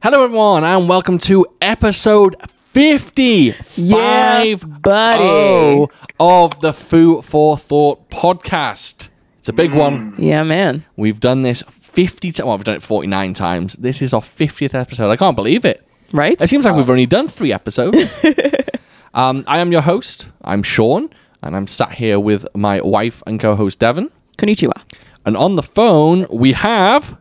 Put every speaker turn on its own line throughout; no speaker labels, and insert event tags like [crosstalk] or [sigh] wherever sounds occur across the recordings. Hello, everyone, and welcome to episode 55
Yeah, buddy.
oh, of the Food for Thought podcast. It's a big one.
Yeah, man.
We've done this 50 times. Well, we've done it 49 times. This is our 50th episode. I can't believe it.
Right?
It seems like we've only done three
[laughs]
episodes. um, I am your host. I'm Sean, and I'm sat here with my wife and co host, Devon.
Konnichiwa.
And on the phone, we have.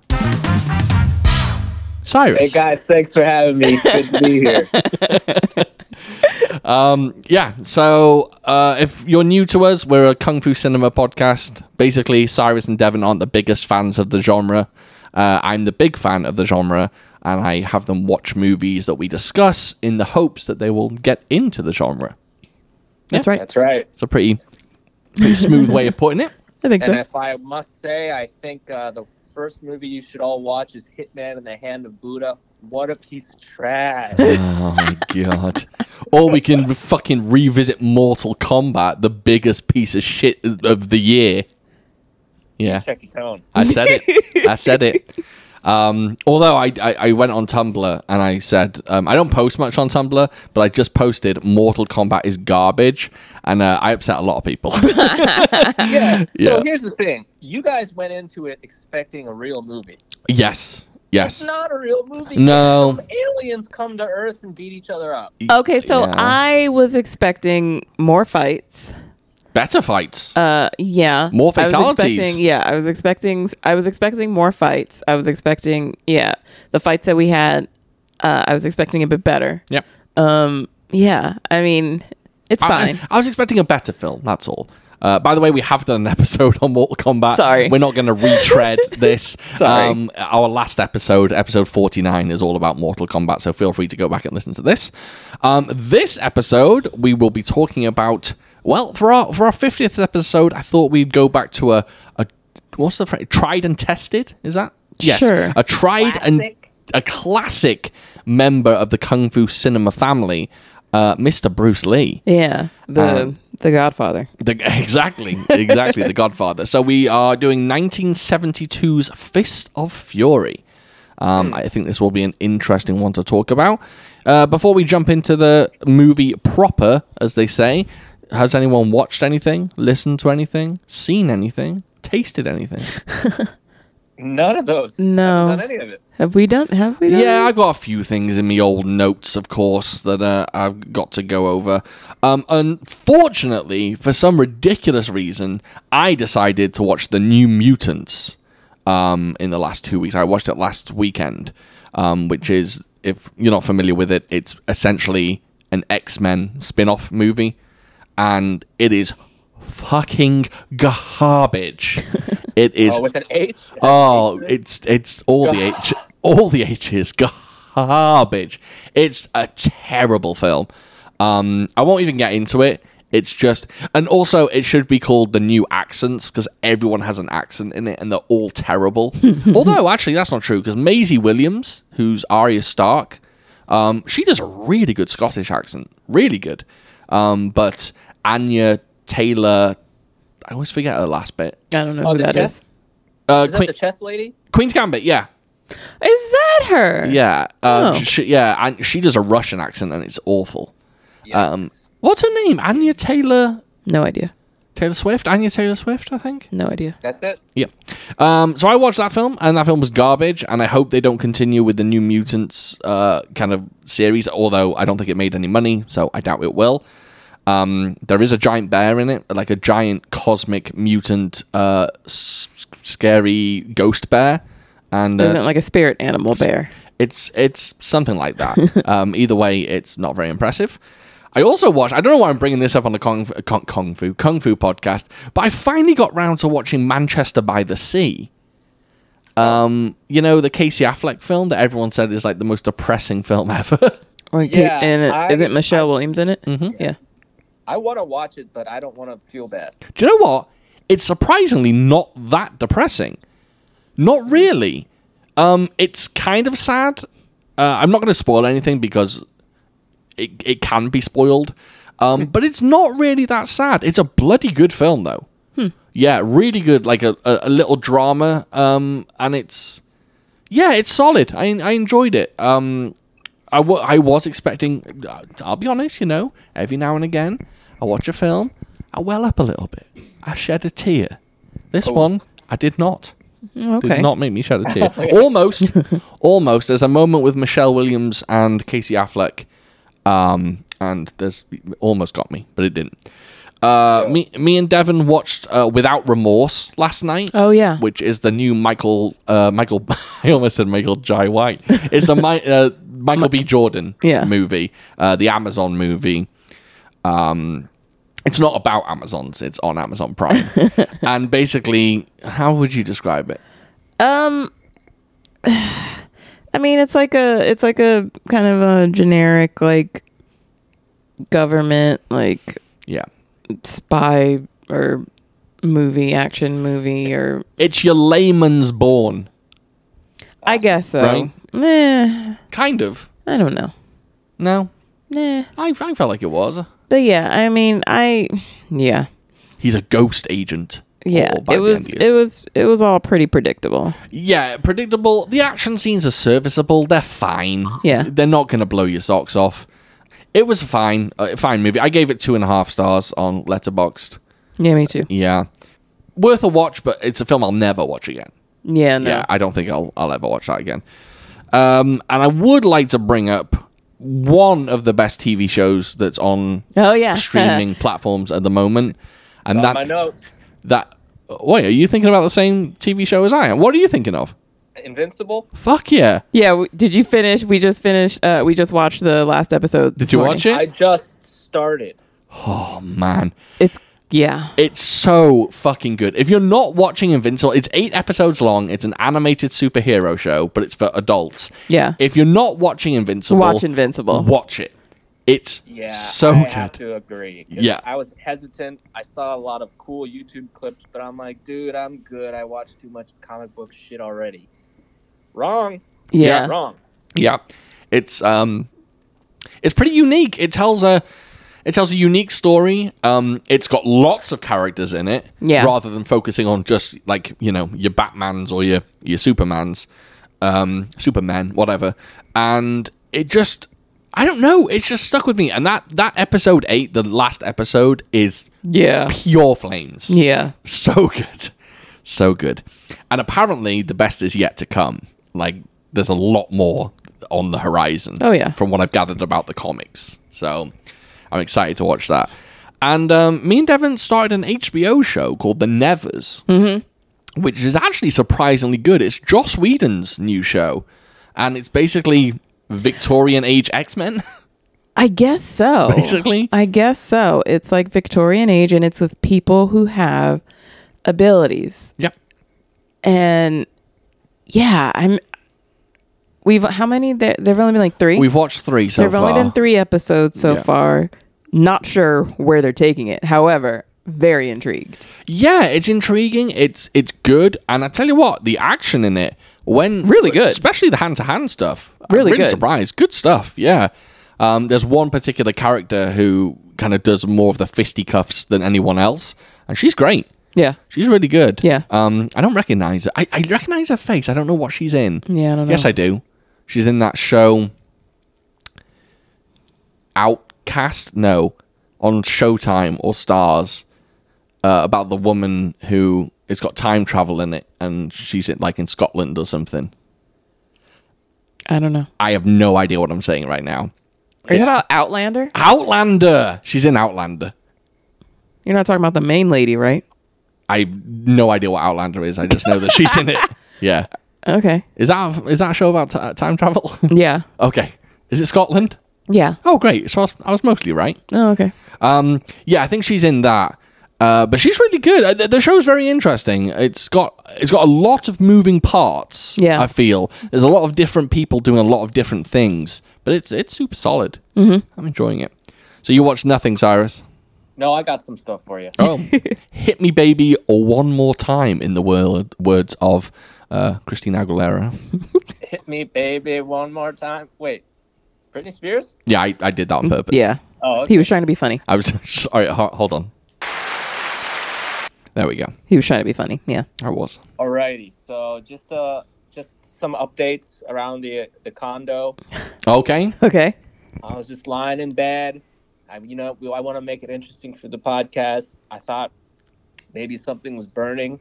Cyrus.
Hey guys, thanks for having me. It's Good to be [laughs] here.
Yeah. So uh, if you're new to us, we're a kung fu cinema podcast. Basically, Cyrus and Devon aren't the biggest fans of the genre. Uh, I'm the big fan of the genre, and I have them watch movies that we discuss in the hopes that they will get into the genre.
That's right.
That's right.
It's a pretty, [laughs] pretty smooth way of putting it.
I think
And
so.
if I must say, I think uh, the first movie you should all watch is Hitman in the Hand of Buddha. What a piece of
[laughs]
trash.
Oh my god! Or we can fucking revisit Mortal Kombat, the biggest piece of shit of the year. Yeah.
Check your tone.
I said it. I said it. Um, although I, I, I went on Tumblr and I said um, I don't post much on Tumblr, but I just posted Mortal Kombat is garbage, and uh, I upset a lot of people. [laughs]
Yeah. So
Yeah.
here's the thing. You guys went into it expecting a real movie.
yes,
It's
yes,
not a real movie.
no,
Some aliens come to Earth and beat each other up.
Okay, so
Yeah.
I was expecting more fights.
better fights.
Uh, yeah.
More
I was
fatalities.
expecting- yeah, I was expecting. I was expecting more fights. I was expecting. Yeah, the fights that we had. Uh, I was expecting a bit better.
yep.
Um. Yeah. I mean, it's
I-
fine.
I, I was expecting a better film. That's all. Uh, by the way, we have done an [laughs] episode on Mortal Kombat.
Sorry.
we're not going to
[laughs]
retread this. Um,
Sorry.
our last episode, episode forty-nine, is all about Mortal Kombat. So feel free to go back and listen to this. Um, this episode, we will be talking about. Well, for our for our fiftieth episode, I thought we'd go back to a a what's the phrase? Tried and tested. Is that
Sure.
A tried and
Classic.
a classic member of the kung fu cinema family, uh, Mr. Bruce Lee.
yeah. The
Um,
The Godfather.
The, [laughs] exactly, exactly. the Godfather. So we are doing 1972's Fist of Fury. Um, I think this will be an interesting one to talk about. Uh, before we jump into the movie proper, as they say, has anyone watched anything, listened to anything, seen anything, tasted anything?
None of those.
No.
Haven't Done any of it.
Have we done? Have we done?
Yeah, I've got a few things in me old notes, of course, that uh, I've got to go over. Um, unfortunately, for some ridiculous reason, I decided to watch The New Mutants um, in the last two weeks. I watched it last weekend, um, which is, if you're not familiar with it, it's essentially an X Men spin off movie, and it is fucking garbage. it is
Oh, with an H?
Oh, it's it's all the H, all the H's garbage. It's a terrible film. Um, I won't even get into it. It's just, and also it should be called the new accents because everyone has an accent in it, and they're all
[laughs]
terrible. Although actually that's not true because Maisie Williams, who's Arya Stark, um, she does a really good Scottish accent, really good. Um, but Anya Taylor, I always forget her last bit.
I don't know
Oh,
who
the
that is.
chess?
Is
Uh,
Is that
Queen-
the chess lady?
Queen's Gambit, yeah.
that her?
Yeah, um,
Oh.
she, yeah, and she does a Russian accent, and it's awful. Um,
Yes.
what's her name? Anya Taylor
No idea.
Taylor Swift. Anya Taylor Swift, I think.
No idea.
That's it?
Yep. Um, so I watched that film, and that film was garbage. And I hope they don't continue with the New Mutants uh, kind of series. Although I don't think it made any money, so I doubt it will. Um, there is a giant bear in it, like a giant cosmic mutant, uh, s- scary ghost bear, and uh,
Isn't it like a spirit animal bear?
It's it's something like that. um, either way, it's not very impressive. I also watched. I don't know why I'm bringing this up on the Kung, Fu- Kung, Kung Fu Kung Fu podcast, but I finally got round to watching Manchester by the Sea. Um, you know the Casey Affleck film that everyone said is like the most depressing film [laughs] ever.
Or
Yeah,
and it,
I-
isn't Michelle Williams in it? Mm-hmm. Yeah.
I want to watch it, but I don't want to feel bad.
Do you know what? It's surprisingly not that depressing. Not really. Um, it's kind of sad. Uh, I'm not going to spoil anything because it, it can be spoiled. Um, but it's not really that sad. It's a bloody good film, though. Yeah, really good. Like a, a, a little drama. Um, and it's yeah, it's solid. I I enjoyed it. Um, I wa- I was expecting. I'll be honest, you know, every now and again, I watch a film, I well up a little bit, I shed a tear. This one, I did not. Did
Okay.
not make me shed a tear. almost, almost. There's a moment with Michelle Williams and Casey Affleck, um, and there's almost got me, but it didn't. Uh, me, me and Devon watched uh, Without Remorse last night
oh yeah.
which is the new Michael uh, Michael [laughs] I almost said Michael Jai White. It's the
[laughs]
Mi- uh, Michael B. Jordan
Yeah.
movie, uh, the Amazon movie. Um, it's not about Amazons. It's on Amazon
[laughs]
Prime, and basically, how would you describe it?
Um, [sighs] I mean, it's like a, it's like a kind of a generic like government like
Yeah,
spy or movie action movie or
it's your layman's born,
I guess so.
Right.
Meh,
kind of.
I don't know.
No,
Nah.
I, I felt like it was.
But yeah, I mean, I yeah.
He's a ghost agent.
Yeah,
Or Oh, by
it
the
was
end of
it was it was all pretty predictable.
Yeah, predictable. The action scenes are serviceable. They're fine.
Yeah.
They're not going to blow your socks off. It was a fine, uh, fine movie. I gave it two and a half stars on Letterboxd.
Yeah, me too.
Yeah. Worth a watch, but it's a film I'll never watch again.
Yeah, no.
Yeah, I don't think I'll, I'll ever watch that again. Um, and I would like to bring up one of the best TV shows that's
[laughs]
on
Oh yeah.
streaming platforms at the moment. And
On
that,
my notes.
that, wait, are you thinking about the same TV show as I am? What are you thinking of?
Invincible.
Fuck yeah.
yeah, w- did you finish? We just finished uh we just watched the last episode.
Did you watch it?
I just started.
man.
It's yeah.
It's so fucking good. If you're not watching Invincible, it's eight episodes long. It's an animated superhero show, but it's for adults.
Yeah.
If you're not watching Invincible,
Watch Invincible.
Watch it. It's
Yeah,
so
I
good.
have to agree. 'cause
Yeah.
I was hesitant. I saw a lot of cool YouTube clips, but I'm like, dude, I'm good. I watched too much comic book shit already. Wrong.
Yeah.
wrong.
Yeah, it's um, it's pretty unique. It tells a it tells a unique story. Um, it's got lots of characters in it.
Yeah.
Rather than focusing on just like you know your Batman's or your your Superman's, um, Superman, whatever. And it just I don't know. It's just stuck with me. And that that episode eight, the last episode, is
Yeah.
pure flames.
Yeah.
So good. So good. And apparently the best is yet to come. Like there's a lot more on the horizon.
Oh, yeah.
From what I've gathered about the comics. So I'm excited to watch that. And um, me and Devon started an HBO show called The Nevers,
Mm-hmm.
which is actually surprisingly good. It's Joss Whedon's new show, and it's basically Victorian age X [laughs] Men.
I guess so.
Basically.
Oh. I guess so. It's like Victorian age and it's with people who have abilities.
yep.
And yeah, I'm we've how many there there've only been like 3.
We've watched three so
There've
far.
only been three episodes so
Yeah.
far. Not sure where they're taking it. However, very intrigued.
Yeah, it's intriguing. It's it's good, and I tell you what, the action in it when
Really good.
especially the hand to hand stuff.
Really
I'm really
good.
surprised. Good stuff. Yeah. Um, there's one particular character who kind of does more of the fisticuffs than anyone else, and she's great.
Yeah.
She's really good.
Yeah.
Um, I don't recognize her. I, I recognize her face. I don't know what she's in.
Yeah, I don't know.
Yes, I do. She's in that show. Outcast? No, on Showtime or Stars, uh, about the woman who it's got time travel in it, and she's in, like in Scotland or something.
I don't know.
I have no idea what I'm saying right now.
Are you talking about Outlander?
Outlander. She's in Outlander.
You're not talking about the main lady, right?
I have no idea what Outlander is. I just know that she's
[laughs]
in it. Yeah.
Okay.
Is that is that a show about t- uh, time travel? [laughs]
Yeah.
okay. Is it Scotland?
Yeah.
Oh, great. So I was, I was mostly right.
Oh, okay.
Um, yeah, I think she's in that. Uh, but she's really good. Uh, The, the show's very interesting. It's got it's got a lot of moving parts.
Yeah.
I feel there's a lot of different people doing a lot of different things, but it's it's super solid. Mm-hmm. I'm enjoying it. So you watched nothing,
[laughs]
Cyrus?
No, I got some stuff for you.
Oh, hit me, baby, or one more time in the word, words of uh, Christine Aguilera.
Hit me, baby, one more time. Wait, Britney Spears?
Yeah, I, I did that on purpose.
Mm, Yeah.
Oh, okay.
He was trying to be funny.
I was [laughs] sorry. ho- Hold on. There we go.
He was trying to be funny. Yeah.
I was.
Alrighty. So just uh, just some updates around the the condo.
Okay.
Okay.
I was just lying in bed. I, you know, I want to make it interesting for the podcast. I thought maybe something was burning.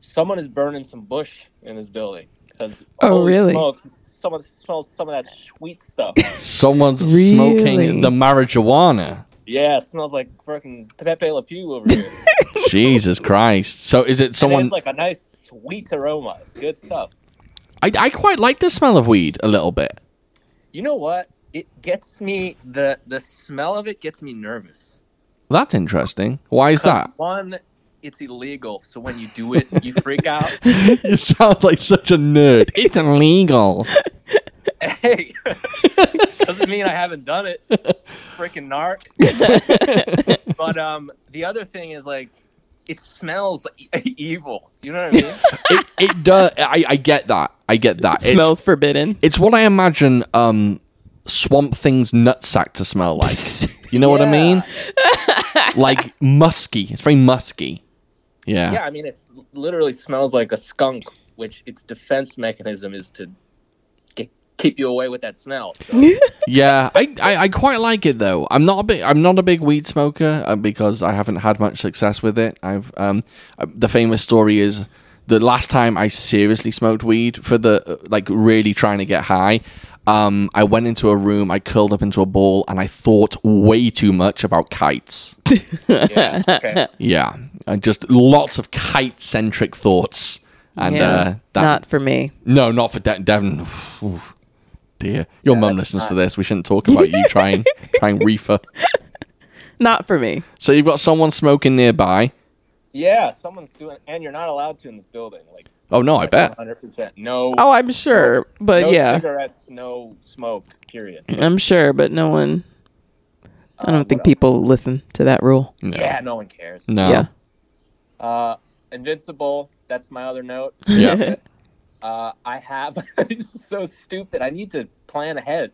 Someone is burning some bush in this building. 'cause
Oh,
holy
really?
Smokes, someone smells some of that sweet stuff.
[laughs]
Someone's
Really?
smoking the marijuana.
yeah, it smells like freaking Pepe Le Pew over here.
Jesus Christ. So is it someone
It's like a nice sweet aroma. It's good stuff.
I, I quite like the smell of weed a little bit.
You know what? It gets me the the smell of it gets me nervous.
That's interesting. Why is
'Cause [laughs]
that?
One, it's illegal, so when you do it, you freak out.
[laughs]
you sound like such a nerd. It's illegal.
[laughs]
Hey, doesn't mean I haven't done it. Freaking narc.
[laughs]
but um, the other thing is like, it smells e- evil. You know what I mean?
[laughs]
It, it does. I, I get that. I get that. It's,
Smells [laughs] forbidden.
it's what I imagine um, Swamp Thing's nutsack to smell like. You know what I mean? [laughs] Like musky. It's very musky. Yeah.
Yeah, I mean it literally smells like a skunk, which its defense mechanism is to get, keep you away with that smell.
[laughs]
So,
Yeah, I, I, I quite like it though. I'm not a big I'm not a big weed smoker uh, because I haven't had much success with it. I've um uh, the famous story is the last time I seriously smoked weed for the uh, like really trying to get high. Um, I went into a room, I curled up into a ball, and I thought way too much about kites.
yeah, okay.
Yeah, and just lots of kite centric thoughts. And
yeah.
uh, that
Not for me.
no, not for De- Devon. Oof. Dear, your mum listens to this. We shouldn't talk about you trying trying reefer.
Not for me.
So you've got someone smoking nearby.
Yeah, someone's doing, and you're not allowed to in this building. Like,
Oh no, I bet.
100. percent No,
Oh, I'm sure, but
no
Oh, yeah,
cigarettes, no smoke. Period.
I'm sure, but no one. I
Uh,
don't think
what else?
people listen to that rule.
No.
Yeah, no one cares.
No.
Yeah.
Uh, Invincible. That's my
[laughs]
other note.
Yeah.
Uh, I have. [laughs] this is so stupid. I need to plan
[laughs]
ahead,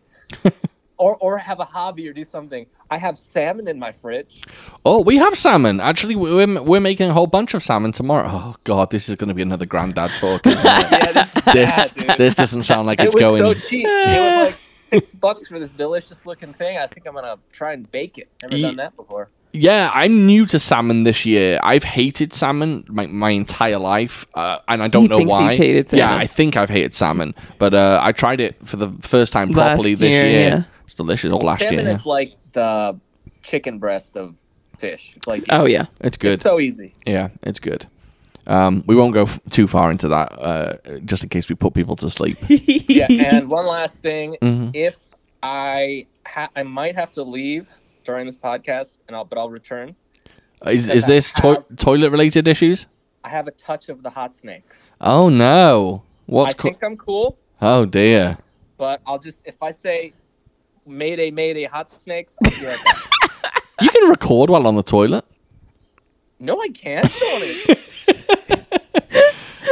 or or have a hobby or do something. I have salmon in my fridge.
[laughs] Oh, we have salmon. Actually, we- we're we're making a whole bunch of salmon tomorrow. Oh God, this is going to be another granddad talk. Isn't it?
[laughs] Yeah, this is
this
bad, dude.
this doesn't sound like
it
it's
was
going.
so cheap. It was
[laughs]
like six bucks for this delicious looking thing. I think I'm gonna try and bake it. Never
Ye-
done that before.
Yeah, I'm new to salmon this year. I've hated salmon my, my entire life, uh, and I don't
He
know
thinks
why.
he's hated
Yeah,
salmon.
I think I've hated salmon, but uh, I tried it for the first time
Last
properly this
year,
year.
yeah.
It's delicious. Or last
Salmon
year, yeah.
is like the chicken breast of fish. It's like
Oh yeah.
it's good.
so easy.
yeah, it's good. Um, we won't go f- too far into that, uh, just in case we put people to
[laughs]
sleep.
[laughs]
Yeah.
[laughs]
And one last thing,
Mhm.
if I ha- I might have to leave during this podcast, and I'll but I'll return.
is, is this to- toilet related issues?
I have a touch of the hot snakes.
Oh no! What's
I
co-
think I'm cool,
oh dear.
but I'll just if I say Mayday, Mayday, hot snakes.
[laughs]
I'll be right back.
You can record while on the toilet.
no, I can't. I don't wanna-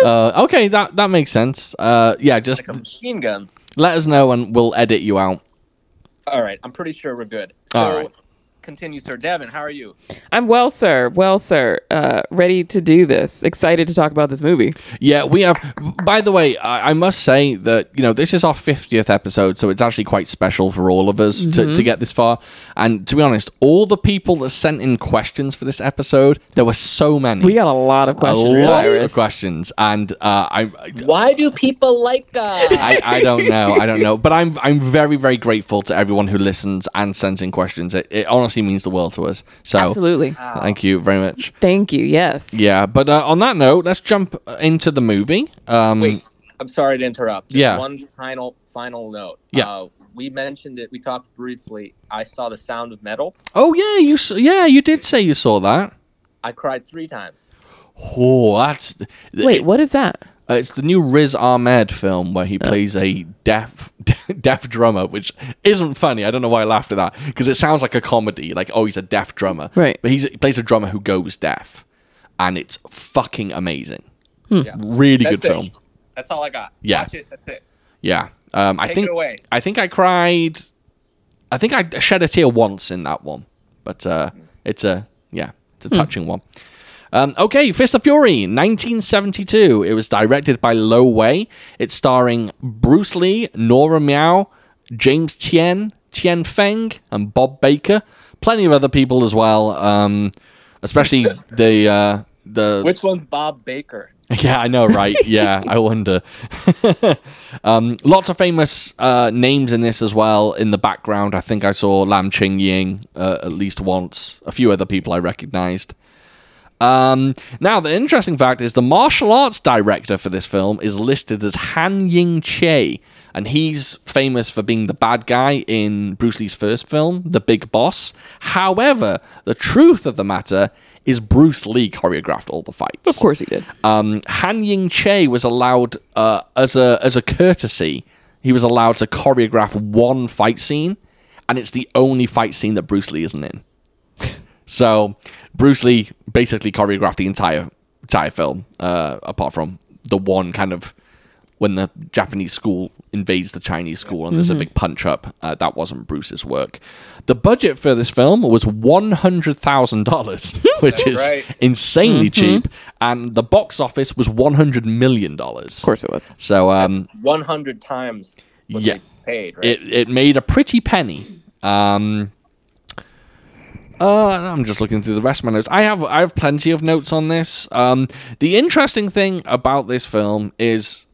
Uh, okay, that that makes sense. Uh, yeah, just
like a machine gun.
Let us know and we'll edit you out.
All right, I'm pretty sure we're good. So,
All right.
Continue, Sir Devin. How are you?
I'm well, sir. Well, sir. Uh, ready to do this. Excited to talk about this movie.
Yeah, we have. By the way, I, I must say that you know this is our fiftieth episode, so it's actually quite special for all of us to,
Mm-hmm.
to get this far. And to be honest, all the people that sent in questions for this episode, there were so many.
We got a lot of
a
questions.
lot of
Cyrus.
questions, and uh, I
Why do people like uh, us?
I, I don't know. I don't know. But I'm I'm very very grateful to everyone who listens and sends in questions. It, it honestly means the world to us. So
Absolutely.
thank you very much.
Thank you. Yes.
Yeah, but uh, on that note, let's jump uh, into the movie. Um,
Wait, I'm sorry to interrupt. Just
Yeah.
One final, final note.
Yeah.
Uh, we mentioned it. We talked briefly. I saw The Sound of Metal.
Oh yeah, you s- yeah you did say you saw that.
I cried three times.
Oh, that's
Wait, what is that?
uh, it's the new Riz Ahmed film where he
Uh.
plays a deaf [laughs] deaf drummer, which isn't funny. I don't know why I laughed at that because it sounds like a comedy, like oh he's a deaf drummer,
Right.
But he's, he plays a drummer who goes deaf, and it's fucking amazing.
Hmm.
Really
That's
good
it.
film.
That's all I got.
Yeah.
Watch it. That's it.
Yeah. Um, I
Take
think
it away.
I think I cried. I think I shed a tear once in that one, but uh, it's a yeah, it's a touching one. Um, okay, Fist of Fury, 1972. It was directed by Lo Wei. It's starring Bruce Lee, Nora Miao, James Tien, Tien Feng, and Bob Baker. Plenty of other people as well, um,
[laughs]
especially the uh, the
Which one's Bob Baker?
[laughs] yeah, I know, right? Yeah, I wonder. [laughs] um, lots of famous uh, names in this as well in the background. I think I saw Lam Ching Ying uh, at least once. A few other people I recognized. Um, now, the interesting fact is the martial arts director for this film is listed as Han Ying Che, and he's famous for being the bad guy in Bruce Lee's first film, The Big Boss. However, the truth of the matter is Bruce Lee choreographed all the fights
Of course he did.
um, Han Ying Che was allowed uh, as a as a courtesy. He was allowed to choreograph one fight scene, and it's the only fight scene that Bruce Lee isn't in. So Bruce Lee basically choreographed the entire entire film, uh, apart from the one kind of when the Japanese school invades the Chinese school and there's a big punch up. Uh, that wasn't Bruce's work. The budget for this film was one hundred thousand dollars, which is
right.
insanely
Mm-hmm.
cheap, and the box office was one hundred million dollars.
Of course it was.
So um,
100 times what
Yeah.
they paid, right?
it it made a pretty penny. Um, uh, I'm just looking through the rest of my notes. I have I have plenty of notes on this. Um, the interesting thing about this film is,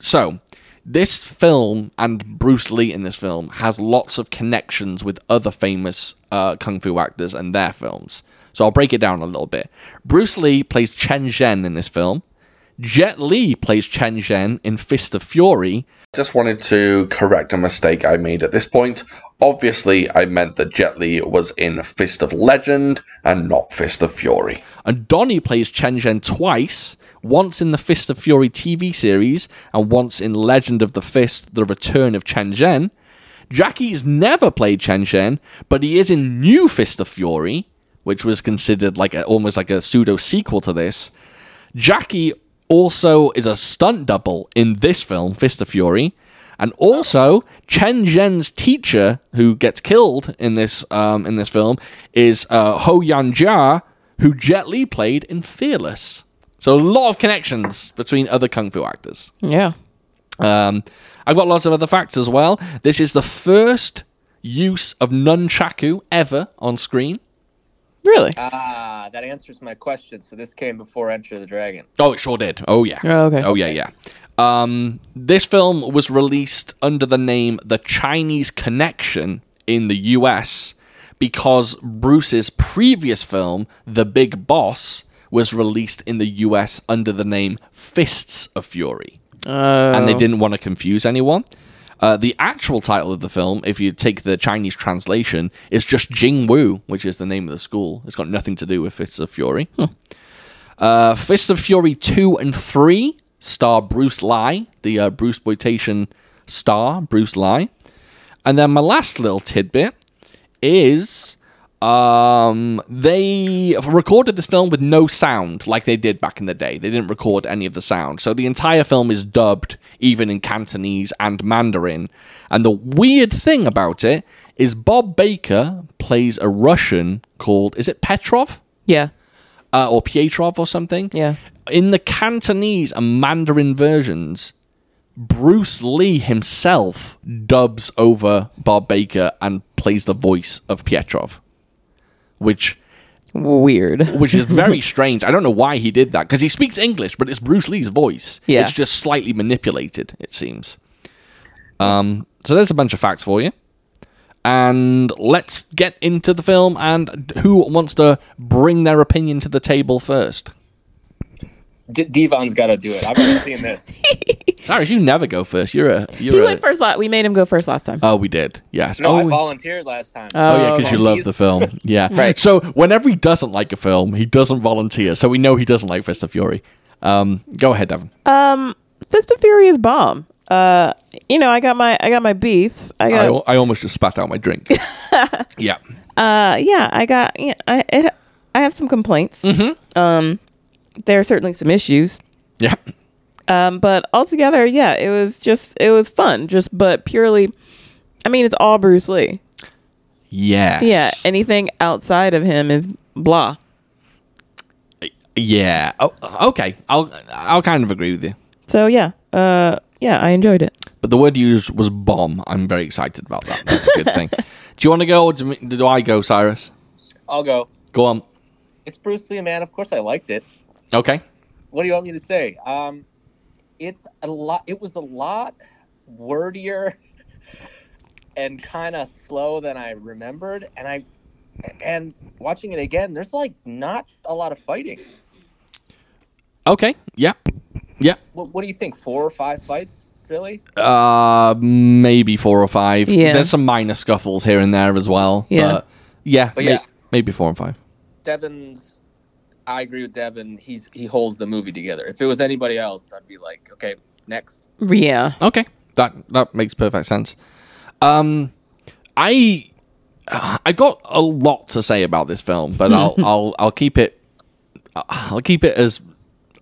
so this film and Bruce Lee in this film has lots of connections with other famous uh, kung fu actors and their films. So I'll break it down a little bit. Bruce Lee plays Chen Zhen in this film. Jet Li plays Chen Zhen in Fist of Fury,
Just wanted to correct a mistake I made at this point. Obviously, I meant that Jet Li was in Fist of Legend and not Fist of Fury.
And Donnie plays Chen Zhen twice, once in the Fist of Fury TV series, and once in Legend of the Fist, The Return of Chen Zhen. Jackie's never played Chen Zhen, but he is in New Fist of Fury, which was considered like a, almost like a pseudo sequel to this. Jackie also is a stunt double in this film, Fist of Fury. And also, Chen Zhen's teacher, who gets killed in this um, in this film, is uh, Ho Yan Jia, who Jet Li played in Fearless. So a lot of connections between other kung fu actors.
Yeah.
Um, I've got lots of other facts as well. This is the first use of nunchaku ever on screen.
Really?
Ah, that answers my question. So this came before Enter the Dragon.
Oh, it sure did. Oh yeah.
Oh, okay.
Oh yeah, yeah. Um, this film was released under the name The Chinese Connection in the U.S. because Bruce's previous film, The Big Boss, was released in the U.S. under the name Fists of Fury
Uh,
and they didn't want to confuse anyone. Uh, the actual title of the film, if you take the Chinese translation, is just Jing Wu, which is the name of the school. It's got nothing to do with Fists of Fury. Uh, Fists of Fury 2 and 3 star Bruce Lai, the uh, Bruce Boitation star, Bruce Lai. And then my last little tidbit is um, they recorded this film with no sound like they did back in the day. They didn't record any of the sound. So the entire film is dubbed, even in Cantonese and Mandarin. And the weird thing about it is Bob Baker plays a Russian called, is it Petrov?
yeah.
uh, or Pietrov or something.
Yeah.
In the Cantonese and Mandarin versions, Bruce Lee himself dubs over Bob Baker and plays the voice of Pietrov, which
Weird.
which is
[laughs]
very strange. I don't know why he did that because he speaks English, but it's Bruce Lee's voice.
Yeah.
It's just slightly manipulated, it seems. Um, so there's a bunch of facts for you. And let's get into the film and who wants to bring their opinion to the table first?
D- Devon's got to do it. I've already seen
[laughs]
this.
Cyrus, you never go first. You're a you're
He
a,
went first last. We made him go first last time.
Oh, we did. Yes.
No,
oh,
I
we-
volunteered last time.
Oh yeah, because
okay.
you love the film. Yeah.
[laughs] Right.
So whenever he doesn't like a film, he doesn't volunteer. So we know he doesn't like Fist of Fury. Um, go ahead, Devon.
Um, Fist of Fury is bomb. Uh, you know, I got my I got my beefs. I
I,
got
al- I almost just spat out my
[laughs]
drink. yeah.
uh, yeah, I got yeah, I it, I have some complaints. Um, there are certainly some issues.
Yeah.
Um, but altogether, yeah, it was just it was fun. Just but purely, I mean, it's all Bruce Lee.
Yes.
Yeah, anything outside of him is blah.
Yeah. Oh, okay. I'll I'll kind of agree with you.
So yeah, uh, yeah, I enjoyed it.
But the word used was bomb. I'm very excited about that. That's a good
[laughs]
thing. Do you want to go or do, do I go, Cyrus?
I'll go.
Go on.
It's Bruce Lee, man. Of course, I liked it.
Okay.
What do you want me to say? Um, it's a lot. It was a lot wordier [laughs] and kind of slow than I remembered, and I and watching it again, there's like not a lot of fighting.
Okay. Yeah. Yeah.
What, what do you think? Four or five fights, really?
Uh, maybe four or five.
Yeah.
There's some minor scuffles here and there as well.
Yeah.
But yeah.
But
may-
yeah.
Maybe four and five.
Devin's. I agree with Devin. He's he holds the movie together. If it was anybody else, I'd be like, okay, next.
Yeah,
Okay, that that makes perfect sense. Um, I I got a lot to say about this film, but
[laughs]
I'll I'll I'll keep it I'll keep it as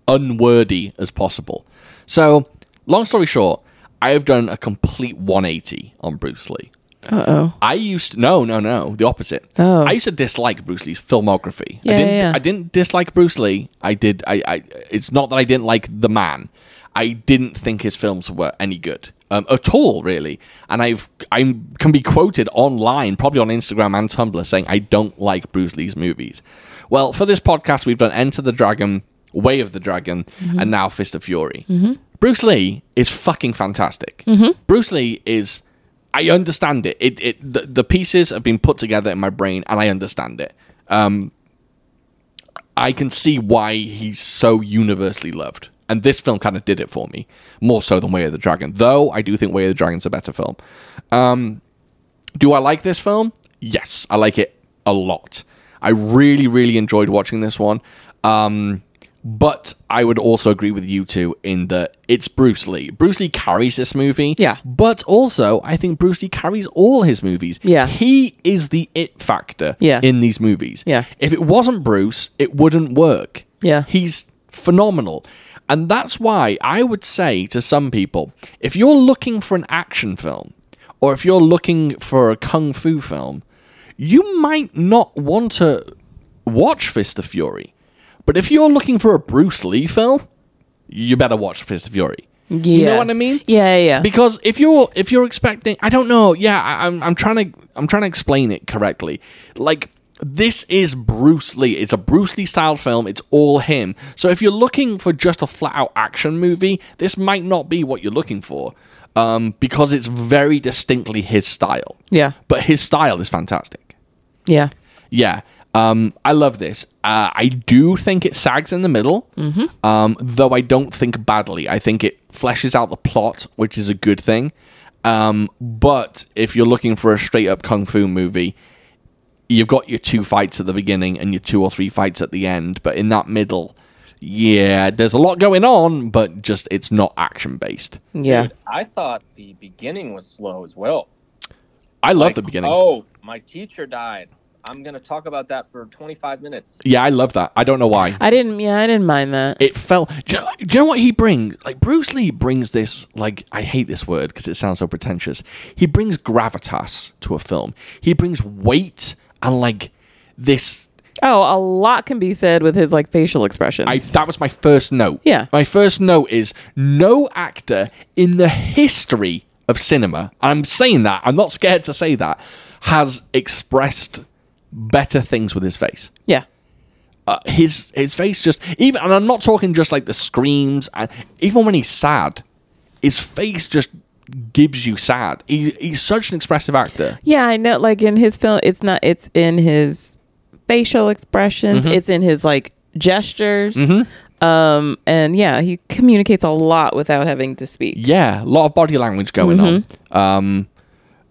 unwordy as possible. So, long story short, I have done a complete 180 on Bruce Lee.
uh oh,
I used to, no, no, no, the opposite.
Oh.
I used to dislike Bruce Lee's filmography.
Yeah,
I didn't,
yeah, yeah.
I didn't dislike Bruce Lee. I did. I, I. It's not that I didn't like the man. I didn't think his films were any good um, at all, really. And I've I can be quoted online, probably on Instagram and Tumblr, saying I don't like Bruce Lee's movies. Well, for this podcast, we've done Enter the Dragon, Way of the Dragon, and now Fist of Fury. Bruce Lee is fucking fantastic. Bruce Lee is. I understand it. It, it the, the pieces have been put together in my brain, and I understand it. I can see why he's so universally loved. And this film kind of did it for me, more so than Way of the Dragon. Though I do think Way of the Dragon's a better film. Um, Do I like this film? Yes, I like it a lot. I really, really enjoyed watching this one. Um, but I would also agree with you two in that it's Bruce Lee. Bruce Lee carries this movie.
Yeah.
But also, I think Bruce Lee carries all his movies.
Yeah.
He is the it factor
Yeah.
in these movies.
Yeah.
If it wasn't Bruce, it wouldn't work.
Yeah.
He's phenomenal. And that's why I would say to some people if you're looking for an action film or if you're looking for a kung fu film, you might not want to watch Fist of Fury. But if you're looking for a Bruce Lee film, you better watch Fist of Fury. You know what I
Yes.
mean?
Yeah, yeah, yeah.
Because if you're if you're expecting, I don't know. Yeah, I, I'm I'm trying to I'm trying to explain it correctly. Like this is Bruce Lee. It's a Bruce Lee style film. It's all him. So if you're looking for just a flat out action movie, this might not be what you're looking for. Um, because it's very distinctly his style.
Yeah.
But his style is fantastic.
yeah,
Yeah. Um, I love this. Uh, I do think it sags in the middle, mm-hmm. um, though I don't think badly. I think it fleshes out the plot, which is a good thing. Um, but if you're looking for a straight up kung fu movie, you've got your two fights at the beginning and your two or three fights at the end. But in that middle, yeah, there's a lot going on, but just it's not action based.
yeah.
Dude, I thought the beginning was slow as well.
I love
Like,
the beginning.
Oh, my teacher died. I'm gonna talk about that for 25 minutes.
Yeah, I love that. I don't know why.
I didn't. Yeah, I didn't mind that.
it felt. Do you, know, do you know what he brings? Like Bruce Lee brings this. Like I hate this word because it sounds so pretentious. He brings gravitas to a film. He brings weight and like this.
Oh, a lot can be said with his like facial expressions.
I that was my first note.
Yeah.
My first note is no actor in the history of cinema. I'm saying that. I'm not scared to say that has expressed better things with his face.
yeah,
uh, his his face just even and I'm not talking just like the screams and even when he's sad, his face just gives you sad. He, he's such an expressive actor.
yeah. I know. Like in his film, it's not. It's in his facial expressions.
Mm-hmm.
It's in his like gestures. Um, and yeah, he communicates a lot without having to speak.
Yeah, a lot of body language going on. Um,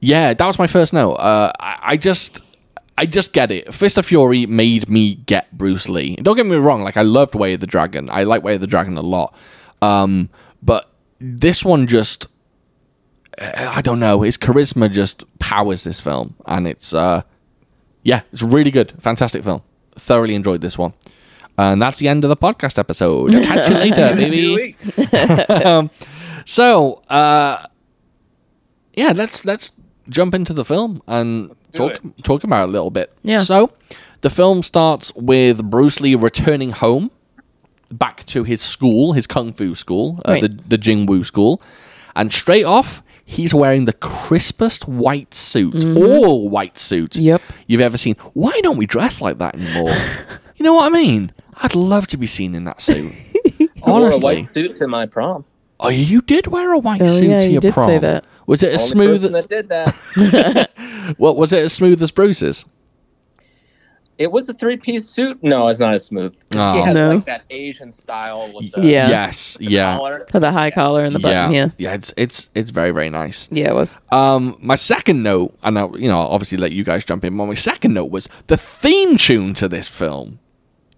yeah, that was my first note. Uh, I, I just. I just get it. Fist of Fury made me get Bruce Lee. Don't get me wrong; like I loved Way of the Dragon. I like Way of the Dragon a lot, um, but this one just I don't know. His charisma just powers this film, and it's uh, yeah, it's really good, fantastic film. Thoroughly enjoyed this one, and that's the end of the podcast episode. I'll Catch you
[laughs]
later,
Two
baby.
weeks.
So uh, yeah, let's let's jump into the film and
do
talk talk about it a little bit.
Yeah.
So the film starts with Bruce Lee returning home back to his school, his kung fu school, uh,
Right.
the the Jingwu school, and straight off he's wearing the crispest white suit, all white suit
Mm-hmm. Yep.
you've ever seen. Why don't we dress like that anymore?
[laughs]
you know what I mean? I'd love to be seen in that
[laughs]
suit.
I wore a white
Honestly,
suit to my prom.
oh, you did wear a white
Oh,
suit
yeah,
to
you
your
did say
prom.
that.
Was it as
Only
smooth?
person that did that.
What was it as smooth as Bruce's?
It was a three piece suit. No, it's not as smooth.
Oh.
She has
No.
like that Asian style with the
Yeah.
Yes. Yeah.
collar.
For the high collar Oh, and the button. Yeah.
yeah. Yeah. It's it's it's very very nice.
Yeah, it [laughs] was.
Um, my second note, and I, you know, I'll obviously let you guys jump in. But my second note was the theme tune to this film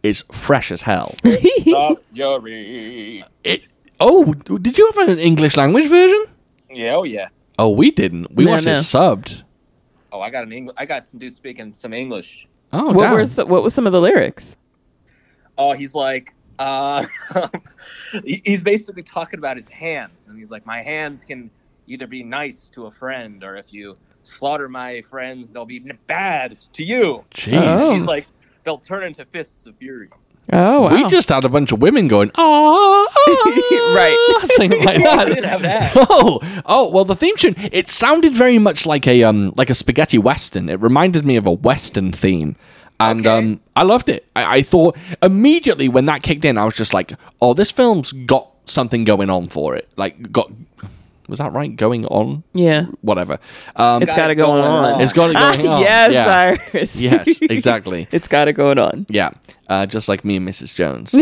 is fresh as
[laughs]
hell.
Oh,
The Fury.
It. Oh, did you have an English language version?
Yeah, oh yeah.
Oh, we didn't. We
No,
watched
no.
it subbed.
Oh, I got an English. I got some dude speaking some English.
Oh,
what
damn.
were so, what was some of the lyrics?
Oh, he's like, uh, [laughs] he- he's basically talking about his hands, and he's like, my hands can either be nice to a friend, or if you slaughter my friends, they'll be n- bad to you.
Jeez.
He's like, they'll turn into fists of
[laughs]
fury.
Oh, wow.
We just had a bunch of women going, ah,
[laughs]
[laughs]
Right.
singing
[laughs]
like
I
that.
didn't have that.
[laughs] Oh, oh well, the theme tune it sounded very much like a um like a spaghetti western. It reminded me of a western theme, and
Okay.
um I loved it. I, I thought immediately when that kicked in, I was just like, oh, this film's got something going on for it. Like, got was that right? Going on,
yeah.
whatever. Um,
It's got to
it
go
going
on.
on.
it's got it going on.
[laughs] yes,
yeah.
Cyrus. [laughs]
yes, exactly.
it's got to go on.
Yeah, uh, just like me and Mrs.
[laughs]
Jones.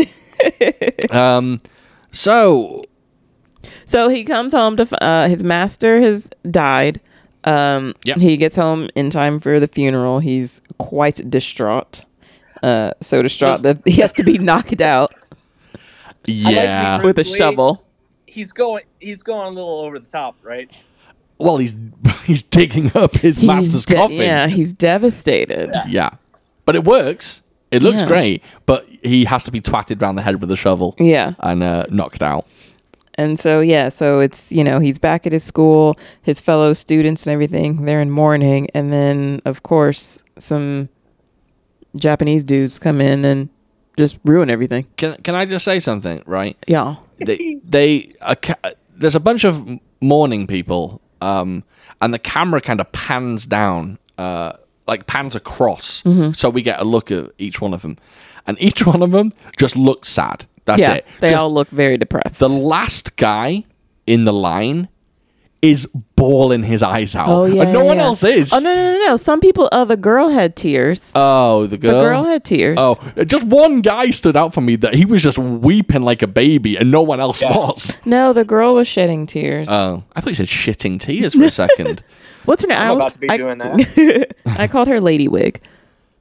um, so
So he comes home to f- uh, his master has died. Um,
Yep.
He gets home in time for the funeral. He's quite distraught. Uh, so distraught that he has to be
[laughs]
knocked out
yeah,
with a
Bruce Lee.
shovel.
He's going, he's going a little over the top, right?
well, he's [laughs] he's digging up his
He's
master's
de-
coffin.
Yeah, he's devastated.
Yeah. But it works. It looks
Yeah.
great, but he has to be twatted round the head with a shovel.
Yeah.
And uh, knocked out.
And so, yeah, so it's, you know, he's back at his school, his fellow students and everything, they're in mourning. And then, of course, some Japanese dudes come in and just ruin everything.
Can can I just say something, right?
Yeah. [laughs]
They they a ca- there's a bunch of mourning people um and the camera kind of pans down uh like pans across
Mm-hmm.
so we get a look at each one of them. And each one of them just looks sad. That's
yeah.
it.
They
Just
all look very depressed.
the last guy in the line is bawling his eyes out.
oh, yeah.
and no
yeah,
one
yeah.
else is.
Oh, no, no, no, no. Some people, oh, the girl had tears.
Oh, the girl.
the girl had tears.
Oh, just one guy stood out for me that he was just weeping like a baby, and no one else was.
No, the girl was shedding tears.
Oh, I thought he said shitting tears for a second.
[laughs] What's her name?
I'm
I was-
about to be
I-
doing that.
[laughs] I called her Lady Wig.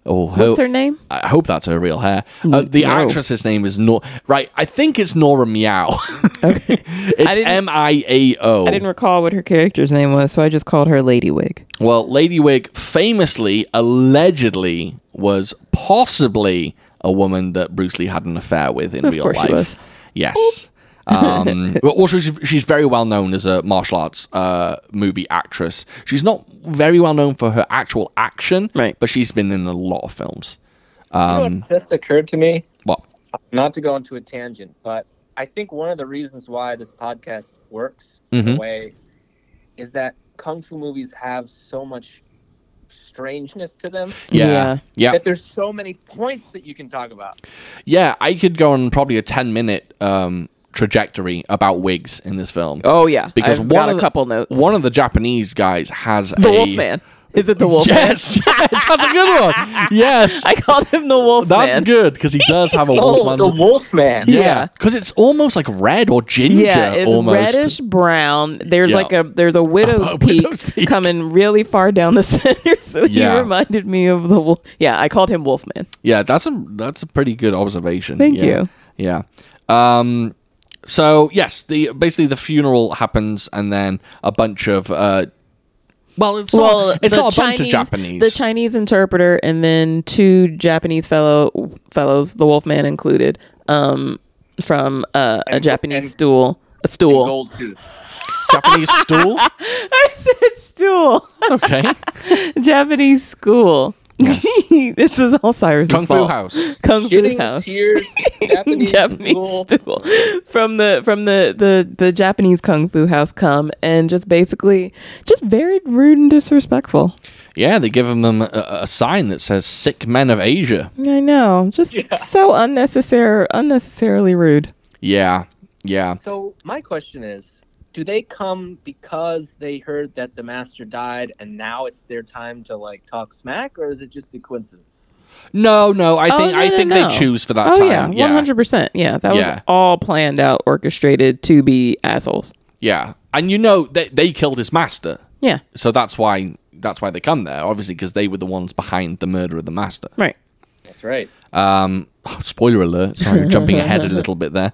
Oh, ho-
What's her name?
I hope that's her real hair. Uh, the
no.
actress's name is Nor. Right, I think it's Nora Meow. [laughs] it's
didn't-
M I A
I didn't
O.
recall what her character's name was, so I just called her Lady Wig.
Well, Lady Wig famously, allegedly, was possibly a woman that Bruce Lee had an affair with in real
course
life.
she was.
Yes. [laughs] um, but also, she's, she's very well known as a martial arts uh, movie actress. She's not very well known for her actual action,
Right.
but she's been in a lot of films.
you know what just occurred to me?
Well,
not to go into a tangent, but I think one of the reasons why this podcast works in
Mhm.
a way is that kung fu movies have so much strangeness to them
yeah, yeah, yeah,
that there's so many points that you can talk about.
I could go on probably a ten-minute um, trajectory about wigs in this film
Oh yeah,
because
I've
one
got
of
a
the-
couple notes.
One of the Japanese guys has
the
a
Wolfman. Is it the Wolfman?
[laughs] Yes, yes, that's a good one. Yes,
[laughs] I called him the Wolfman.
that's good because he does
[laughs]
have a Wolfman.
Wolfman.
yeah,
yeah.
because it's almost like red or ginger.
Yeah, it's
almost.
reddish brown. There's
Yeah.
like a there's a
[laughs]
widow's,
A
peak,
widow's peak.
coming really far down the [laughs] center. So
Yeah.
he reminded me of the wolf. Yeah, I called him Wolfman.
Yeah, that's a that's a pretty good observation.
Thank
Yeah. you. Yeah. Um so yes, the basically the funeral happens and then a bunch of uh well, it's not, it's
the
not a bunch of Japanese.
The Chinese interpreter and then two Japanese fellow fellows, the Wolfman included, um, from uh, a
And-
Japanese
and-
stool, a stool.
Gold
[laughs]
tooth.
[laughs]
Japanese stool.
I said [laughs] stool. [laughs]
It's okay.
Japanese school. [laughs] this is all Cyrus's
Kung Fu
fault.
House.
Kung Fu
Shitting
House.
tears, Japanese,
Japanese
school.
stool from the from the, the the Japanese kung fu house come and just basically just very rude and disrespectful.
Yeah, they give them a, a sign that says "Sick Men of Asia."
I know, just so unnecessary, unnecessarily rude.
Yeah, yeah.
So my question is, do they come because they heard that the master died and now it's their time to like talk smack, or is it just a coincidence?
No, no. I
Oh,
think
no,
I
no,
think
no.
they choose for that
Oh yeah,
time.
one hundred percent. Yeah, that
Yeah.
was all planned out, orchestrated to be assholes.
yeah. And you know they they killed his master,
Yeah,
so that's why that's why they come there. Obviously, because they were the ones behind the murder of the master.
right.
That's right.
Um, spoiler alert. Sorry, we're jumping ahead
[laughs]
a little bit there.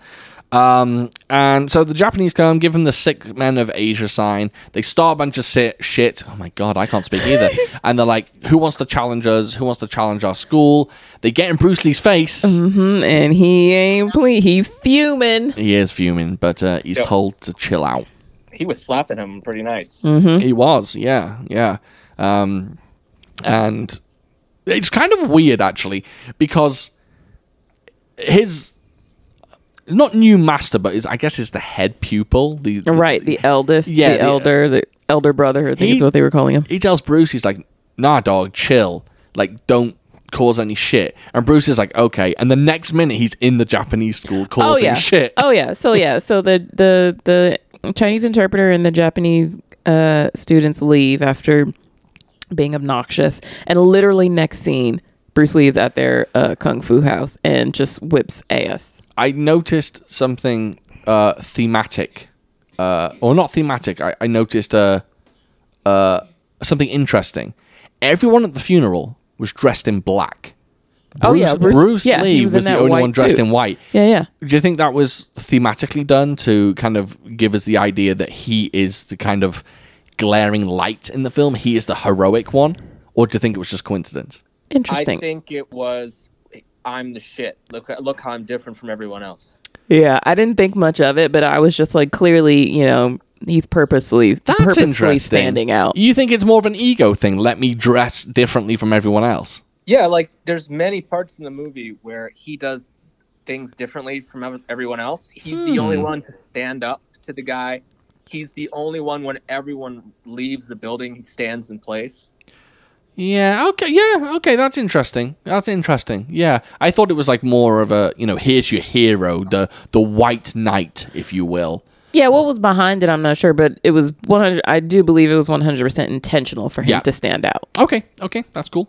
Um, and so the Japanese come, give them the sick men of Asia sign. They start a bunch of si- shit. Oh my god, I can't speak
[laughs]
either. and they're like, "Who wants to challenge us? Who wants to challenge our school?" They get in Bruce Lee's face.
Mm, and he ain't ple- He's fuming.
He is fuming, but uh, he's
Yep.
told to chill out.
He was slapping him pretty nice.
Mm-hmm.
He was, yeah, yeah. Um, and it's kind of weird actually because his not new master, but his, I guess is the head pupil. The
Right, the eldest,
Yeah,
the,
the-
elder, the elder brother. I think
He-
is what they were calling him.
He tells Bruce, he's like, "Nah, dog, chill. Like, don't." Cause any shit, and Bruce is like, okay. And the next minute, he's in the Japanese school causing
yeah.
shit.
Oh yeah. So yeah. So the the the Chinese interpreter and the Japanese uh, students leave after being obnoxious, and literally next scene, Bruce Lee is at their uh, kung fu house and just whips ass.
I noticed something uh, thematic, uh, or not thematic. I, I noticed uh, uh, something interesting. Everyone at the funeral was dressed in black. Bruce,
Oh, yeah,
Bruce,
Bruce- yeah, he
Lee was,
was in
the
that
only
white
one dressed
suit.
in white.
Yeah, yeah.
Do you think that was thematically done to kind of give us the idea that he is the kind of glaring light in the film? He is the heroic one, or do you think it was just coincidence?
I
Interesting.
think it was I'm the shit. Look look how I'm different from everyone else.
yeah, I didn't think much of it, but I was just like, clearly, you know, he's purposely purposely standing out.
You think it's more of an ego thing? Let me dress differently from everyone else.
Yeah, like there's many parts in the movie where he does things differently from ev- everyone else. He's the only one to stand up to the guy. He's the only one when everyone leaves the building, he stands in place.
Yeah. Okay. Yeah. Okay. That's interesting. That's interesting. Yeah. I thought it was like more of a you know here's your hero the the white knight if you will.
Yeah, what was behind it, I'm not sure, but it was 100. I do believe it was 100 percent intentional for him
Yeah.
to stand out.
Okay. Okay. That's cool.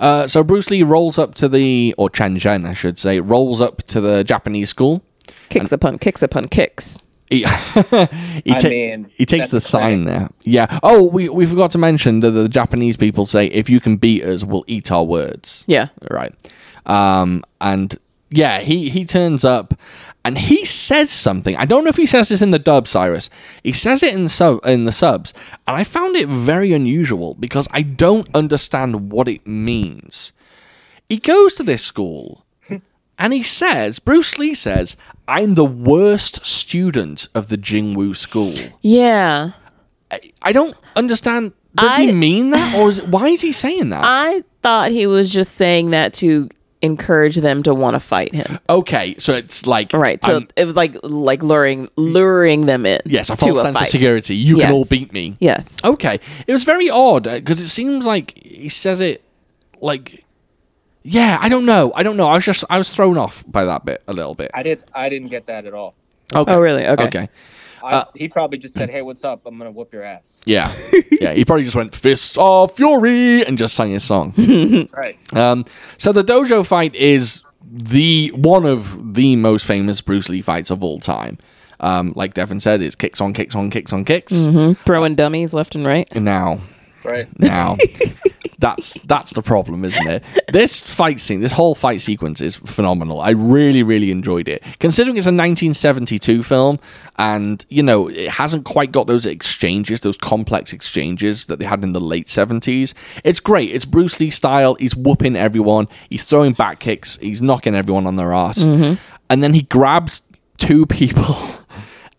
Uh, so Bruce Lee rolls up to the or Chen Zhen I should say rolls up to the Japanese school.
Kicks upon kicks upon kicks.
He, [laughs] he, ta-
mean,
he takes
that's
the sign there. Yeah. Oh, we, we forgot to mention that the Japanese people say, if you can beat us, we'll eat our words.
Yeah.
Right. Um, and yeah, he, he turns up and he says something. I don't know if he says this in the dub, Cyrus. He says it in sub in the subs, and I found it very unusual because I don't understand what it means. He goes to this school and he says, Bruce Lee says, I'm the worst student of the Jingwu school.
Yeah.
I don't understand. Does he
I-
mean that, or is why is he saying that?
I thought he was just saying that to encourage them to want to fight him.
okay, so it's like
Right. So
I'm-
it was like like luring luring them in.
yes, a
to
false sense of
fight.
security. You
Yes.
can all beat me.
Yes.
Okay, it was very odd because it seems like he says it like, yeah, I don't know, I don't know. I was just I was thrown off by that bit a little bit.
I did I didn't get that at all.
Okay.
Oh, really? Okay.
Okay.
I, he probably just said, "Hey, what's up? I'm gonna whoop your ass."
[laughs]
Yeah. yeah. He probably just went fists of fury and just sang his song.
[laughs]
Right.
Um, so the dojo fight is the one of the most famous Bruce Lee fights of all time. Um, like Devin said, it's kicks on, kicks on, kicks on, kicks.
Mm-hmm. Throwing dummies left and right.
And now,
Right. [laughs]
now, [laughs] that's that's the problem, isn't it? This fight scene, this whole fight sequence is phenomenal. I really, really enjoyed it. Considering it's a 1972 film, and you know it hasn't quite got those exchanges, those complex exchanges that they had in the late 70s. It's great. It's Bruce Lee style. He's whooping everyone. He's throwing back
Mm-hmm.
kicks. He's knocking everyone on their ass, and then he grabs two people. [laughs]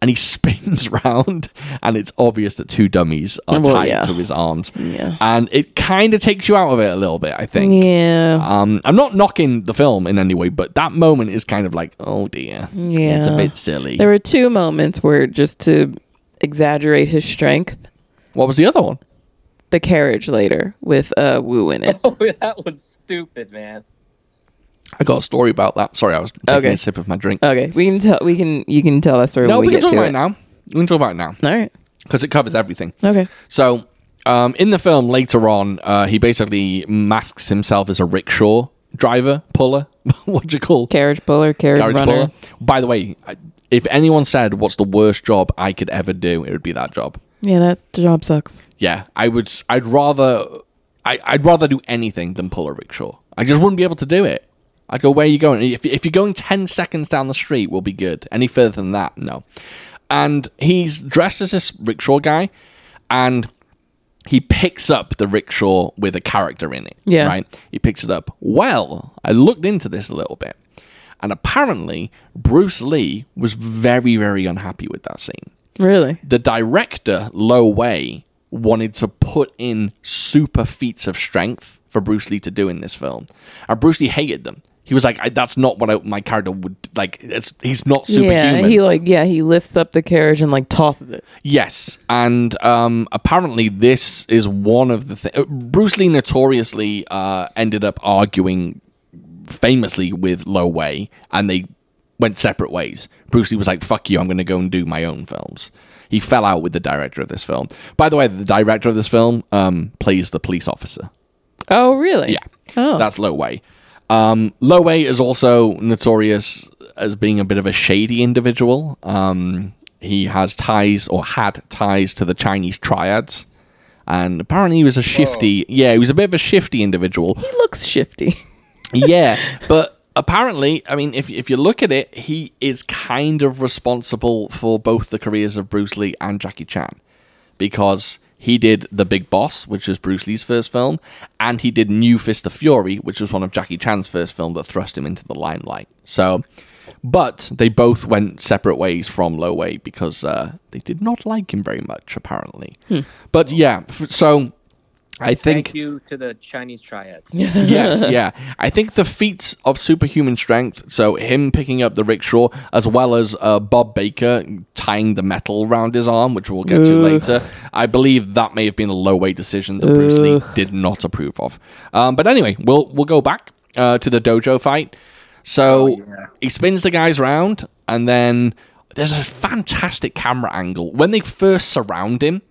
and he spins [laughs] round, and it's obvious that two dummies are
Well,
tied
yeah.
to his arms.
Yeah.
And it kind of takes you out of it a little bit, I think.
Yeah.
Um, I'm not knocking the film in any way, but that moment is kind of like, oh dear,
Yeah.
it's a bit silly.
There were two moments where just to exaggerate his strength,
what was the other one?
the carriage later with uh Wu in it.
Oh, that was stupid, man.
I got a story about that. Sorry, I was taking
Okay.
a sip of my drink.
[laughs] Okay, we can tell we can you can tell that story
no,
when
we,
we,
can
get
talk
to
about it.
it.
now. We can talk about it now
All right.
because it covers everything.
Okay.
So, um, in the film later on, uh, he basically masks himself as a rickshaw driver, puller. [laughs] what do you call
Carriage puller, carriage,
carriage
runner.
puller? By the way, I- if anyone said what's the worst job I could ever do, it would be that job.
Yeah, that job sucks.
Yeah, I would. I'd rather. I, I'd rather do anything than pull a rickshaw. I just wouldn't be able to do it. I'd go, where are you going? If, if you're going 10 seconds down the street, we'll be good. Any further than that, no. And he's dressed as this rickshaw guy, and he picks up the rickshaw with a character in it.
Yeah.
Right? He picks it up. Well, I looked into this a little bit, and apparently, Bruce Lee was very, very unhappy with that scene
Really?
the director Lo Wei wanted to put in super feats of strength for Bruce Lee to do in this film, and Bruce Lee hated them. He was like, I, "That's not what I, my character would like. It's, he's not superhuman."
Yeah, he like yeah, he lifts up the carriage and like tosses it.
Yes, and um, apparently this is one of the things. Bruce Lee notoriously uh, ended up arguing famously with Lo Wei, and they went separate ways. Bruce Lee was like, "Fuck you, I'm going to go and do my own films." He fell out with the director of this film. By the way, the director of this film um, plays the police officer.
Oh, really?
Yeah.
Oh.
That's Lo Wei. Um, Lo Wei is also notorious as being a bit of a shady individual. Um, he has ties or had ties to the Chinese triads. And apparently he was a shifty. Yeah, he was a bit of a shifty individual.
he looks shifty.
yeah, but apparently, I mean, if, if you look at it, he is kind of responsible for both the careers of Bruce Lee and Jackie Chan because he did The Big Boss, which was Bruce Lee's first film, and he did New Fist of Fury, which was one of Jackie Chan's first film that thrust him into the limelight. So, but they both went separate ways from Lo Wei because uh, they did not like him very much, apparently. But yeah, f- so I think
Hmm. Thank you to the Chinese triads.
yes, yeah. I think the feats of superhuman strength, so him picking up the rickshaw, as well as uh, Bob Baker tying the metal round his arm, which we'll get to later, I believe that may have been a low weight decision that Bruce Lee did not approve of. Um, but anyway, we'll we'll go back uh, to the dojo fight. So he spins the guys round, and then there's a fantastic camera angle when they first surround him.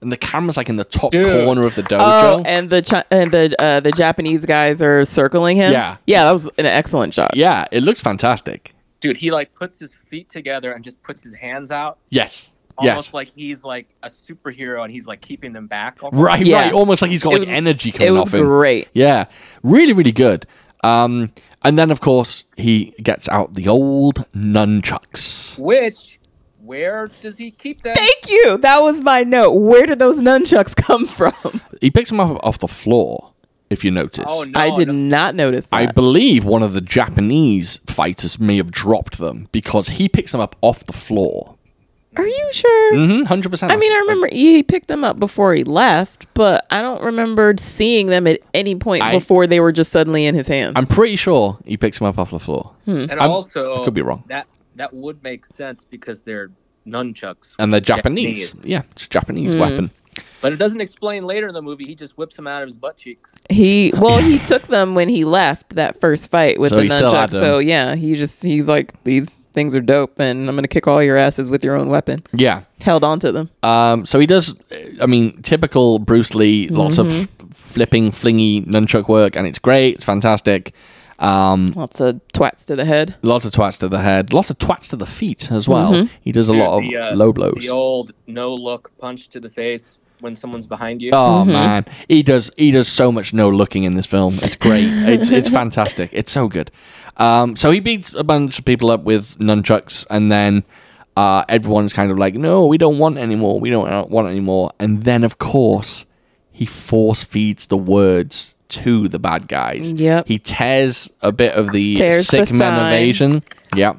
And the camera's like in the top
Dude.
corner of the dojo.
Oh, and the chi- and the uh, the Japanese guys are circling him.
Yeah.
yeah, that was an excellent shot.
yeah, it looks fantastic.
Dude, he like puts his feet together and just puts his hands out,
Yes.
almost
yes.
like he's like a superhero and he's like keeping them back. almost.
right,
Yeah.
right. Almost like he's got
It
like
was-
energy
it
coming
was
off him.
great.
Yeah. Really, really good. Um, and then of course he gets out the old nunchucks.
Which, where does he keep them?
Thank you. That was my note. Where did those nunchucks [laughs] come from?
He picks them up off the floor, if you notice.
Oh, no.
I did
no.
not notice that.
I believe one of the Japanese fighters may have dropped them because he picks them up off the floor.
Are you sure?
Mm-hmm, 100%.
I mean, I remember he picked them up before he left, but I don't remember seeing them at any point
I-
before they were just suddenly in his hands.
I'm pretty sure he picks them up off the floor.
Hmm.
And
I'm-
also,
I could be wrong.
That that would make sense because they're nunchucks.
And they're Japanese. Yeah, it's a
Hmm.
Japanese weapon.
But it doesn't explain later in the movie. He just whips them out of his butt cheeks.
he
[laughs]
well, he took them when he left that first fight with
So
the
he still had
nunchucks.
them.
So yeah, he just he's like these things are dope, and I'm gonna kick all your asses with your own weapon.
Yeah.
Held onto them.
Um, so he does, I mean, typical Bruce Lee, lots of f- flipping, flingy nunchuck work, and it's great, it's fantastic. Um,
Lots of twats to the head.
lots of twats to the head, lots of twats to the feet as well. He does a lot of
Dude, the, uh,
low blows.
The old no look punch to the face when someone's behind you.
Oh
Mm-hmm.
man, he does he does so much no looking in this film. It's great. it's
[laughs]
it's fantastic. It's so good. Um, so he beats a bunch of people up with nunchucks, and then uh, everyone's kind of like, "No, we don't want any more. We don't uh, want any more." And then, of course, he force feeds the words to the bad guys.
Yep.
He tears a bit of the
Tears the
sick men of
sign.
Asian. Yep.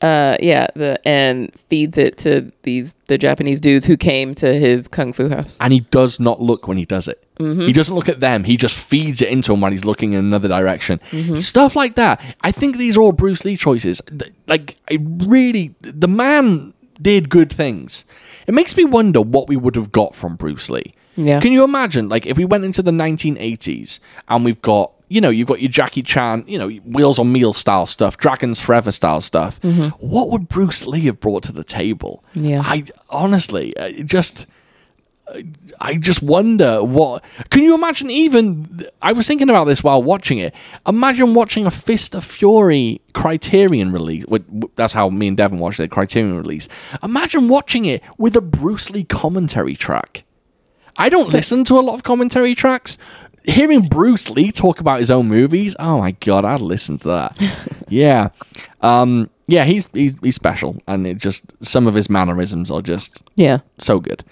uh yeah the and feeds it to these the japanese dudes who came to his kung fu house
and he does not look when he does it. He doesn't look at them. He just feeds it into him when he's looking in another direction. Stuff like that. I think these are all Bruce Lee choices. Th- Like, I really, the man did good things. It makes me wonder what we would have got from Bruce Lee.
Yeah.
Can you imagine, like, if we went into the 1980s and we've got, you know, you've got your Jackie Chan, you know, Wheels on Meals style stuff, Dragons Forever style stuff. What would Bruce Lee have brought to the table?
Yeah.
I honestly, uh, it just. I just wonder what. Can you imagine? Even I was thinking about this while watching it. Imagine watching a Fist of Fury Criterion release. wh- wh- That's how me and Devon watched the Criterion release. Imagine watching it with a Bruce Lee commentary track. I don't listen to a lot of commentary tracks. Hearing Bruce Lee talk about his own movies, oh my god, I'd listen to that. yeah, um, yeah, he's, he's he's special, and it just some of his mannerisms are just
yeah
so good.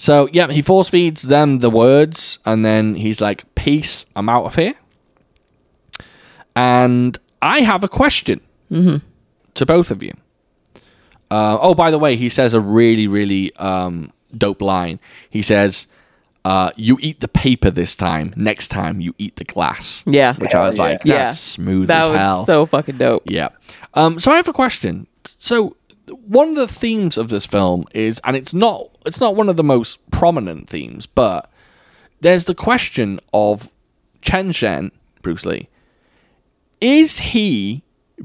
So yeah, he force feeds them the words, and then he's like, "Peace, I'm out of here." And I have a question
Mm-hmm.
to both of you. Uh, oh, by the way, he says a really, really um, dope line. He says, uh, "You eat the paper this time. Next time, you eat the glass."
Yeah.
which
Hell
I was
yeah.
like, "That's
Yeah.
smooth
that
as
was
hell."
so fucking dope
Yeah. Um, so I have a question. So one of the themes of this film is, and it's not it's not one of the most prominent themes, but there's the question of Chen Shen, Bruce Lee. Is he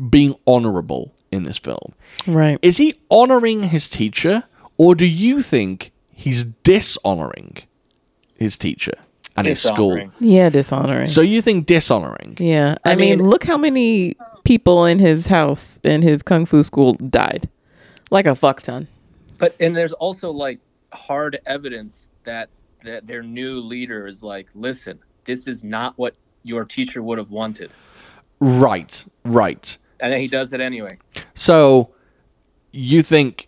being honorable in this film?
right
Is he honoring his teacher, or do you think he's dishonoring his teacher and his school?
Dishonoring.
yeah dishonoring
So you think dishonoring?
yeah i, mean,
mean-
look how many people in his house in his kung fu school died like a fuck ton
But and there's also like hard evidence that that their new leader is like, listen, this is not what your teacher would have wanted,
Right, right.
and then he does it anyway.
So you think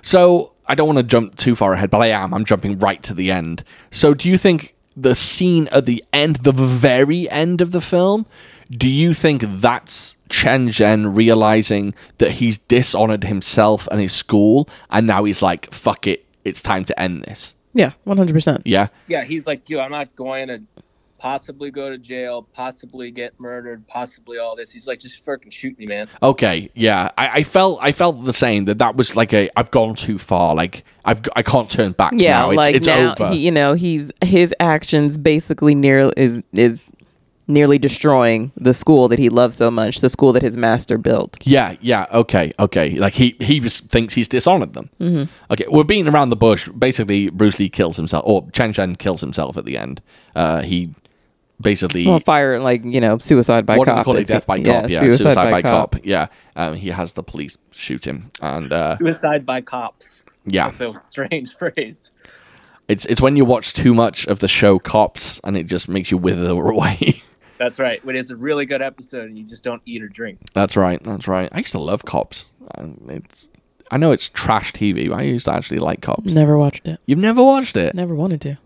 so I don't want to jump too far ahead, but I am. I'm jumping right to the end. So do you think the scene at the end, the very end of the film, do you think that's Chen Zhen realizing that he's dishonored himself and his school and now he's like, fuck it, it's time to end this.
yeah 100%
Yeah.
Yeah, he's like, yo, I'm not going to possibly go to jail, possibly get murdered, possibly all this. He's like, just fucking shoot me, man.
Okay, yeah, I, I felt I felt the same that that was like a I've gone too far, like I've g- I can't turn back
yeah
now. It's,
like
it's
now
over.
He, you know he's his actions basically near is is nearly destroying the school that he loves so much the school that his master built
Yeah, yeah, okay, okay. Like he he just thinks he's dishonored them. Mm-hmm. Okay, we're beating around the bush. Basically, Bruce Lee kills himself, or Chen Shen kills himself at the end. Uh, he basically
well fire like you know suicide by
what do
cop
we call it?
It's-
Death by cop. Yeah, suicide, by, cop. Yeah, um, he has the police shoot him, and uh,
Suicide by cops.
yeah,
That's a [laughs] strange phrase.
it's it's when you watch too much of the show Cops, and it just makes you wither [laughs] away.
That's right. But it's a really good episode, and you just don't eat or drink.
that's right, that's right. I used to love Cops. Um, It's I know it's trash TV, but I used to actually like Cops.
never watched it
You've never watched it?
never wanted to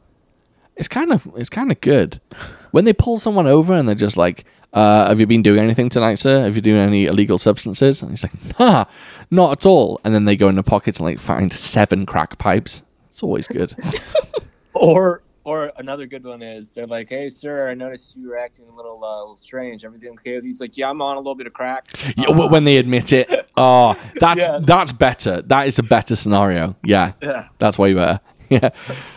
it's kind of it's kind of good when they pull someone over and they're just like uh, have you been doing anything tonight sir have you doing any illegal substances and he's like nah not at all and then they go in the pockets and like find seven crack pipes it's always good
[laughs] Or or another good one is they're like, hey sir, I noticed you were acting a little uh, a little strange. Everything okay with you? He's like, yeah, I'm on a little bit of crack.
Yeah, w- when they admit it oh that's
Yeah.
that's better that is a better scenario yeah
Yeah.
that's way better [laughs] yeah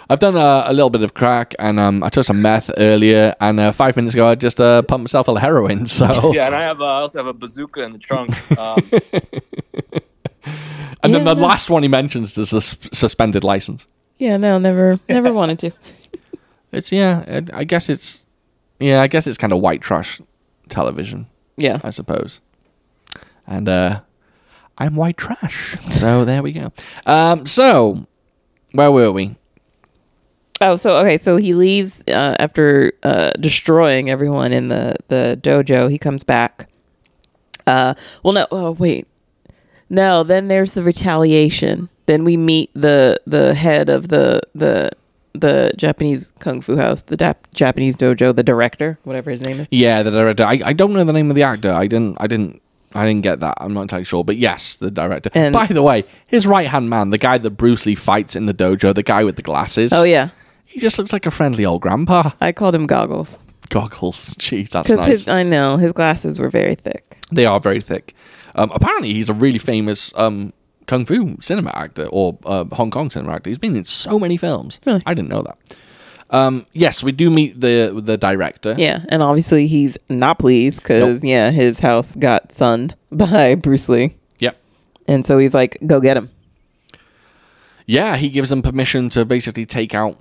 i've done a, a little bit of crack and um, i took some meth earlier and uh, five minutes ago i just uh, pumped myself a little heroin [laughs] so
Yeah, and I have uh, I also have a bazooka in the trunk. Um,
and then
Yeah,
the
no.
last one he mentions is the sus- suspended license
yeah no never
[laughs]
never wanted to
It's yeah. I I guess it's yeah. I guess it's kind of white trash television,
yeah
I suppose. And uh, I'm white trash, [laughs] so there we go. Um, so where were we?
oh so okay so he leaves uh, after uh, destroying everyone in the the dojo he comes back uh well no oh wait no then there's the retaliation then we meet the the head of the the the Japanese kung fu house the dap- Japanese dojo the director whatever his name is
Yeah, the director. I, I don't know the name of the actor. I didn't. I didn't I didn't get that. I'm not entirely sure, but yes, the director.
And-
By the way, his right hand man, the guy that Bruce Lee fights in the dojo, the guy with the glasses.
Oh yeah,
he just looks like a friendly old grandpa.
I called him goggles
Goggles, [laughs] jeez, that's
because
nice.
his I know his glasses were very thick.
They are very thick. Um, apparently, he's a really famous um, kung fu cinema actor or uh, Hong Kong cinema actor. He's been in so many films.
Really?
I didn't know that. Um, yes, we do meet the the director.
Yeah, and obviously he's not pleased because yeah, his house got sunned [laughs] by Bruce Lee,
Yep.
and so he's like, "Go get him."
Yeah, he gives them permission to basically take out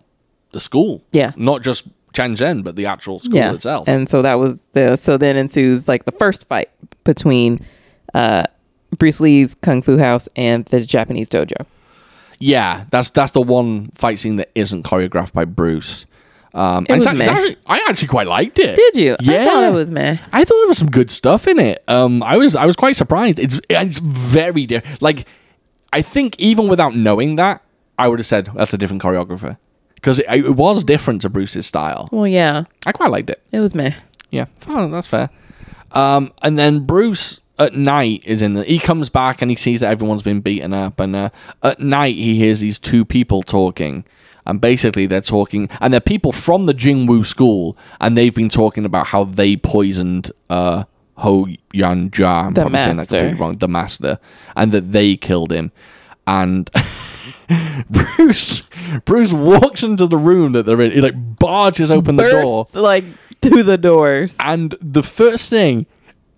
the school.
Yeah.
Not just Shenzhen, but the actual school
yeah,
itself.
and so that was the so then ensues like the first fight between uh, Bruce Lee's kung fu house and the Japanese dojo.
yeah, that's that's the one fight scene that isn't choreographed by Bruce. Um, and it's-
was
it's
meh.
actually- I actually quite liked it.
Did you?
Yeah.
I thought it was meh.
I thought there was some good stuff in it. Um, I was I was quite surprised. It's it's very different. Like, I think even without knowing that, I would have said that's a different choreographer because it, it was different to Bruce's style.
Well, yeah,
I quite liked it.
it was meh.
Yeah, fine, that's fair. Um, and then Bruce at night is in the. He comes back and he sees that everyone's been beaten up, and uh, at night he hears these two people talking. And basically, they're talking, and they're people from the Jingwu school, and they've been talking about how they poisoned uh, Ho Yan Jia. I'm
The
probably saying that
master.
completely wrong. The master, and that they killed him. And [laughs] Bruce, Bruce walks into the room that they're in. He like barges open the door,
Burst like through the doors.
and the first thing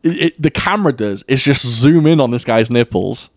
it, it, the camera does is just zoom in on this guy's nipples.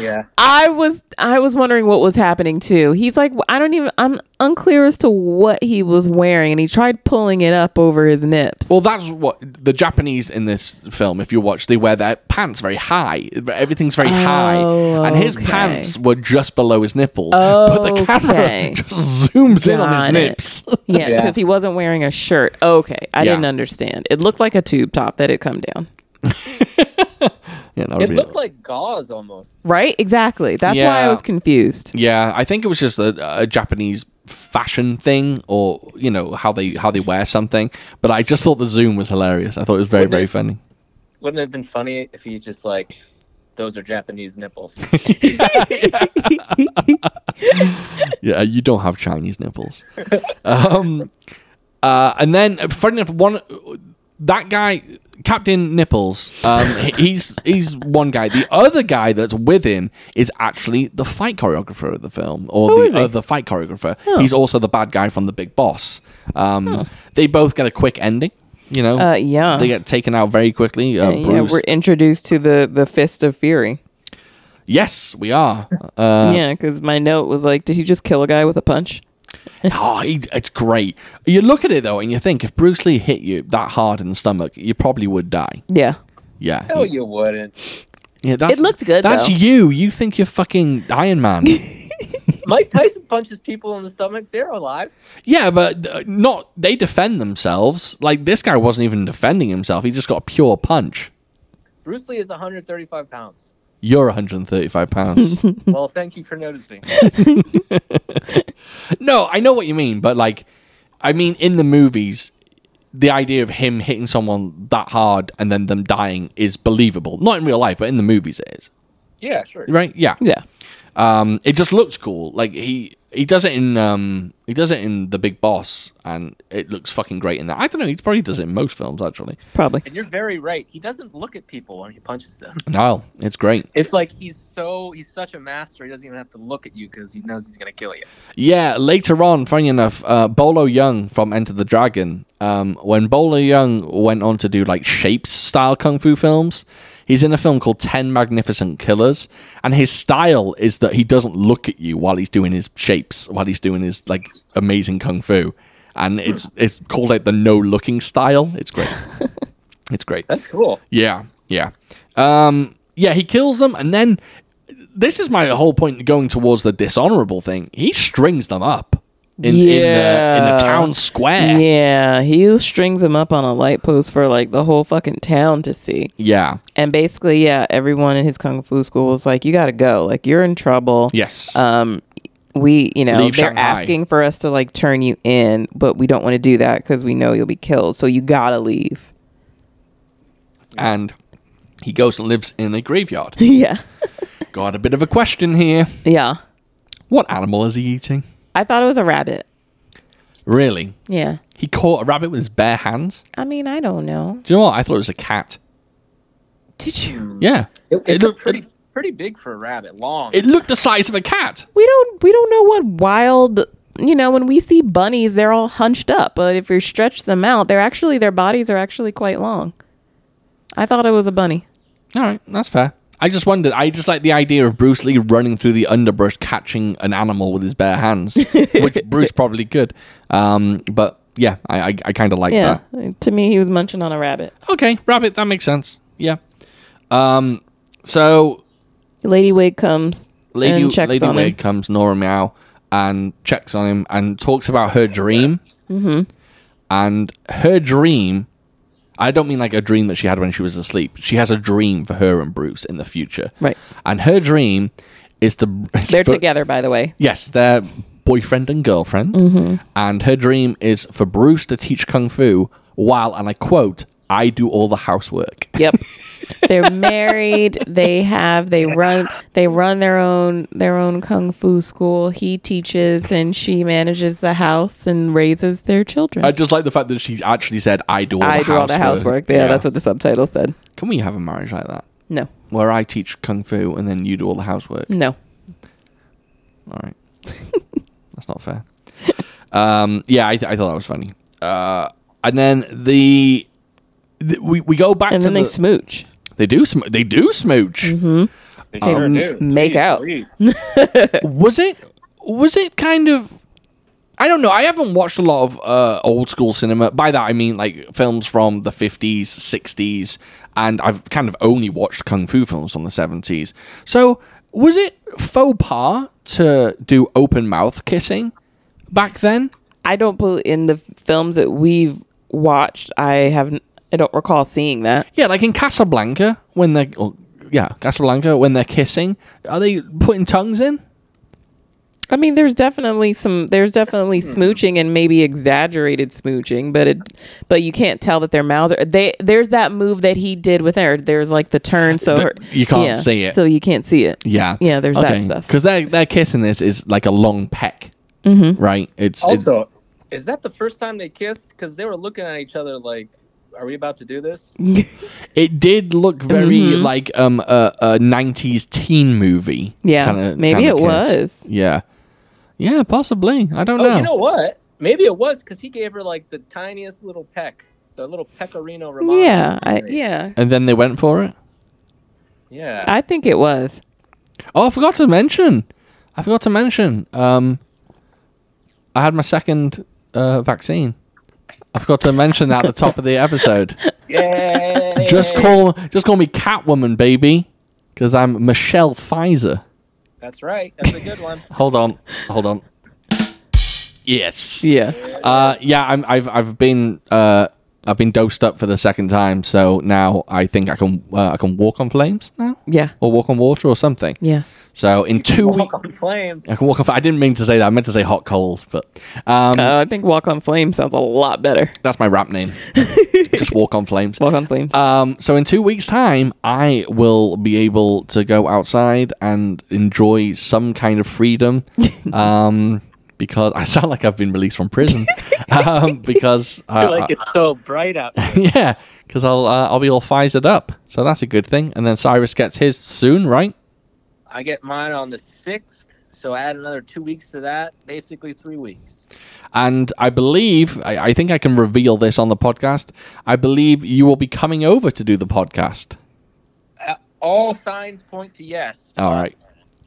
Yeah.
I was I was wondering what was happening too. He's like I don't even I'm unclear as to what he was wearing and he tried pulling it up over his nips.
Well, that's what the Japanese in this film, if you watch, they wear their pants very high. Everything's very high,
Oh,
and his
okay.
pants were just below his nipples. but the
Okay.
camera [laughs] just zooms in on
Got
his
it.
nips. [laughs]
yeah,
Yeah.
because he wasn't wearing a shirt. Okay, I
Yeah.
didn't understand. It looked like a tube top that had come down.
yeah, that would
It
be-
looked like gauze almost.
Right? Exactly. That's why
Yeah.
I was confused.
Yeah, I think it was just a, a Japanese fashion thing, or you know how they how they wear something. But I just thought the zoom was hilarious. I thought it was very
Wouldn't
very
it-
funny.
Wouldn't it have been funny if he just like, those are Japanese nipples.
yeah, uh, you don't have Chinese nipples. [laughs] um, uh, and then, uh, funny enough, one that guy, Captain Nipples, um, he- he's he's one guy. The other guy that's with him is actually the fight choreographer of the film, or
Who is
the
he?
other fight choreographer.
Oh.
He's also the bad guy from The Big Boss. Um, They both get a quick ending. You know,
Uh, yeah.
they get taken out very quickly. Uh,
And, yeah,
Bruce-
we're introduced to the the fist of fury.
yes, we
[laughs]
are. Uh.
Yeah, 'cause yeah, because my note was like, did he just kill a guy with a punch?
Oh, he, it's great. You look at it though, and you think if Bruce Lee hit you that hard in the stomach, you probably would die.
Yeah.
Oh, Yeah.
no, you wouldn't.
yeah that's,
It looked good,
That's
though.
you. You think you're fucking Iron [laughs] Man.
Mike Tyson punches people in the stomach. They're alive.
yeah, but uh, not. They defend themselves. Like this guy wasn't even defending himself. He just got a pure punch.
Bruce Lee is 135 pounds.
You're 135 [laughs] pounds.
well, thank you for noticing.
no, I know what you mean, but like, I mean, in the movies, the idea of him hitting someone that hard and then them dying is believable. Not in real life, but in the movies, it is.
Yeah, sure.
Right? Yeah.
Yeah.
um, it just looks cool. Like he he does it in um, he does it in the Big Boss, and it looks fucking great in that. I don't know. He probably does it in most films actually.
Probably.
And you're very right. He doesn't look at people when he punches them.
No, it's great.
It's like he's so he's such a master. He doesn't even have to look at you because he knows he's gonna kill you.
Yeah, later on, funny enough, uh, Bolo Young from Enter the Dragon, um, when Bolo Young went on to do like shapes style kung fu films, he's in a film called Ten Magnificent Killers, and his style is that he doesn't look at you while he's doing his shapes, while he's doing his like amazing kung fu, and it's it's called like the no looking style. It's great. it's great.
That's cool.
Yeah, yeah. Um, yeah, he kills them, and then this is my whole point going towards the dishonorable thing. He strings them up in, in, the, in
Yeah.
the town square. Yeah.
Yeah, he strings him up on a light post for like the whole fucking town to see. And basically, yeah, everyone in his kung fu school was like, "You got to go. Like, you're in trouble.
Yes.
Um, we, you know,
Leave
they're
Shanghai.
asking for us to like turn you in, but we don't want to do that because we know you'll be killed. So you gotta leave."
and He goes and lives in a graveyard.
[laughs] yeah.
Got a bit of a question here.
Yeah.
What animal is he eating?
I thought it was a rabbit.
Really?
Yeah.
He caught a rabbit with his bare hands?
I mean, I don't know.
Do you know what? I thought it was a cat.
Did you?
Yeah.
It,
It
it's
looked-
pretty pretty big for a rabbit. Long.
It looked the size of a cat.
We don't we don't know what wild you know, when we see bunnies, they're all hunched up, but if you stretch them out, they're actually their bodies are actually quite long. I thought it was a bunny.
All right, that's fair. I just wondered. I just like the idea of Bruce Lee running through the underbrush catching an animal with his bare hands, which Bruce probably could. Um, but yeah, I I, I kind of like
Yeah. To me he was munching on a rabbit.
that. Okay, rabbit, that makes sense. Yeah. Um, so
Lady Wig comes
Lady
and checks
Lady
on
Wig
him.
comes Nora Meow and checks on him and talks about her dream. Mm-hmm. And her dream, I don't mean like a dream that she had when she was asleep. She has a dream for her and Bruce in the future.
Right.
And her dream is to is
They're
for-
together by the way.
Yes, they're boyfriend and girlfriend.
Mm-hmm.
And her dream is for Bruce to teach kung fu while, and I quote, "I do all the housework."
[laughs] Yep. They're married. They have they run they run their own their own kung fu school. He teaches and she manages the house and raises their children.
I just like the fact that she actually said, "I do all
I
the
do all the housework. Yeah, that's what the subtitle said.
Can we have a marriage like that?
No,
where I teach kung fu and then you do all the housework.
no.
All right, [laughs] that's not fair. [laughs] Um, yeah, I, th- I thought that was funny. Uh, and then the, th- we we go back
And
to
then they Mm.
the,
smooch.
they do sm- they do smooch.
They sure
um,
do.
make
Jeez,
out.
please.
Was it was it kind of I don't know. I haven't watched a lot of uh, old school cinema. By that I mean like films from the 50s, 60s, and I've kind of only watched kung fu films from the 70s. So, was it faux pas to do open mouth kissing back then?
I don't believe in the films that we've watched. I haven't. I don't recall seeing that.
Yeah, like in Casablanca when they're or, yeah, Casablanca when they're kissing, are they putting tongues in?
I mean, there's definitely some. There's definitely smooching and maybe exaggerated smooching, but it. But you can't tell that their mouths are. They there's that move that he did with her. There's like the turn, so
The-
her,
you can't see it.
So you can't see it.
Yeah,
Yeah, there's that stuff.
Because their their kissing is is like a long peck,
Mm-hmm.
right? It's it's-
Also, is that the first time they kissed? Because they were looking at each other like, "Are we about to do this?"
it did look very
Mm-hmm.
like um a, a 90s teen movie.
Yeah, maybe it was.
Yeah, yeah, possibly. I don't
Oh,
know.
you know what? Maybe it was because he gave her like the tiniest little peck, the little pecorino romano.
Yeah, I,
thing.
yeah.
and then they went for it.
yeah.
I think it was.
Oh, I forgot to mention. I forgot to mention. Um, I had my second uh, vaccine. I forgot to mention that at the top of the [laughs] episode.
Yay.
[laughs] Just call, just call me Catwoman, baby, because I'm Michelle Pfizer.
That's right. That's a good one.
Hold on, hold on. Yes.
Yeah.
Uh, yeah, I'm, I've I've been uh, I've been dosed up for the second time, so now I think I can uh, I can walk on flames now,
Yeah.
or walk on water or something.
Yeah.
So in two
Walk
weeks,
on flames.
I can walk on. fi- I didn't mean to say that. I meant to say hot coals, but um,
Uh, I think Walk on Flame sounds a lot better.
that's my rap
[laughs]
name. Just walk on flames.
Walk on Flames.
Um, so in two weeks' time, I will be able to go outside and enjoy some kind of
[laughs]
freedom. um, because I sound like I've been released from
[laughs]
prison. um, because I,
like it's so bright out.
I- [laughs] yeah, because I'll uh, I'll be all Pfizered up. So that's a good thing. And then Cyrus gets his soon, right?
I get mine on the sixth, so add another two weeks to that. Basically, three weeks.
And I believe I, I think I can reveal this on the podcast. I believe you will be coming over to do the podcast.
Uh, all signs point to yes.
All right.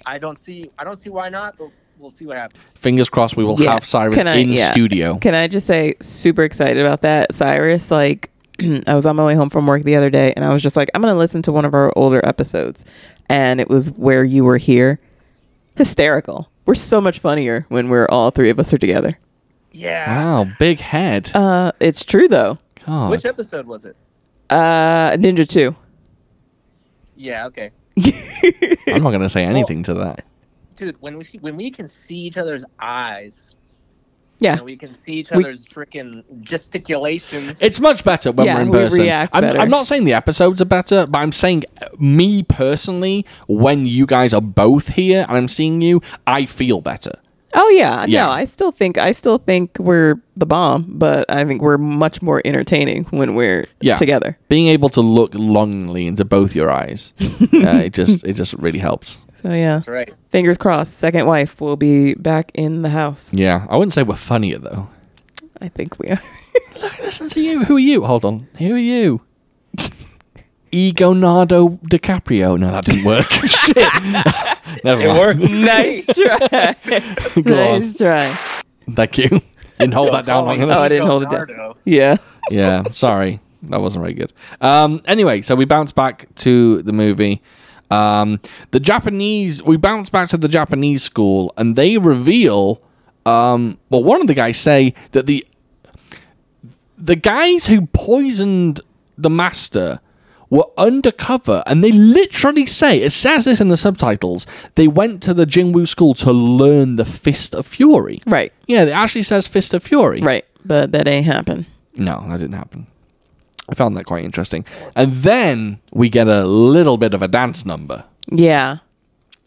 I don't see. I don't see why not, but we'll see what happens.
Fingers crossed we will
Yeah.
have Cyrus
Can I-
in
yeah.
studio.
Can I just say, super excited about that, Cyrus? Like, [clears throat] I was on my way home from work the other day, and I was just like, I'm gonna listen to one of our older episodes, and it was where you were here. Hysterical. We're so much funnier when we're all three of us are together.
Yeah.
Wow, big head.
Uh, it's true though.
God.
Which episode was it?
Uh, Ninja Two. [laughs]
Yeah. Okay.
I'm not going to say anything to that.
dude, when we when we can see each other's eyes,
Yeah.
And we can see each
We-
other's freaking gesticulations.
It's much better when
Yeah,
we're in
we
person.
react
I'm,
better.
I'm not saying the episodes are better, but I'm saying uh, me personally, when you guys are both here and I'm seeing you, I feel better.
Oh yeah,
Yeah.
no, I still think I still think we're the bomb, but I think we're much more entertaining when we're
Yeah.
together.
Being able to look longingly into both your
[laughs]
eyes, uh, it just it just really helps.
So yeah,
That's right.
fingers crossed. Second wife will be back in the house.
Yeah, I wouldn't say we're funnier though.
I think we are. [laughs]
Listen to you. Who are you? Hold on. Who are you? [laughs] Egonardo DiCaprio. No, that didn't [laughs] work. Shit. Never
It
mind.
worked.
nice try.
[laughs] Go on.
nice try.
Thank you. Didn't hold that down long
Calling
enough.
Oh, I didn't hold it down.
Leonardo.
Yeah. [laughs]
yeah, sorry. That wasn't very good. Um, anyway, so we bounce back to the movie. Um, the Japanese, we bounce back to the Japanese school, and they reveal. Um, well, one of the guys say that the the guys who poisoned the master were undercover, and they literally say it says this in the subtitles. They went to the Jingwu school to learn the Fist of Fury.
Right.
Yeah, it actually says Fist of Fury.
Right. But that ain't happen.
No, that didn't happen. I found that quite interesting. And then we get a little bit of a dance number.
Yeah.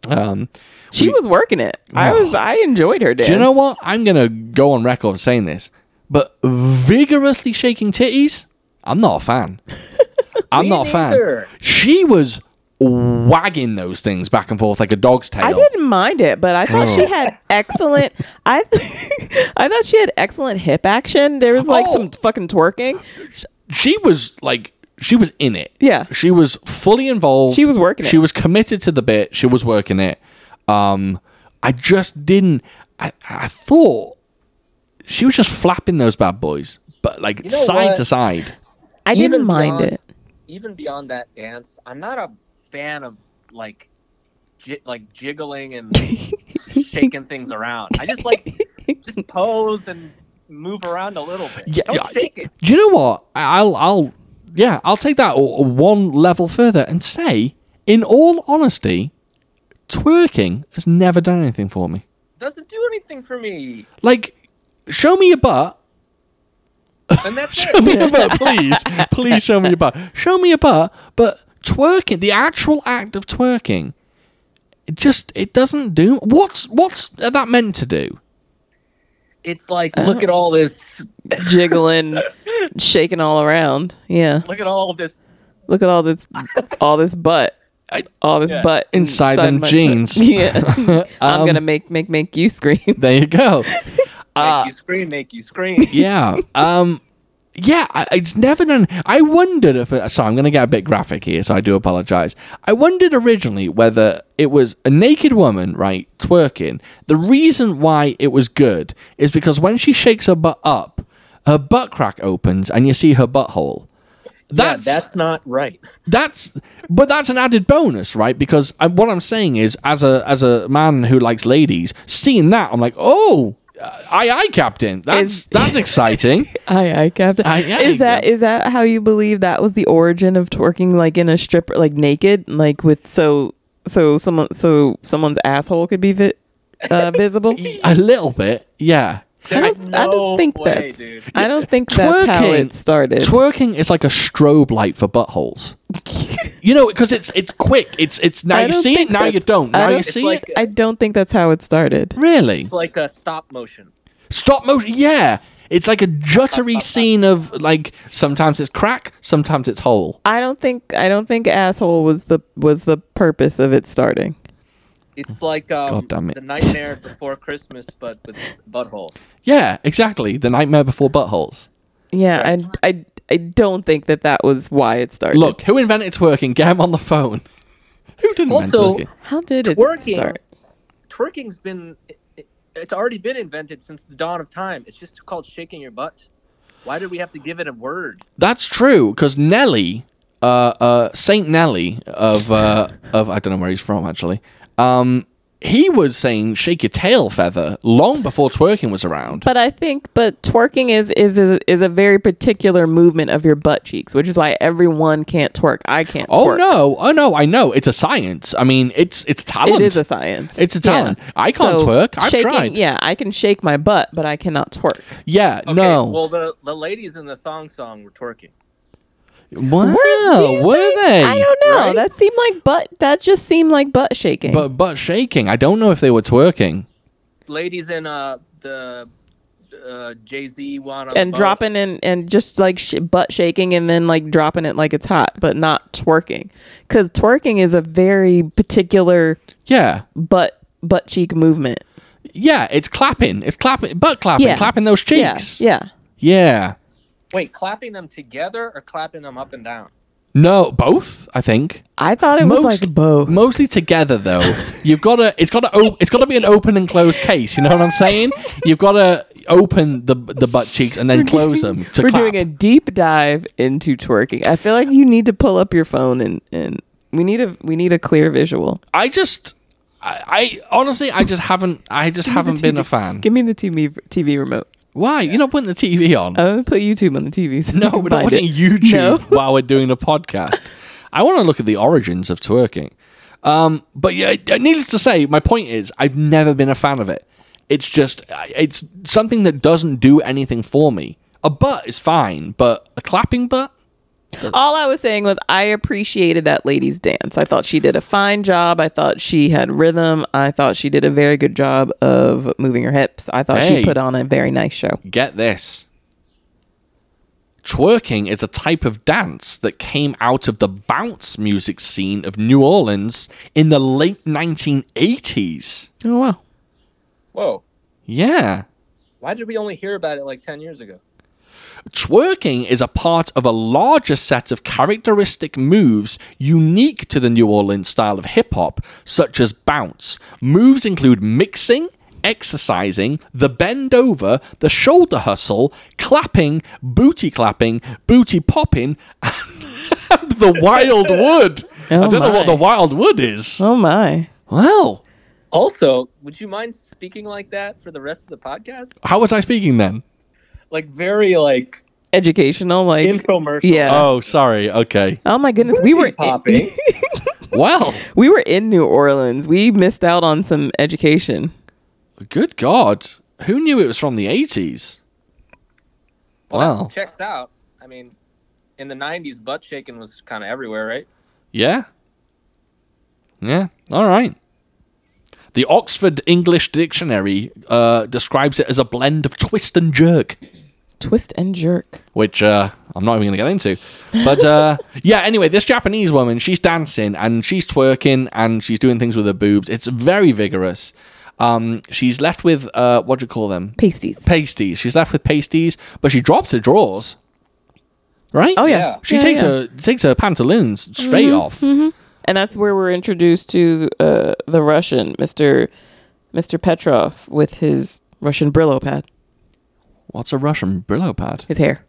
Um,
She was working it. I was. I enjoyed her dance.
do you know what? I'm going to go on record saying this, but vigorously shaking titties, I'm not a
[laughs]
fan. I'm
Me
not a fan.
neither.
She was wagging those things back and forth like a dog's tail.
I didn't mind it, but I thought
Oh.
she had excellent. I [laughs] I thought she had excellent hip action. There was like
Oh.
some fucking twerking.
She was like, she was in it.
Yeah.
She was fully involved.
She was working it.
She was committed to the bit. She was working it. Um, I just didn't. I, I thought she was just flapping those bad boys, but like
know
side
what?
to side.
I
Even
didn't mind
beyond-
it.
Even beyond that dance, I'm not a fan of like, j- like
[laughs]
jiggling and shaking things around. I just like just pose and move around a little bit.
Yeah,
Don't
yeah.
shake it.
Do you know what? I- I'll, I'll, yeah, I'll take that o- one level further and say, in all honesty, twerking has never done anything for me.
Doesn't do anything for me.
Like, show me your butt. [laughs]
And that's
show
it.
me your butt, please. Please show me your butt. Show me your butt, but twerking, the actual act of twerking, it just it doesn't do what's what's that meant to do?
It's like
Uh-huh.
look at all this.
Jiggling, shaking all around. Yeah.
Look at all this.
Look at all this, all this butt, all this
Yeah.
butt
Inside them
my
jeans. Um,
shirt.
[laughs]
[laughs] Yeah. I'm gonna make make make you scream. [laughs]
There you go.
Make
Uh,
you scream. Make you scream.
yeah. Um yeah, I- it's never done. I wondered if. It, sorry, I'm going to get a bit graphic here, so I do apologize. I wondered originally whether it was a naked woman, right, twerking. The reason why it was good is because when she shakes her butt up, her butt crack opens and you see her butthole.
Yeah,
That's,
that's not
[laughs]
right.
that's but that's an added bonus right because I, what i'm saying is as a as a man who likes ladies seeing that i'm like oh i i captain that's
It's-
that's
[laughs]
exciting
Aye, aye, Captain.
Aye, aye,
is that
Captain.
is that how you believe that was the origin of twerking, like in a stripper, like naked, like with so so someone so someone's asshole could be vi-
[laughs]
uh, visible?
a little bit yeah
I
There's
don't, I don't
no
think
way,
that's.
dude.
I don't think that's how it started.
twerking is like a strobe light for buttholes you know because it's it's quick it's it's now
I
you
don't
see it
think
now you
that's-
don't
I
now
don't-
you
It's
see
like-
it
[laughs] I don't think that's how it started.
really
It's like a stop motion.
stop motion yeah it's like a juttery scene of like sometimes it's crack sometimes it's hole
I don't think I don't think asshole was the was the purpose of it starting.
It's like um,
God damn it.
the Nightmare Before Christmas, but
[laughs]
with buttholes.
yeah exactly the nightmare before buttholes
Yeah, I, I I don't think that that was why it started.
Look, who invented twerking? Get him on the phone. who didn't invent
Also-
twerking?
how did it
Twerking.
start?
Twerking's been, it, it- it's already been invented since the dawn of time. It's just called shaking your butt. Why did we have to give it a word?
That's true, because Nelly, uh, uh, Saint Nelly of uh, of I don't know where he's from actually. Um, he was saying shake your tail feather long before twerking was around.
But I think, but twerking is is a, is a very particular movement of your butt cheeks, which is why everyone can't twerk. I can't.
oh
twerk.
no, oh no, I know. It's a science. I mean, it's it's talent.
It is a science.
It's a talent. I can't twerk. I've
shaking,
tried.
Yeah, I can shake my butt, but I cannot twerk.
Yeah,
Okay,
no.
Well, the the ladies in the thong song were twerking.
wow,
do you
were
think-
they?
I don't know.
Right?
That seemed like butt. That just seemed like butt shaking.
But butt shaking. I don't know if they were twerking.
Ladies in uh the uh, Jay Z one on the
and
Oh.
boat.
dropping in and just like sh- butt shaking and then like dropping it like it's hot, but not twerking, because twerking is a very particular
Yeah.
butt butt cheek movement.
Yeah, it's clapping. It's clapping butt clapping,
Yeah.
clapping those
Yeah,
cheeks.
yeah.
Yeah.
Wait, clapping them together or clapping them up and down?
No, both, I think.
I thought it was
Most-
like both.
Mostly together though. You've got to it's got to o- it's got to be an open and closed case, you know what I'm saying? You've got to open the the butt cheeks [laughs] and then close them to
We're
clap.
doing a deep dive into twerking. I feel like you need to pull up your phone and and we need a we need a clear visual.
I just I, I honestly I just haven't I just haven't been a fan.
Give me the TV TV remote.
Why? You're not putting the TV on.
I'm gonna put YouTube on the TV. So
No,
we can
we're not
find it.
watching YouTube
No.
[laughs] while we're doing a podcast. I want to look at the origins of twerking. Um, but yeah, needless to say, my point is I've never been a fan of it. It's just I- it's something that doesn't do anything for me. A butt is fine, but a clapping butt?
All I was saying was I appreciated that lady's dance. I thought she did a fine job. I thought she had rhythm. I thought she did a very good job of moving her hips. I thought
Hey.
she put on a very nice show.
Get this. Twerking is a type of dance that came out of the bounce music scene of New Orleans in the late 1980s.
Oh wow.
Whoa!
Yeah.
Why did we only hear about it like ten years ago?
Twerking is a part of a larger set of characteristic moves unique to the New Orleans style of hip hop, such as bounce. Moves include mixing, exercising, the bend over, the shoulder hustle, clapping, booty clapping, booty popping, and [laughs] the wild wood. I
[laughs] Oh
don't know
my.
what the wild wood is.
Oh my.
Well,
Also, would you mind speaking like that for the rest of the podcast?
how was I speaking then?
Like very like
Educational like
infomercial.
Yeah.
Oh, sorry. Okay.
Oh my goodness, we were in,
popping.
Well,
[laughs] we were in New Orleans. We missed out on some education.
good God. Who knew it was from the 80s?
Well,
Wow.
that checks out. I mean, in the '90s, butt shaking was kind of everywhere, right?
Yeah. Yeah. All right. The Oxford English Dictionary uh, describes it as a blend of twist and jerk,
Twist and jerk.
which uh, I'm not even going to get into. But uh, [laughs] yeah, anyway, this Japanese woman, she's dancing and she's twerking and she's doing things with her boobs. It's very vigorous. Um, she's left with, uh, what do you call them?
Pasties.
Pasties. She's left with pasties, but she drops her drawers. Right?
Oh yeah.
Yeah.
She
Yeah,
takes
yeah. Mm-hmm.
her takes her pantaloons straight off.
and that's where we're introduced to uh, the Russian, Mr. Mr. Petrov, with his Russian Brillo pad,
What's a Russian Brillo pad?
his hair.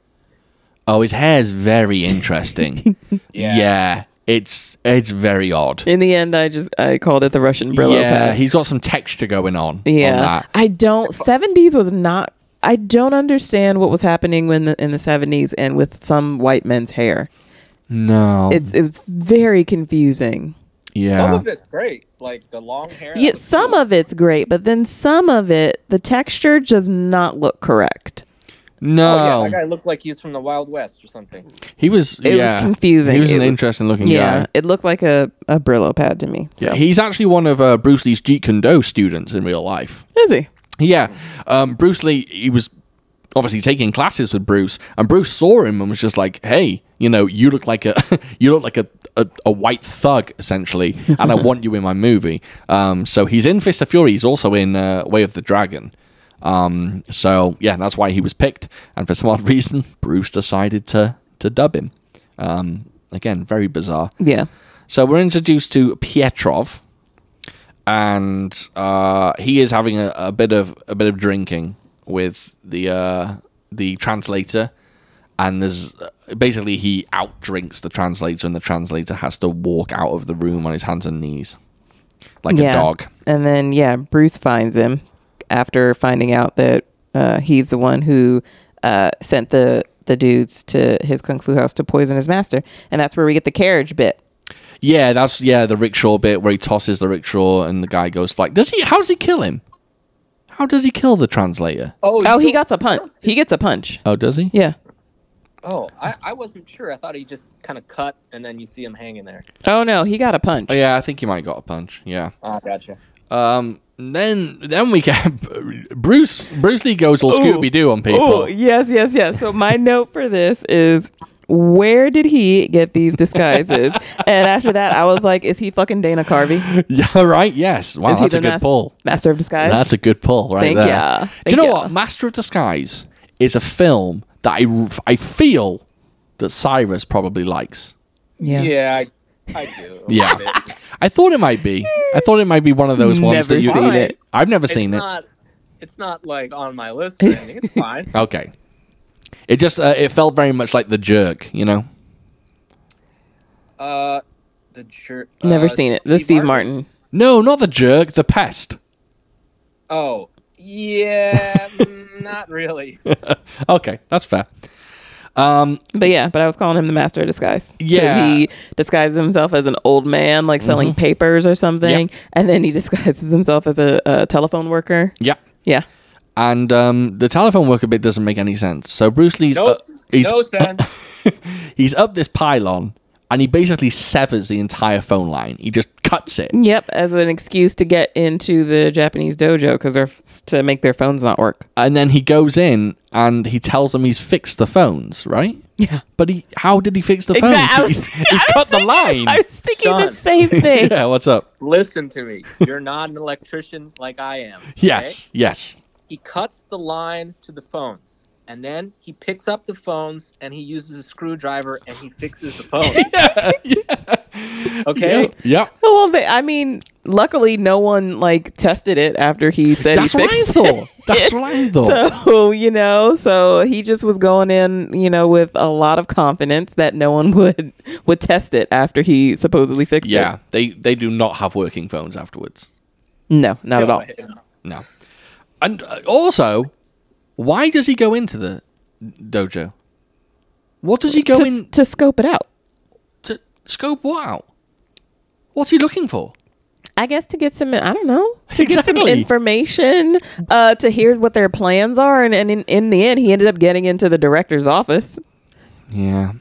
Oh, his hair's very
[laughs]
interesting. yeah. it's it's very odd.
In the end, I just I called it the Russian Brillo
yeah,
pad.
he's got some texture going on.
yeah,
on that.
I don't. Seventies was not. I don't understand what was happening when the, in the seventies and with some white men's hair.
No,
It's it was very confusing.
yeah,
Some of it's great, like the long hair.
Yeah,
was
some
cool.
of it's great, but then some of it, the texture does not look correct.
no.
Oh, yeah, that guy looked like he's from the Wild West or something.
he was.
It
yeah.
was confusing.
He was
It
an
was-
interesting looking
Yeah,
guy.
it looked like a, a Brillo pad to me. So.
Yeah, he's actually one of uh, Bruce Lee's Jeet Kune Do students in real life.
Is he?
Yeah, um, Bruce Lee. He was obviously taking classes with Bruce, and Bruce saw him and was just like, "Hey, you know, you look like a [laughs] you look like a, a, a white thug essentially, and I want you in my movie." Um, so he's in Fist of Fury. He's also in uh, Way of the Dragon. Um, so yeah, that's why he was picked, and for some odd [laughs] reason, Bruce decided to to dub him. Um, again, very bizarre.
Yeah.
So we're introduced to Pietrov, and uh, he is having a, a bit of a bit of drinking with the uh, the translator, and there's uh, basically he outdrinks the translator, and the translator has to walk out of the room on his hands and knees. like
yeah.
a dog.
And then yeah, Bruce finds him after finding out that uh, he's the one who uh, sent the the dudes to his kung fu house to poison his master, and that's where we get the carriage bit.
Yeah, that's yeah the rickshaw bit where he tosses the rickshaw and the guy goes flying. Does he? How does he kill him? How does he kill the translator?
Oh,
Oh, he
you-
gets a punch. He gets a punch.
Oh, does he?
Yeah.
Oh, I, I wasn't sure. I thought he just kind of cut, and then you see him hanging there.
Oh no, he got a punch.
Oh, yeah, I think he might have got a punch. Yeah.
Ah, gotcha.
Um. Then then we get [laughs] Bruce. Bruce Lee goes all Scooby Doo on people.
Oh yes, yes, yes. So [laughs] my note for this is. Where did he get these [laughs] disguises? and after that, I was like, "Is he fucking Dana Carvey? Is
[laughs] Yeah. Right. Yes. Wow.
he
That's
the
a good
mas-
pull.
master of disguise?"
That's a good pull right
Thank
there.
ya.
Do you
Thank
know
ya.
what? Master of Disguise is a film that I, I feel that Cyrus probably likes.
yeah.
Yeah, I, I do.
Yeah. I thought it might be. I thought it might be one of those ones
Never
that you.
seen it.
I've never
It's
seen it.
not. It's not like on my list. Or anything.
[laughs]
It's fine.
Okay. It just uh, it felt very much like the jerk, you know.
Uh, the jerk.
Never
uh,
seen it. The Steve Martin.
No, not the jerk, the pest.
Oh, yeah. [laughs] mm,
[laughs]
not really.
uh, Okay, that's fair.
But yeah, but I was calling him the master of disguise. 'Cause
Yeah. Mm-hmm.
he disguises himself as an old man, like selling papers or something, and then he [laughs] disguises himself as a, a telephone worker.
Yeah.
Yeah,
And um, the telephone worker bit doesn't make any sense. So Bruce Lee's
No,
up, he's
no sense.
he's up this pylon and he basically severs the entire phone line. He just cuts it.
yep, as an excuse to get into the Japanese dojo because they're to make their phones
[laughs]
not work.
And then he goes in and he tells them he's fixed the phones, right?
Yeah,
But he how did he fix the phones?
Exact- [laughs] I was-
He's, he's cut the line.
I was thinking the
[laughs]
Done.
same thing.
Yeah, what's up?
Listen to me. You're not an electrician like I am. okay?
Yes, yes.
He cuts the line to the phones. And then he picks up the phones and he uses a screwdriver and he fixes the phone. Okay.
Yep. yep.
Well, they, I mean, luckily no one like tested it after he said
That's
he
what
fixed
I thought. That's what I thought.
[laughs] So, you know, so he just was going in, you know, with a lot of confidence that no one [laughs] would would test it after he supposedly fixed it.
Yeah, they they do not have working phones afterwards.
No, not at all.
No, and uh, also, why does he go into the dojo? What does he go
To,
in
to scope it out.
to scope? What out? What's he looking for?
I guess to get some I don't know. To get some
Exactly.
information, uh, to hear what their plans are and, and in, in the end he ended up getting into the director's office.
Yeah,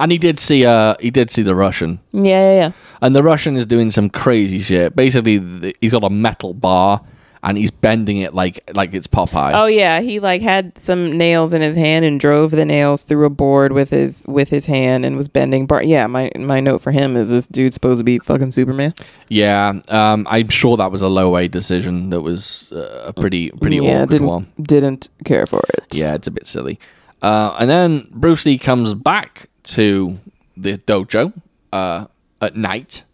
and he did see uh he did see the Russian,
Yeah, yeah, yeah.
and the Russian is doing some crazy shit. Basically, th- he's got a metal bar and he's bending it like like it's Popeye.
Oh yeah, he like had some nails in his hand and drove the nails through a board with his with his hand and was bending bar. Yeah, my my note for him is this dude's supposed to be fucking Superman.
Yeah, um, I'm sure that was a low A decision. That was uh, a pretty pretty
yeah,
awkward
didn't
one.
didn't care for it.
Yeah, it's a bit silly. Uh, and then Bruce Lee comes back to the dojo uh, at night,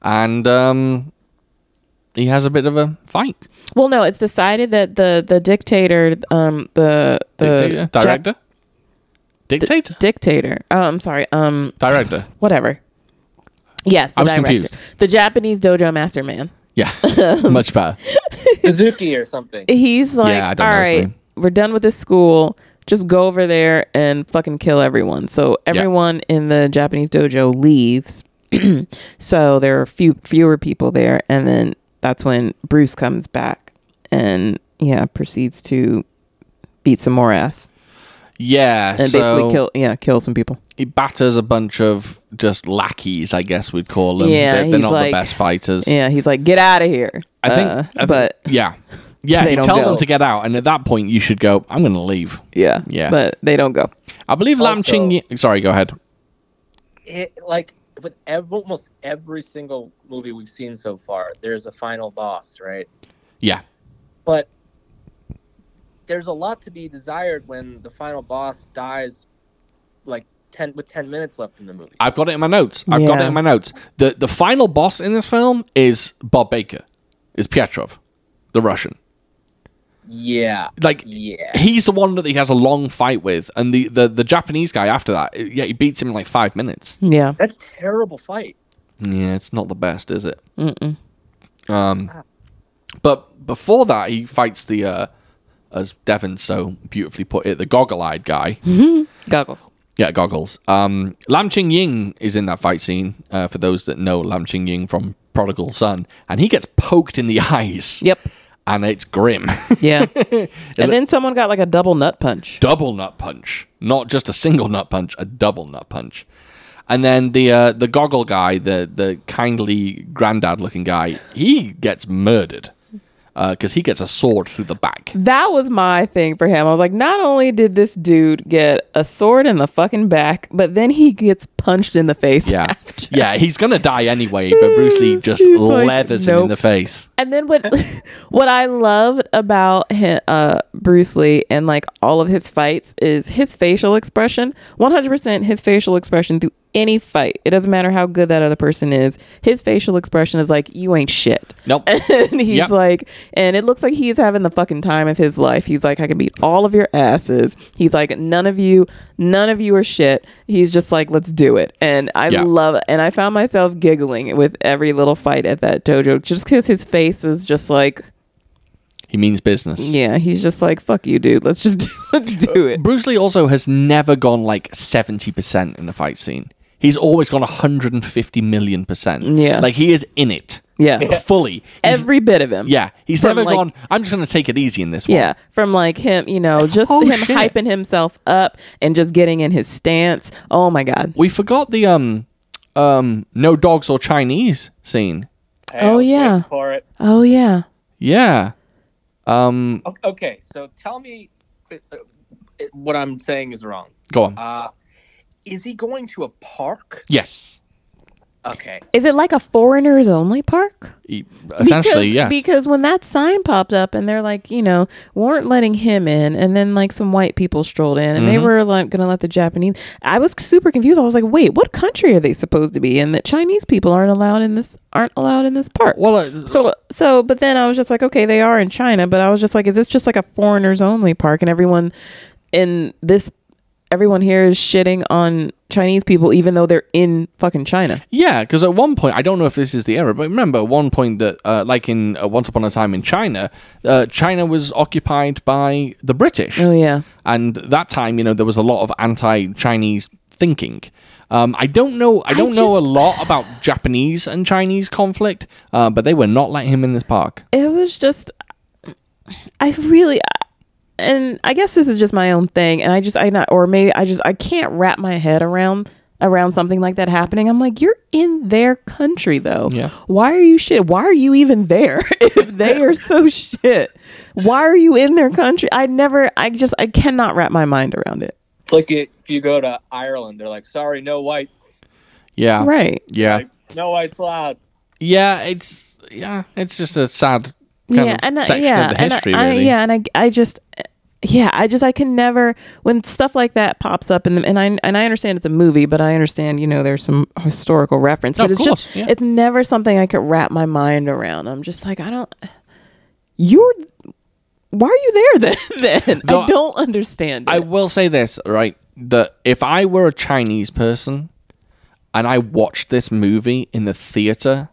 and um, he has a bit of a fight.
Well, no, it's decided that the the dictator, um, the the
Dictator,
Jap-
director, dictator,
dictator. Oh, I'm sorry. Um,
director.
whatever. Yes, the
I was
director.
confused.
The Japanese dojo master man. [laughs]
Yeah, [laughs] much better.
Suzuki or something.
He's like,
Yeah, I
all
don't know his
right,
name."
we're done with this school. Just go over there and fucking kill everyone. So everyone in the Japanese dojo leaves. [clears throat] so there are few fewer people there, and then that's when Bruce comes back and yeah proceeds to beat some more ass
Yeah,
and
so
basically kill yeah kill some people.
He batters a bunch of just lackeys, I guess we'd call them.
Yeah,
they're, they're
he's
not
like-
the best fighters.
Yeah, he's like, get out of here.
I think,
Uh,
I think-
but
yeah, yeah.
they
He
don't
tells
go.
them to get out, and at that point, you should go. I'm going to leave.
yeah,
Yeah.
but they don't go.
I believe Lam
Also-
Ching. Yi- Sorry, go ahead.
It, like with ev- almost every single movie we've seen so far, there's a final boss, right?
Yeah,
But there's a lot to be desired when the final boss dies, like ten with ten minutes left in the movie.
I've got it in my notes. I've got it
Yeah.
in my notes. the The final boss in this film is Bob Baker, is Pietrov, the Russian.
Yeah,
Like
yeah.
he's the one that he has a long fight with, and the the, the Japanese guy after that. Yeah, he beats him in like five minutes.
Yeah,
That's terrible fight.
Yeah, it's not the best, is it? Um,
Mm-mm.
But before that, he fights the, uh, as Devon so beautifully put it, the goggle-eyed guy.
Goggles.
Yeah, goggles. Um, Lam Ching Ying is in that fight scene. Uh, for those that know Lam Ching Ying from Prodigal Son, and he gets poked in the [laughs] eyes.
Yep.
and it's grim. [laughs]
Yeah. and then someone got like a double nut punch.
double nut punch, not just a single nut punch, a double nut punch. And then the uh, the goggle guy, the the kindly granddad looking guy, he gets murdered because he gets a sword through the
[laughs]
back.
That was my thing for him. I was like, not only did this dude get a sword in the fucking back, but then he gets punched in the face.
Yeah,
after.
yeah, he's gonna die anyway, but Bruce Lee just
[laughs] He's like,
leathers him in
nope.
the face.
[laughs] And then what [laughs] what I loved about him, uh, Bruce Lee and like all of his fights is his facial expression. 100% his facial expression through any fight. It doesn't matter how good that other person is. His facial expression is like you ain't shit. [laughs]
Nope.
and he's
Yep.
like and it looks like he's having the fucking time of his life he's like i can beat all of your asses he's like none of you none of you are shit he's just like let's do it and i
Yeah.
love it and i found myself giggling with every little fight at that dojo just because his face is just like
He means business.
yeah he's just like fuck you dude let's just [laughs] do, let's do it
Bruce Lee also has never gone like 70% in the fight scene. He's always gone 150 million percent.
Yeah.
Like he is in it.
Yeah.
Fully. He's-
every bit of him
yeah. He's
From,
never
like-
gone, I'm just going to take it easy in this one.
Yeah, from like him, you know, just
Oh,
him
shit.
hyping himself up and just getting in his stance. Oh my god!
We forgot the um um no dogs or Chinese scene.
Hey,
Oh,
I was waiting
yeah.
For it.
Oh yeah.
Yeah. Um
O- Okay, so tell me uh, uh, what I'm saying is wrong.
go on.
Uh, is he going to a park?
yes.
Okay.
Is it like a foreigners only park?
E- Essentially,
because,
yes.
Because when that sign popped up and they're like, you know, weren't letting him in, and then like some white people strolled in and they
Mm-hmm.
were like going to let the Japanese. I was super confused. I was like, wait, what country are they supposed to be in that Chinese people aren't allowed in this aren't allowed in this park?
well, uh,
so so but then I was just like, okay, they are in China, but I was just like, is this just like a foreigners only park and everyone in this everyone here is shitting on Chinese people even though they're in fucking China.
Yeah, because at one point, I don't know if this is the era, but remember at one point that, uh, like in uh, Once Upon a Time in China, uh, China was occupied by the British.
Oh yeah.
And that time, you know, there was a lot of anti-Chinese thinking. Um, I don't know. I don't know a
just-
lot about Japanese and Chinese conflict, uh, but they were not letting him in this park.
it was just i really and i guess this is just my own thing and i just i not or maybe i just i can't wrap my head around around something like that happening i'm like you're in their country though
Yeah.
why are you shit why are you even there [laughs] if they are so shit why are you in their country i never i just i cannot wrap my mind around it
It's like if you go to Ireland, they're like, sorry, no whites.
Yeah.
right
Yeah.
Like, no whites allowed.
Yeah. It's yeah. It's just a sad kind of
I-
section of the
and I-
history,
I,
really.
yeah, and I, I just, yeah, I just, I can never when stuff like that pops up, and and I and I understand it's a movie, but I understand you know there's some historical reference,
No,
but
of
it's
course,
just
yeah.
it's never something I could wrap my mind around. I'm just like I don't, you're, why are you there then? [laughs] then
No,
I don't understand. It.
I will say this, right? That if I were a Chinese person and I watched this movie in the theater,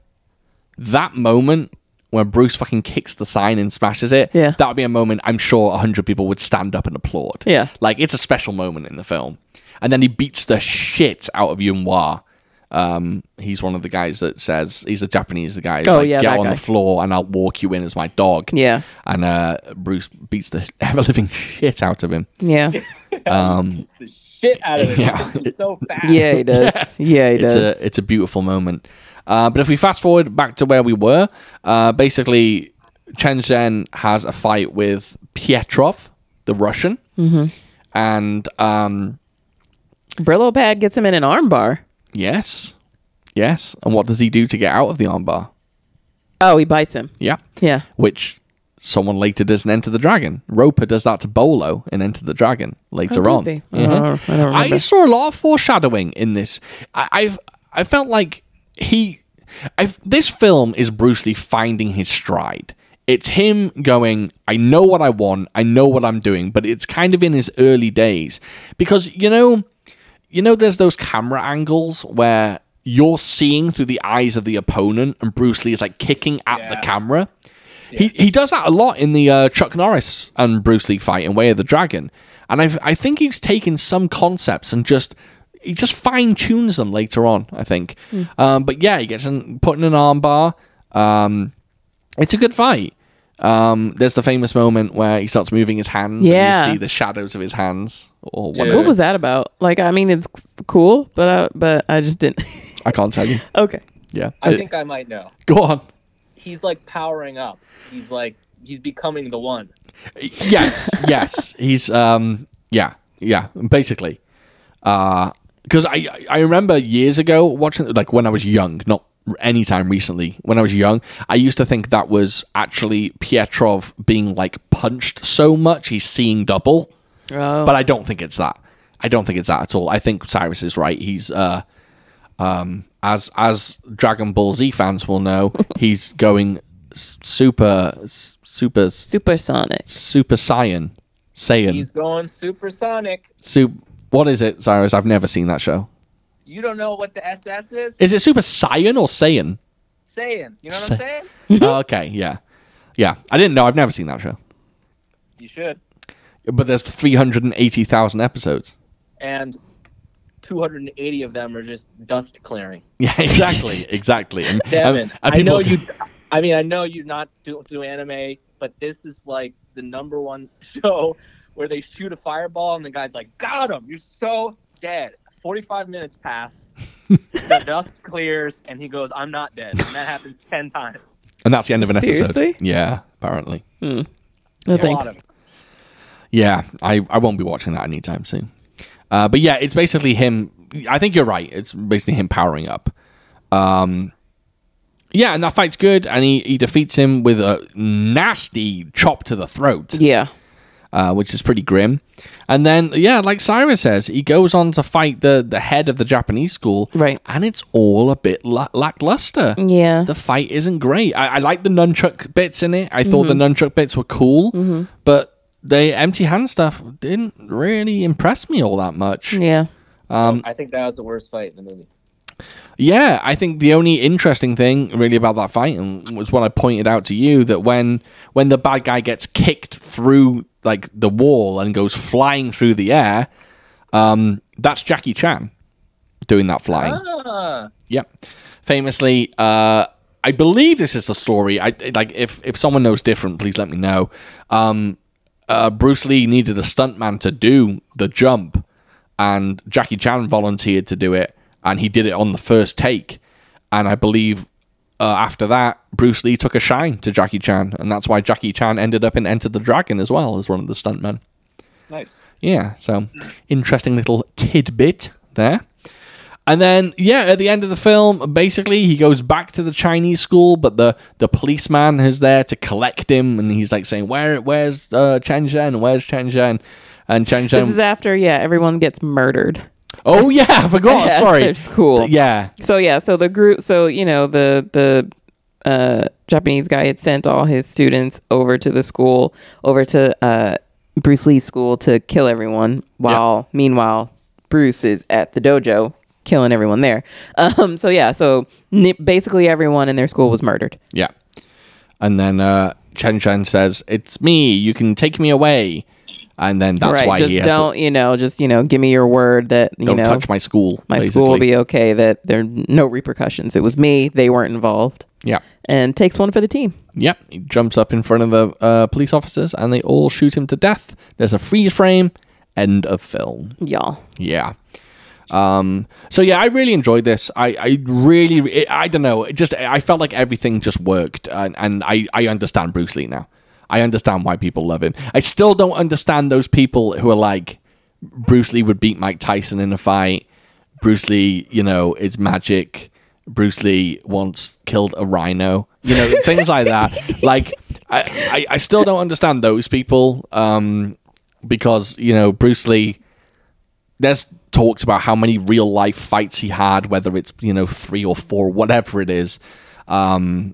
that moment when Bruce fucking kicks the sign and smashes it,
Yeah.
that would be a moment I'm sure 100 people would stand up and applaud.
Yeah.
Like, it's a special moment in the film. And then he beats the shit out of Yun Hwa. Um, he's one of the guys that says, he's the Japanese guy. He's
Oh,
like,
yeah,
Get
that
on
guy.
the floor and I'll walk you in as my dog.
Yeah.
And uh, Bruce beats the [laughs] ever living shit out of him. [laughs]
yeah,
It's the shit out of it.
Yeah.
It's so fast.
yeah, he does. Yeah, he
it's
does.
a it's a beautiful moment. Uh, but if we fast forward back to where we were, uh, basically Chen Zhen has a fight with Pietrov, the Russian,
Mm-hmm.
and um,
Brillo pad gets him in an armbar.
yes, yes. And what does he do to get out of the armbar?
Oh, he bites him.
Yeah,
Yeah.
which someone later does in Enter the Dragon. Roper does that to Bolo in Enter the Dragon later
Oh,
on.
does he? I don't- I don't remember.
Mm-hmm. I saw a lot of foreshadowing in this. I, I've I felt like he, i this film is Bruce Lee finding his stride. It's him going, I know what I want, I know what I'm doing, but it's kind of in his early days because you know, you know, there's those camera angles where you're seeing through the eyes of the opponent, and Bruce Lee is like kicking at the
Yeah.
camera. He he does that a lot in the uh, Chuck Norris and Bruce Lee fight in Way of the Dragon, and I I think he's taken some concepts and just he just fine tunes them later on. I think,
Hmm.
um, but yeah, he gets in, put in an armbar. Um, it's a good fight. Um, there's the famous moment where he starts moving his hands,
Yeah.
and you see the shadows of his hands. Or
Yeah.
whatever.
What was that about? Like, I mean, it's cool, but I, but I just didn't. [laughs]
I can't tell
[laughs]
you.
okay.
Yeah, Uh,
I think I might know.
go on.
He's like powering up. He's like he's becoming the one.
yes yes he's um yeah yeah basically uh because i i remember years ago watching like when i was young not anytime recently when i was young i used to think that was actually pietrov being like punched so much he's seeing double
Oh.
but i don't think it's that i don't think it's that at all i think cyrus is right he's uh um as as dragon ball z fans will know [laughs] he's going s- super s- super
Supersonic.
Super Saiyan. Saiyan.
He's going supersonic.
Su- what is it, Cyrus? I've never seen that show.
You don't know what the SS is?
Is it Super Saiyan or Saiyan?
saying. You know what I'm saying?
Oh, okay, yeah. Yeah, I didn't know. I've never seen that show.
You should.
But there's 380,000 episodes. [laughs]
And 280 of them are just dust clearing.
Yeah, exactly, exactly.
[laughs]
And,
Devin,
and- and
I know
people-
you. I mean, I know you not do do anime, but this is like the number one [laughs] show where they shoot a fireball and the guy's like, "Got him! You're so dead." Forty-five minutes pass, the dust clears, and he goes, "I'm not dead." And that happens ten times.
[laughs] And that's the end of an
Seriously?
episode. Yeah, apparently.
No
A lot
thanks.
of
Yeah, I, I won't be watching that anytime soon. Uh, but yeah, it's basically him. I think you're right. It's basically him powering up. Um, yeah, and that fight's good, and he, he defeats him with a nasty chop to the throat,
Yeah.
uh, which is pretty grim. And then, yeah, like Cyrus says, he goes on to fight the, the head of the Japanese school,
Right.
And it's all a bit la- lackluster
Yeah.
the fight isn't great. I, I like the nunchuck bits in it. I thought the nunchuck bits were cool, but the empty hand stuff didn't really impress me all that much.
yeah.
them. I think that was the worst fight in the movie.
Yeah, I think the only interesting thing really about that fight and was what I pointed out to you that when when the bad guy gets kicked through like the wall and goes flying through the air, um, that's Jackie Chan doing that flying.
Ah,
Yep. Famously, uh, I believe this is the story. I like if if someone knows different, please let me know. Um, uh, Bruce Lee needed a stuntman to do the jump, and Jackie Chan volunteered to do it, and he did it on the first take. And I believe uh, after that, Bruce Lee took a shine to Jackie Chan, and that's why Jackie Chan ended up in Enter the Dragon as well as one of the stuntmen.
nice.
Yeah, so
Hmm.
interesting little tidbit there. And then, yeah, at the end of the film, basically he goes back to the Chinese school, but the, the policeman is there to collect him, and he's like saying, "Where, where's uh, Chen Zhen? Where's Chen Zhen?" And Chen
This is
Zhen,
after, yeah, everyone gets murdered.
[laughs] oh yeah, I
[laughs]
forgot. Sorry,
It's cool.
Yeah,
So yeah, so the group, so you know, the the uh, Japanese guy had sent all his students over to the school, over to uh, Bruce Lee's school to kill everyone. While meanwhile, Bruce is at the dojo killing everyone there. Um, so yeah, so ni- basically everyone in their school was murdered.
Yeah. And then uh, Chen Zhen says, "It's me. You can take me away." And then that's
right?
why
just
he has
don't,
to,
you know, just you know, give me your word that you
don't
know
touch my school.
my school will
basically.
be okay. That there are no repercussions. It was me. They weren't involved.
yeah.
And takes one for the team.
Yep, he jumps up in front of the uh, police officers and they all shoot him to death. There's a freeze frame, end of film.
Y'all.
Yeah. Um, so yeah, I really enjoyed this. I, I really, it, I don't know, it just I felt like everything just worked, and, and I, I understand Bruce Lee now. I understand why people love him. I still don't understand those people who are like, Bruce Lee would beat Mike Tyson in a fight. Bruce Lee, you know, it's magic. Bruce Lee once killed a rhino. You know, things like that. Like, I, I, I still don't understand those people. Um, because you know Bruce Lee, there's talks about how many real life fights he had, whether it's you know three or four, whatever it is. Um,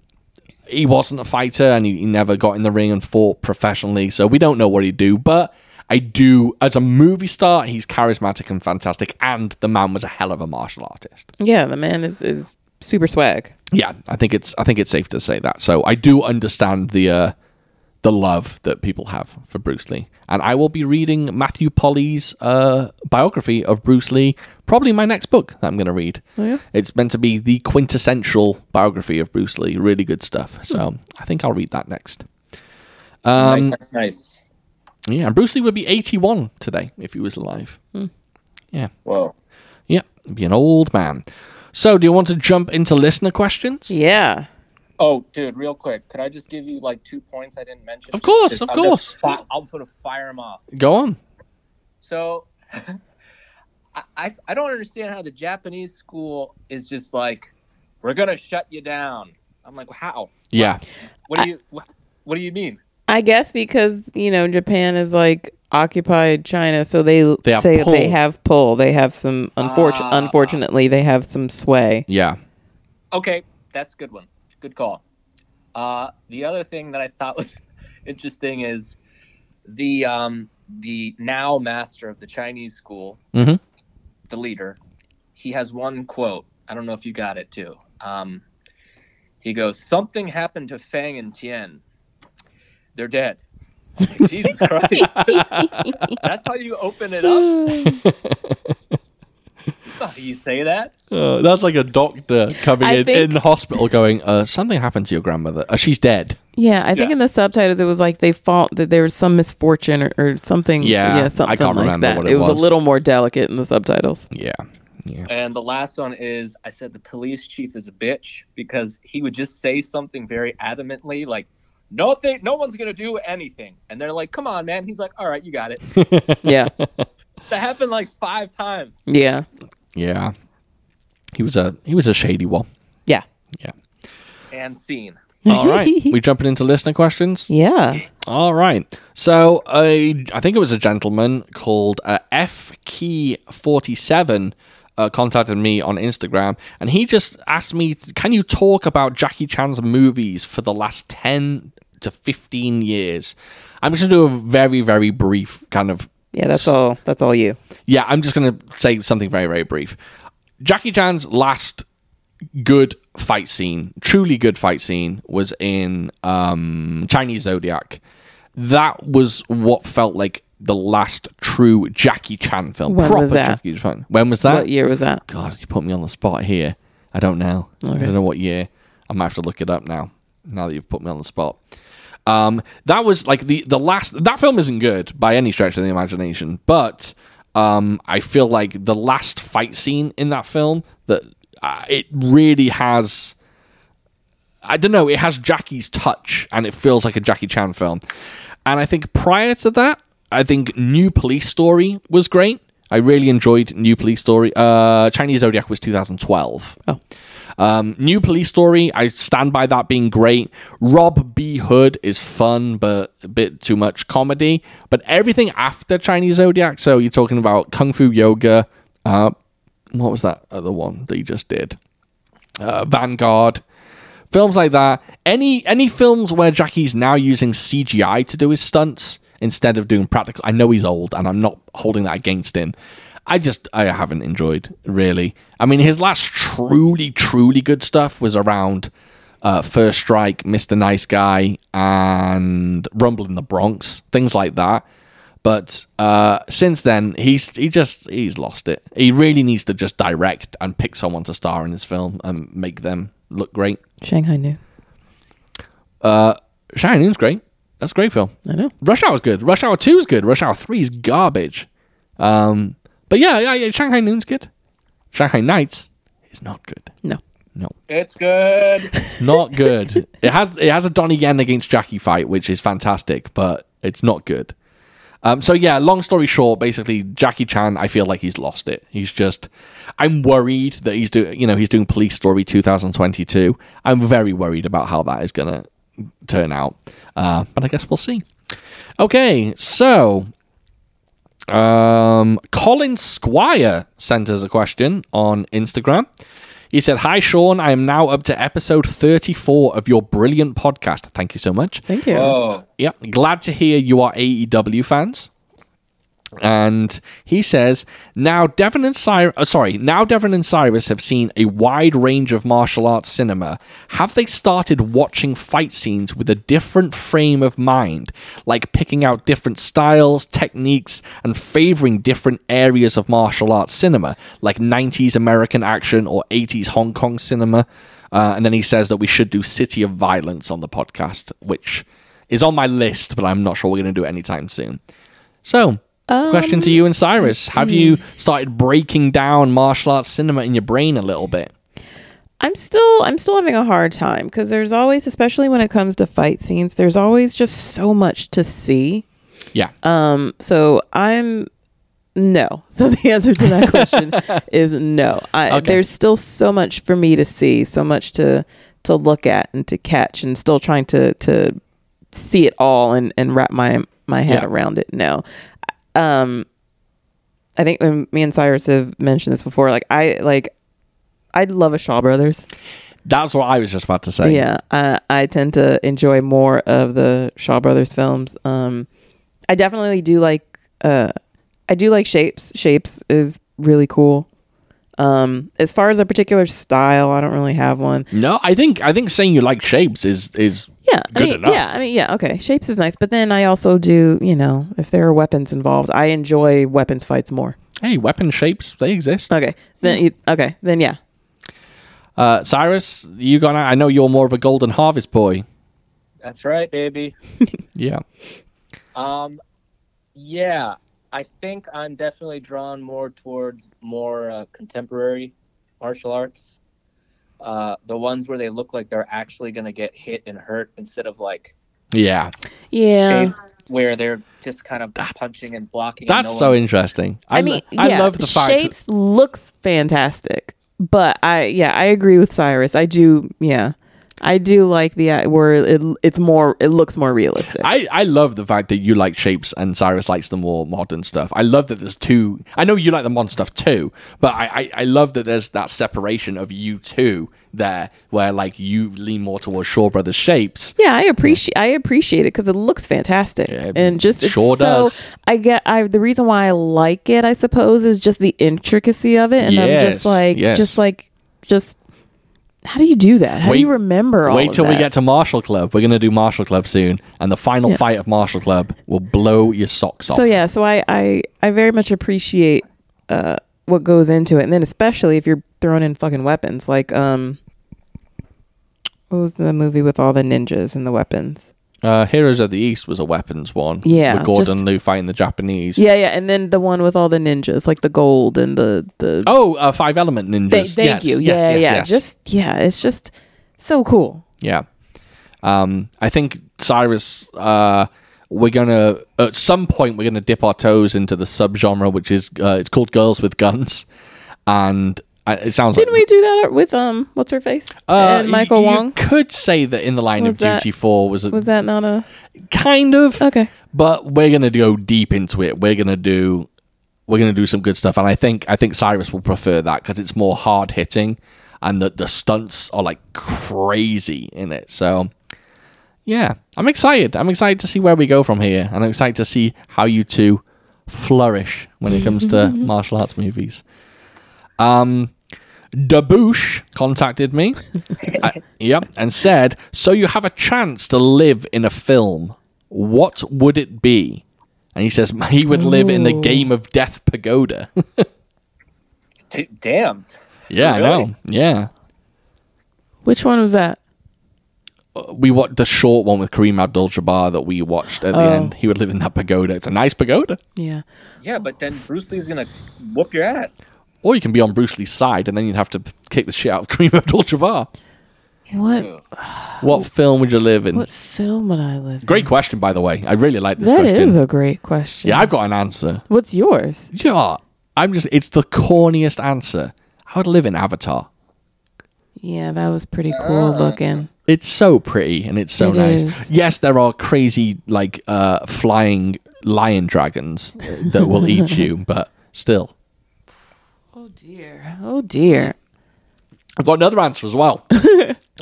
he wasn't a fighter, and he, he never got in the ring and fought professionally, so we don't know what he'd do. But I do as a movie star, he's charismatic and fantastic, and the man was a hell of a martial artist.
Yeah, the man is is super swag.
Yeah, I think it's I think it's safe to say that. So I do understand the uh, the love that people have for Bruce Lee, and I will be reading Matthew Polly's uh, biography of Bruce Lee, probably my next book that I'm going to read.
Oh, yeah?
It's meant to be the quintessential biography of Bruce Lee. Really good stuff.
Hmm.
So I think I'll read that next. Um,
nice, nice, nice.
Yeah, and Bruce Lee would be 81 today if he was alive. Yeah,
Whoa.
yeah, he'd be an old man. So, do you want to jump into listener questions?
Yeah.
Oh, dude, real quick, could I just give you like two points I didn't mention?
Of course, of
I'll
course.
just fi- I'll sort of fire them off.
Go on.
So, [laughs] I, I I don't understand how the Japanese school is just like, we're gonna shut you down. I'm like, how?
Yeah,
What do you what, what do you mean?
I guess because you know Japan is like occupied China, so they,
They have
say that they
pull.
have pull. They have some unfortunate,
Ah.
unfortunately, they have some sway. [laughs]
yeah.
Okay, that's a good one. Good call. Uh, the other thing that I thought [laughs] was interesting is the um, the now master of the Chinese school,
Mhm.
the leader. He has one quote. I don't know if you got it too. Um, he goes, "Something happened to Fang and Tian. They're dead." I'm like, Jesus Christ! That's how you open it up. That's not how you say that.
Uh, that's like a doctor coming
I
in
think-
in hospital going, uh, something happened to your grandmother. Uh, she's dead.
Yeah, I think
Yeah.
in the subtitles it was like they fought that there was some misfortune or, or something.
Yeah, I
something
can't
like
remember
that.
what it
it was.
was.
a little more delicate in
[laughs]
the subtitles.
Yeah. Yeah.
And the last one is I said the police chief is a bitch because he would just say something very adamantly like no thing no one's gonna do anything. And they're like, Come on, man. He's like, All right, you got it.
Yeah,
that happened like five times.
yeah,
Yeah. He was a he was a shady one.
yeah,
Yeah.
And scene.
[laughs] All right. we jumping into listener questions.
yeah.
All right. So I I think it was a gentleman called uh, F Key forty seven. Uh, contacted me on Instagram and he just asked me, Can you talk about Jackie Chan's movies for the last 10 to 15 years? I'm just going to do a very, very brief kind of
Yeah, that's all. That's all you.
yeah, I'm just going to say something very, very brief. Jackie Chan's last good fight scene, truly good fight scene, was in um, Chinese Zodiac. That was what felt like the last true Jackie Chan film.
When was
Proper
that?
Jackie Chan. When was that?
what year was that?
God, you put me on the spot here. I don't know. I don't know what year. I might have to look it up now. Now that you've put me on the spot. Um, that was like the the last. That film isn't good by any stretch of the imagination, but um, I feel like the last fight scene in that film that uh, it really has. I don't know. It has Jackie's touch, and it feels like a Jackie Chan film. And I think prior to that, I think New Police Story was great. I really enjoyed New Police Story. Uh, Chinese Zodiac was 2012. Oh. Um, New Police Story, I stand by that being great. Rob B. Hood is fun, but a bit too much comedy. But everything after Chinese Zodiac, so you're talking about Kung Fu Yoga. Uh, what was that other one that you just did? uh, Vanguard, films like that. Any any films where Jackie's now using CGI to do his stunts instead of doing practical. I know he's old, and I'm not holding that against him. I just I haven't enjoyed really. I mean, his last truly truly good stuff was around uh, First Strike, Mr. Nice Guy, and Rumble in the Bronx, things like that. But uh, since then, he's he just he's lost it. He really needs to just direct and pick someone to star in his film and make them look great.
Shanghai New.
Shining Noon's great. That's a great film.
I know.
Rush Hour's good. Rush Hour Two's good. Rush Hour Three is garbage. Um, but yeah, yeah, yeah, Shanghai Noon's good. Shanghai Nights is not good.
No.
No,
It's good.
it's not
[laughs]
good. it has it has a Donnie Yen against Jackie fight, which is fantastic, but it's not good. Um, so yeah, long story short, basically Jackie Chan, I feel like he's lost it. He's just, I'm worried that he's doing, you know, he's doing Police Story 2022. I'm very worried about how that is gonna turn out. Uh, but I guess we'll see. Okay, so um, Colin Squire sent us a question on Instagram. He said, Hi, Sean. I am now up to episode 34 of your brilliant podcast. Thank you so much.
Thank you.
Oh.
Yep. Glad to hear you are AEW E fans. and he says now Devon and Cyrus, uh, sorry, now Devon and Cyrus have seen a wide range of martial arts cinema. Have they started watching fight scenes with a different frame of mind, like picking out different styles, techniques, and favoring different areas of martial arts cinema, like 90s American action or 80s Hong Kong cinema? Uh, and then he says that we should do City of Violence on the podcast, which is on my list, but I'm not sure we're going to do it anytime soon. So, question
Um,
to you and Cyrus: Have you
hmm.
started breaking down martial arts cinema in your brain a little bit?
I'm still I'm still having a hard time because there's always, especially when it comes to fight scenes, there's always just so much to see.
Yeah,
Um, so I'm no. [laughs] So the answer to
[laughs]
that question is no. I,
Okay.
There's still so much for me to see, so much to to look at and to catch, and still trying to to see it all and and wrap my my head
Yeah.
around it. No. Um, I think when me and Cyrus have mentioned this before, like I like. I'd love a Shaw Brothers.
that's what I was just about to say.
Yeah, I, I tend to enjoy more of the Shaw Brothers films. Um, I definitely do like uh, I do like Shapes. Shapes is really cool. Um, as far as a particular style, I don't really have one.
No, I think I think saying you like shapes is is
Yeah,
Good
I mean,
enough.
Yeah, I mean, yeah, okay. Shapes is nice, but then I also do, you know, if there are weapons involved, I enjoy weapons fights more.
hey weapon shapes they exist.
Okay, then you, okay, then yeah,
Uh, Cyrus, you gonna? I know you're more of a Golden Harvest boy.
That's right, baby.
Yeah,
Um, yeah, I think I'm definitely drawn more towards more uh, contemporary martial arts. Uh, the ones where they look like they're actually going to get hit and hurt instead of like
yeah,
yeah.
shapes where they're just kind of punching and blocking. and
that's
no
so
one-
interesting. I,
I
lo-
mean,
I
yeah,
love the fact.
shapes looks fantastic, but I yeah, I agree with Cyrus. I do yeah, I do like the uh, where it, it's more it looks more realistic.
I, I love the fact that you like shapes and Cyrus likes the more modern stuff. I love that there's two. I know you like the modern stuff too, but I, I, I love that there's that separation of you two there, where like you lean more towards Shaw Brothers shapes.
yeah, I appreciate I appreciate it because it looks fantastic
Yeah,
and just it's
sure
so-
does.
I get I the reason why I like it, I suppose, is just the intricacy of it, and I'm
Yes,
just like
yes.
just like just how do you do that? How
Wait-
do you remember all?
Wait
of
till we
that?
get to Marshall Club. We're gonna do Marshall Club soon, and the final fight of Marshall Club will blow your socks off.
So yeah, so I I, I very much appreciate uh, what goes into it, and then especially if you're throwing in fucking weapons, like um, what was the movie with all the ninjas and the weapons?
Uh, Heroes of the East was a weapons one.
Yeah,
with Gordon
just-
Liu fighting the Japanese.
Yeah, yeah, and then the one with all the ninjas, like the gold and the the.
Oh, uh, Five Element Ninjas.
Th- thank
Yes,
you.
yes,
yeah,
yes,
yeah.
yes.
Just yeah, it's just so cool.
Yeah. Um, I think Cyrus, uh, we're gonna at some point we're gonna dip our toes into the subgenre, which is uh, it's called girls with guns, and uh, it sounds
Didn't we
like.
do that with um, what's her face
uh,
and Michael
you
Wong?
could say that in the line
Was
of
that-
duty four was, a,
Was that not a
kind of
okay?
but we're gonna go deep into it. We're gonna do we're gonna do some good stuff, and I think I think Cyrus will prefer that because it's more hard hitting, and the the stunts are like crazy in it. So yeah, I'm excited. I'm excited to see where we go from here, and I'm excited to see how you two flourish when it comes to martial arts movies. Um, Daboosh contacted me. uh, yep, and said, "So you have a chance to live in a film. What would it be?" And he says [laughs] he would live in the game of Death Pagoda. [laughs]
D- damn.
yeah, I
Really?
know. Yeah,
Which one was that?
we watched the short one with Kareem Abdul-Jabbar that we watched
Oh.
at the end. He would live in that pagoda. It's a nice pagoda.
Yeah.
Yeah, but then Bruce Lee's gonna whoop your ass.
Or you can be on Bruce Lee's side, and then you'd have to kick the shit out of [laughs] Kareem Abdul-Jabbar.
What
What film would you live in?
what film would I live? in?
Great question, by the way. I really like this
That is
question.
a great question.
yeah, I've got an answer.
What's yours?
Do you know what? I'm just, it's the corniest answer. I would live in Avatar.
Yeah, that was pretty cool looking.
It's so pretty and it's so
It
nice.
is.
Yes, there are crazy, like, uh, flying lion dragons that will
[laughs]
eat you, but still.
Oh dear. Oh dear.
I've got another answer as well.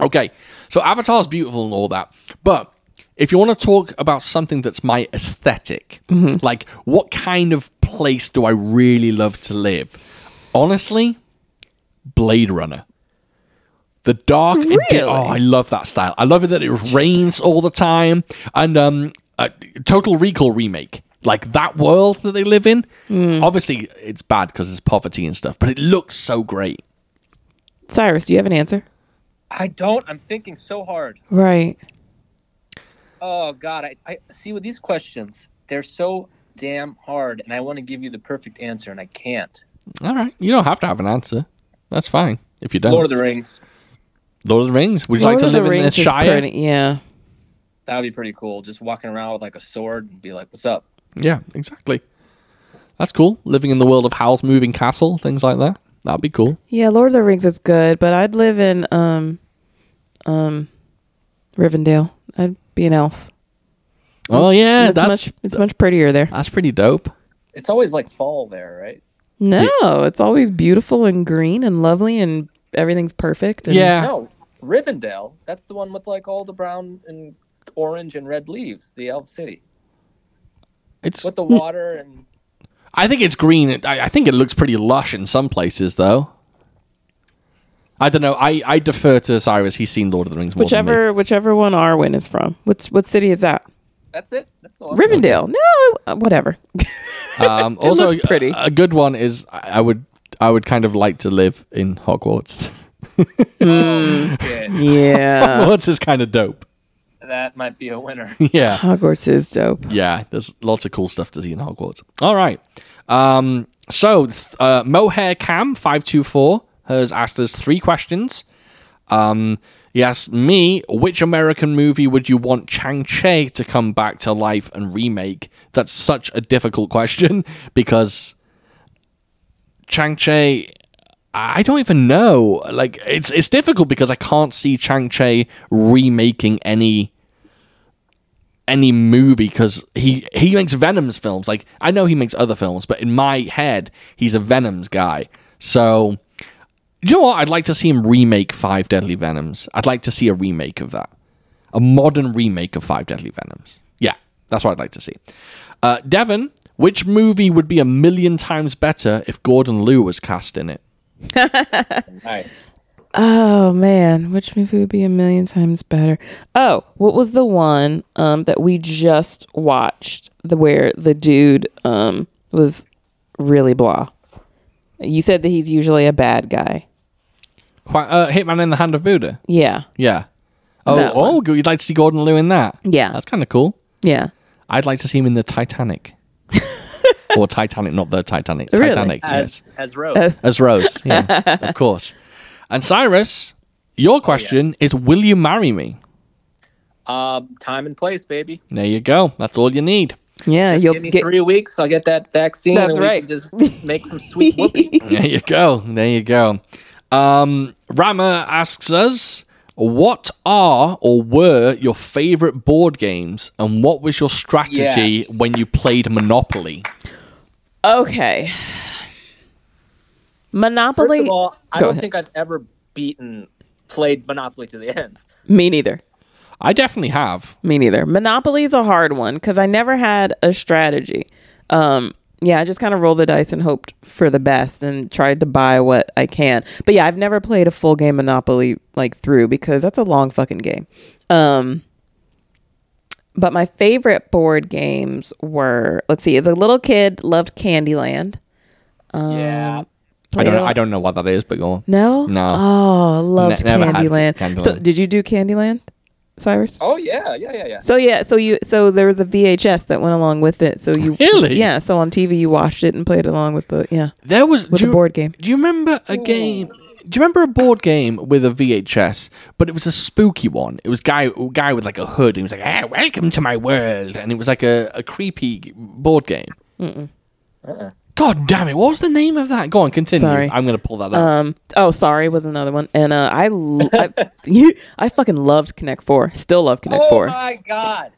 okay, so Avatar's beautiful and all that, but if you want to talk about something that's my esthetic like what kind of place do I really love to live? Honestly, Blade Runner. The dark. and di-
Really?
oh, I love that style. I love it that it rains all the time. And um, a Total Recall remake, like that world that they live in. Obviously, it's bad because there's poverty and stuff, but it looks so great.
Cyrus, do you have an answer?
I don't. I'm thinking so hard.
Right.
Oh God, I, I see with these questions, they're so damn hard, and I want to give you the perfect answer, and I can't.
All right, you don't have to have an answer. That's fine if you don't.
Lord of the Rings.
Lord of the Rings. Would you
Lord
like to
of the
live in the
Rings is
Shire?
pretty- yeah.
That would be pretty cool. Just walking around with like a sword and be like, "What's up?"
Yeah, exactly. That's cool. Living in the world of Howl's Moving Castle, things like that. That'd be cool.
Yeah, Lord of the Rings is good, but I'd live in um um Rivendell. I'd be an elf.
Oh yeah,
it's
that's
much it's much prettier there.
that's pretty dope.
It's always like fall there, right?
No, it's always beautiful and green and lovely and everything's perfect. And
Yeah.
No, Rivendell. That's the one with like all the brown and orange and red leaves. The elf city
It's
with the water and
I think it's green. I, I think it looks pretty lush in some places though. I don't know. I, I defer to Cyrus. He's seen Lord of the Rings more than me.
Whichever whichever one Arwen is from. What's what city is that?
that's it. That's the one.
Rivendell. No, uh, whatever.
Um, also,
looks pretty.
A, a good one is I, I would I would kind of like to live in [laughs] Hogwarts.
Yeah,
yeah.
Hogwarts is kind of dope. [laughs]
that might be a winner.
yeah.
[laughs] Hogwarts is dope.
Yeah, there's lots of cool stuff to see in Hogwarts. All right. Um, so, th- uh, Mohair Cam five two four has asked us three questions. Um, he asked me, which American movie would you want Chang Che to come back to life and remake? That's such a difficult question [laughs] because Chang Che. I don't even know. Like it's it's difficult because I can't see Chang Che remaking any any movie because he he makes Venom's films. Like I know he makes other films, but in my head, he's a Venom's guy. So, do you know what? I'd like to see him remake Five Deadly Venoms. I'd like to see a remake of that, a modern remake of Five Deadly Venoms. Yeah, that's what I'd like to see. Uh, Devon, which movie would be a million times better if Gordon Liu was cast in it?
Nice.
Oh man, which movie would be a million times better? Oh, what was the one um that we just watched the where the dude um was really blah. You said that he's usually a bad guy.
Qui- uh, Hitman in the Hand of Buddha.
Yeah.
Yeah. Oh,
That
oh, you'd like to see Gordon Liu in that?
Yeah.
That's kind of cool.
Yeah.
I'd like to see him in the Titanic. or Titanic, not the Titanic.
Really?
Titanic, yes.
As as Rose.
As Rose, yeah, of course. And Cyrus, your question is Will you marry me?
Um, time and place, baby.
There you go. That's all you need.
Yeah,
Just
you'll
give me
get
three weeks. I'll get that vaccine.
That's
and we
right.
Can just make
[laughs]
some sweet whoopee.
There you go. There you go. Um, Rama asks us What are or were your favorite board games and what was your strategy
Yes.
when you played Monopoly?
Okay.
First
Monopoly.
of all, I
Go
don't
ahead.
think I've ever beaten played Monopoly to the end.
Me neither.
I definitely have.
Me neither. Monopoly is a hard one because I never had a strategy. Um, yeah, I just kind of rolled the dice and hoped for the best and tried to buy what I can. But yeah, I've never played a full game Monopoly like through because that's a long fucking game. Um, but my favorite board games were let's see, as a little kid, loved Candyland. Um,
yeah.
I don't,
Played a-
I don't know what that is, but go on.
No?
No.
Oh, loved
Ne- never had
Candyland. So
Candyland.
did you do Candyland, Cyrus?
Oh yeah, yeah, yeah, yeah.
So yeah, so you so there was a VHS that went along with it. So you
Really?
Yeah, so on TV you watched it and played along with the yeah.
There was
With
do
a
you-
board game.
Do you remember a game? Do you remember a board game with a VHS? But it was a spooky one. It was guy guy with like a hood. And he was like, "Ah, welcome to my world," and it was like a, a creepy board game. God damn it! What was the name of that? Go on, continue.
Sorry.
I'm gonna pull that up.
Um oh sorry was another one. And uh I l- I, you- I fucking loved Connect 4. Still love Connect
Oh
4.
my god.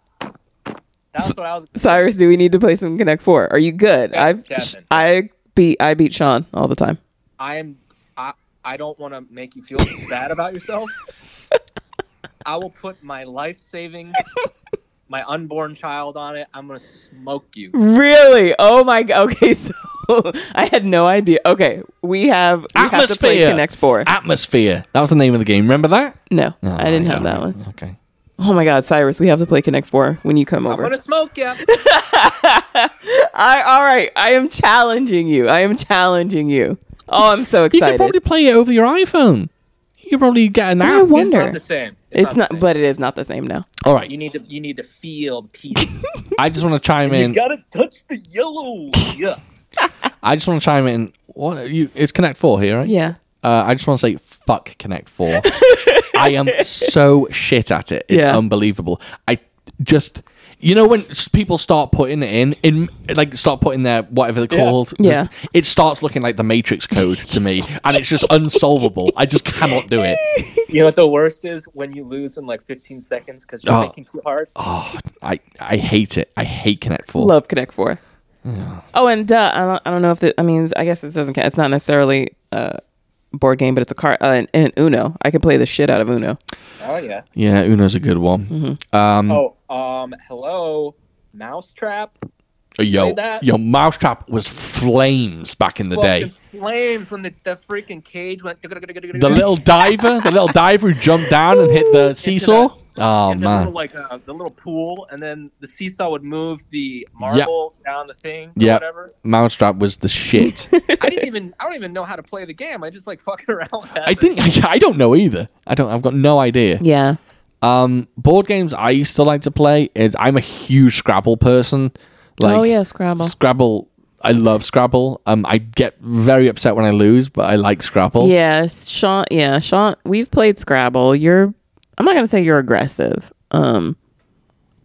That's what I was.
[laughs] Cyrus, do we need to play some Connect 4? Are you good? I've
Devin.
I beat I beat Sean all the time.
I am. I. I don't want to make you feel bad about yourself. I will put my life savings, my unborn child on it, I'm gonna smoke you.
Really? Oh my god. Okay, [laughs] so I had no idea. Okay, we have we have to play
Atmosphere.
Connect Four.
Atmosphere. That was the name of the game. Remember that?
no,
Oh,
I didn't
yeah,
have that
right.
one.
Okay.
Oh my god, Cyrus, we have to play Connect Four when you come
I'm
over.
gonna
[laughs]
smoke you.
I all right. I am challenging you. I am challenging you. Oh, I'm so
You could
excited.
probably play it over your iPhone. You could probably get an
I
app.
It's
wonder.
not the same.
It's
the
not,
same.
but it is not the same now.
All right.
you need to you need to feel the
[laughs]
pieces.
I just want to chime
you
in.
gotta touch the yellow. Yeah.
I just want to chime in. What you? It's Connect Four here, right?
Yeah.
Uh, I just want to say, fuck Connect Four.
[laughs]
I am so shit at it. It's
Yeah.
unbelievable. I just, you know, when s- people start putting it in, in like start putting their whatever they're called,
Yeah.
it starts looking like the Matrix code to
[laughs]
me, and it's just unsolvable. I just cannot do it.
You know what the worst is when you lose in like 15 seconds because you're
Oh.
thinking too hard.
Oh, I, I hate it. I hate Connect Four.
Love Connect Four. Oh, and duh, I don't, I don't know if it, I mean, I guess this doesn't count. It's not necessarily a board game, but it's a card uh, and, and Uno. I could play the shit out of Uno.
Oh yeah.
yeah, Uno's a good one.
Mm-hmm.
Um,
Oh um hello, mousetrap.
yo,
play that?
yo, Mousetrap was flames back in the
Fucking
day.
flames when the, the freaking cage went.
The
[laughs]
little diver, the little diver who jumped down and hit the seesaw. Oh
and the
man.
little, like uh, the little pool, and then the seesaw would move the marble down the thing, or
Yep.
whatever.
Mousetrap was the [laughs] shit.
I didn't even I don't even know how to play the game. I just like [laughs] fucking around. With that.
I think I, don't know either. I don't. I've got no idea.
Yeah.
Um, board games I used to like to play is I'm a huge Scrabble person. Like
oh yeah, Scrabble.
Scrabble. I love Scrabble. Um, I get very upset when I lose, but I like Scrabble.
Yeah, Sean. Yeah, Sean. We've played Scrabble. You're. I'm not gonna say you're aggressive. Um,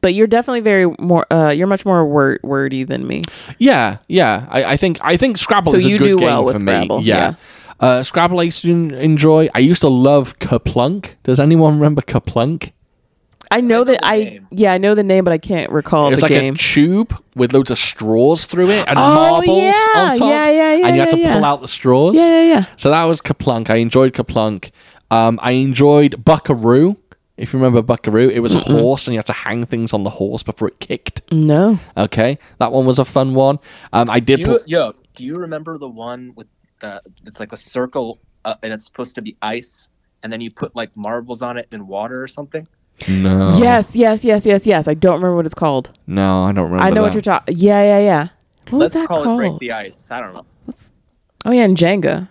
but you're definitely very more. Uh, you're much more word wordy than me.
Yeah, yeah. I, I think I think Scrabble
So
is a
you
good
do
game
well
for
with
me.
Scrabble,
Yeah. Uh, Scrabble I used to en- enjoy. I used to love Kerplunk. Does anyone remember Kerplunk?
I know that
the
I.
name.
Yeah, I know the name, but I can't recall
It was
the
like
game.
a tube with loads of straws through it and
[gasps] Oh,
marbles
yeah,
on top.
yeah, yeah, yeah,
And you had to
yeah,
pull
yeah.
out the straws.
yeah, yeah, yeah.
So that was Kaplunk. I enjoyed Kaplunk. Um, I enjoyed Buckaroo. If you remember Buckaroo, it was
Mm-hmm.
a horse and you had to hang things on the horse before it kicked.
No.
Okay, that one was a fun one. Um, I did.
Do
pl-
you, yo, do you remember the one with the? It's like a circle, uh, and it's supposed to be ice, and then you put like marbles on it and water or something.
no.
Yes, yes, yes, yes, yes. I don't remember what it's called.
No, I don't remember.
I know Oh. what
that.
you're talking. Yeah, yeah, yeah. What was that
Let's call it break
called?
the ice. I don't know.
Oh yeah, and Jenga.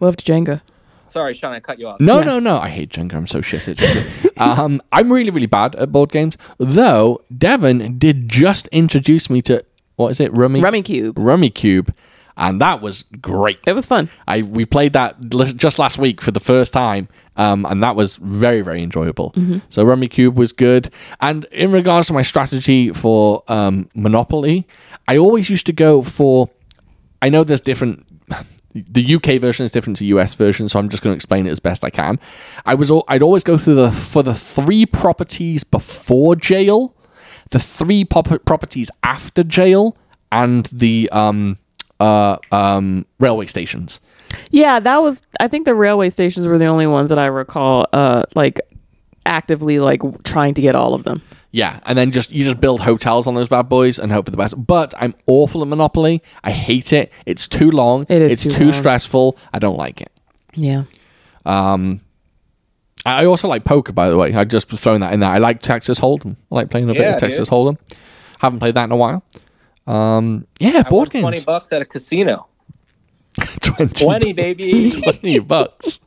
Loved Jenga.
Sorry, Sean, I cut you off.
No,
Yeah.
no, no. I hate Jenga. I'm so shit at Jenga. [laughs] um, I'm really, really bad at board games. Though Devon did just introduce me to what is it, Rummy?
Rummy Cube.
Rummy Cube, and that was great.
It was fun.
I we played that l- just last week for the first time, um, and that was very very enjoyable. So Rummy Cube was good, and in regards to my strategy for um, Monopoly, I always used to go for. I know there's different. [laughs] The UK version is different to US version, so I'm just going to explain it as best I can. I was al- I'd always go through the for the three properties before jail, the three pop- properties after jail, and the um uh um railway stations.
Yeah, that was. I think the railway stations were the only ones that I recall, uh, like actively like w- trying to get all of them.
Yeah, and then just you just build hotels on those bad boys and hope for the best. But I'm awful at Monopoly. I hate it. It's too long.
It is
It's
too
too,
long.
stressful. I don't like it.
Yeah.
I I also like poker, by the way. I just thrown that in there. I like Texas Hold'em. I like playing a bit
Yeah,
of Texas
dude.
Hold'em. Haven't played that in a while. Um, yeah,
I
board
won Twenty
games. [laughs]
bucks at a casino.
20,
Twenty,
[laughs]
baby.
20 bucks.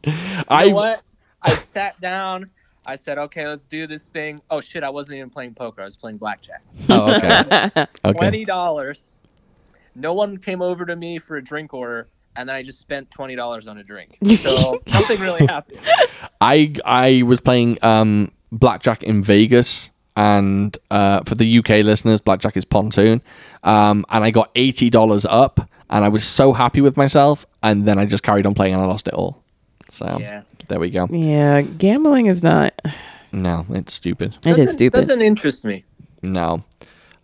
I
You know what?
[laughs]
I sat down. I said, "Okay, let's do this thing." Oh shit! I wasn't even playing poker. I was playing blackjack.
oh,
[laughs]
okay. okay.
Twenty dollars. No one came over to me for a drink order, and then I just spent twenty dollars on
[laughs]
a drink. So something really happened.
I I was playing um, blackjack in Vegas, and uh, for the UK listeners, blackjack is pontoon, um, and I got eighty dollars up, and I was so happy with myself, and then I just carried on playing and I lost it all. So
Yeah.
there we go.
Yeah, gambling is not.
No, it's stupid.
It is
Doesn't-
stupid.
Doesn't interest me.
No.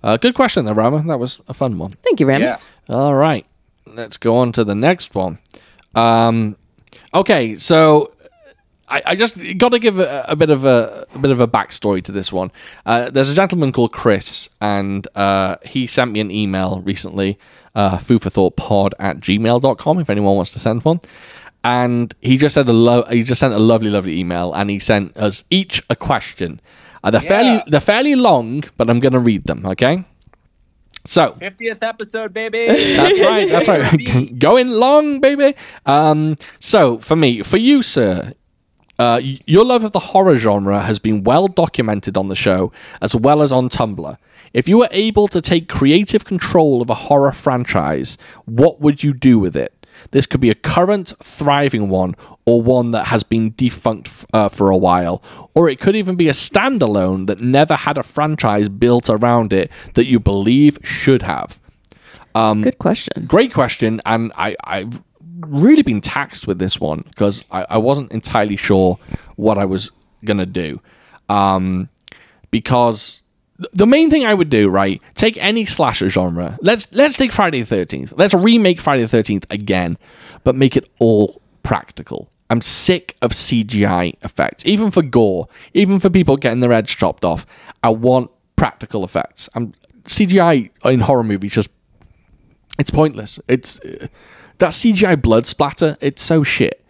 Uh, good question though, Rama. That was a fun one.
Thank you, Ram.
Yeah.
All right, let's go on to the next one. Um, okay, so I, I just got to give a, a bit of a, a bit of a backstory to this one. Uh, there's a gentleman called Chris, and uh, he sent me an email recently, uh, foodforthoughtpod at gmail.com, if anyone wants to send one. And he just said a lo- he just sent a lovely, lovely email, and he sent us each a question. Uh, they're fairly
Yeah.
they're fairly long, but I'm going to read them. Okay, so
50th episode,
[laughs]
baby.
that's right. That's [laughs] right. Going long, baby. Um, so for me, for you, sir. Uh, y- your love of the horror genre has been well documented on the show as well as on Tumblr. If you were able to take creative control of a horror franchise, what would you do with it? This could be a current, thriving one, or one that has been defunct f- uh, for a while, or it could even be a standalone that never had a franchise built around it that you believe should have
Good question.
great question and I, i've really been taxed with this one because I, I wasn't entirely sure what i was going to do um, because th- the main thing i would do right take any slasher genre let's let's take friday the 13th let's remake friday the 13th again but make it all practical i'm sick of cgi effects even for gore even for people getting their heads chopped off i want practical effects i'm cgi in horror movies just it's pointless. It's uh, that CGI blood splatter. It's so shit.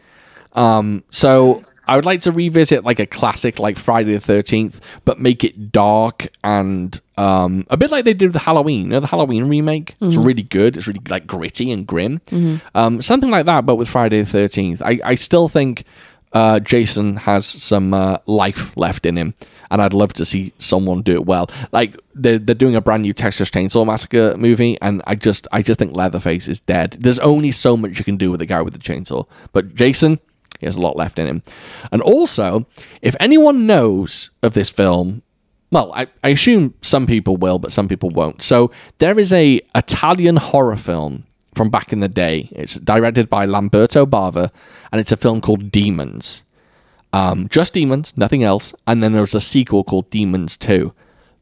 Um, so I would like to revisit like a classic like Friday the Thirteenth, but make it dark and um, a bit like they did with the Halloween. You know, the Halloween remake. It's really good. It's really like gritty and grim. Um, something like that, but with Friday the Thirteenth. I, I still think uh, Jason has some uh, life left in him, and I'd love to see someone do it well. Like they're, they're doing a brand new Texas Chainsaw Massacre movie, and I just I just think Leatherface is dead. There's only so much you can do with a guy with a chainsaw, but Jason. He has a lot left in him. And also, if anyone knows of this film, well, I, I assume some people will, but some people won't. So there is a Italian horror film from back in the day. It's directed by Lamberto Bava, and it's a film called Demons. Um, just Demons, nothing else. And then there was a sequel called Demons 2.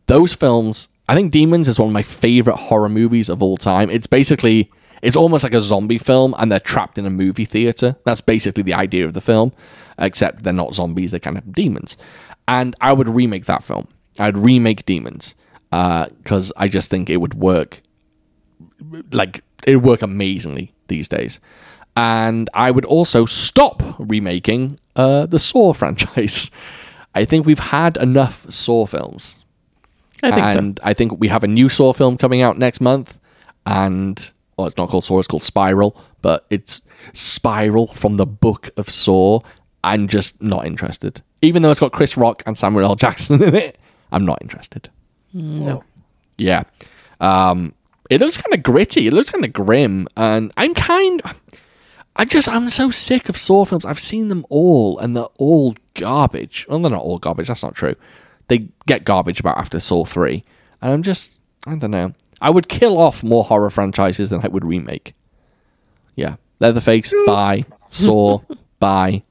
Those films, I think Demons is one of my favorite horror movies of all time. It's basically, it's almost like a zombie film, and they're trapped in a movie theater. That's basically the idea of the film, except they're not zombies, they're kind of demons. And I would remake that film. I'd remake Demons because I just think it would work like it would work amazingly these days. And I would also stop remaking uh, the Saw [laughs] franchise. I think we've had enough Saw films,
I think so.
and I think we have a new Saw film coming out next month. And well, it's not called Saw; it's called Spiral, but it's Spiral from the book of Saw. I'm just not interested, even though it's got Chris Rock and Samuel L. Jackson [laughs] in it. I'm not interested.
no.
Yeah. Um, it looks kind of gritty. It looks kind of grim, and I'm kind. I just I'm so sick of Saw films. I've seen them all, and they're all garbage. Well, they're not all garbage. That's not true. They get garbage about after Saw three, and I'm just I don't know. I would kill off more horror franchises than I would remake. Yeah, Leatherface, bye. Saw, bye.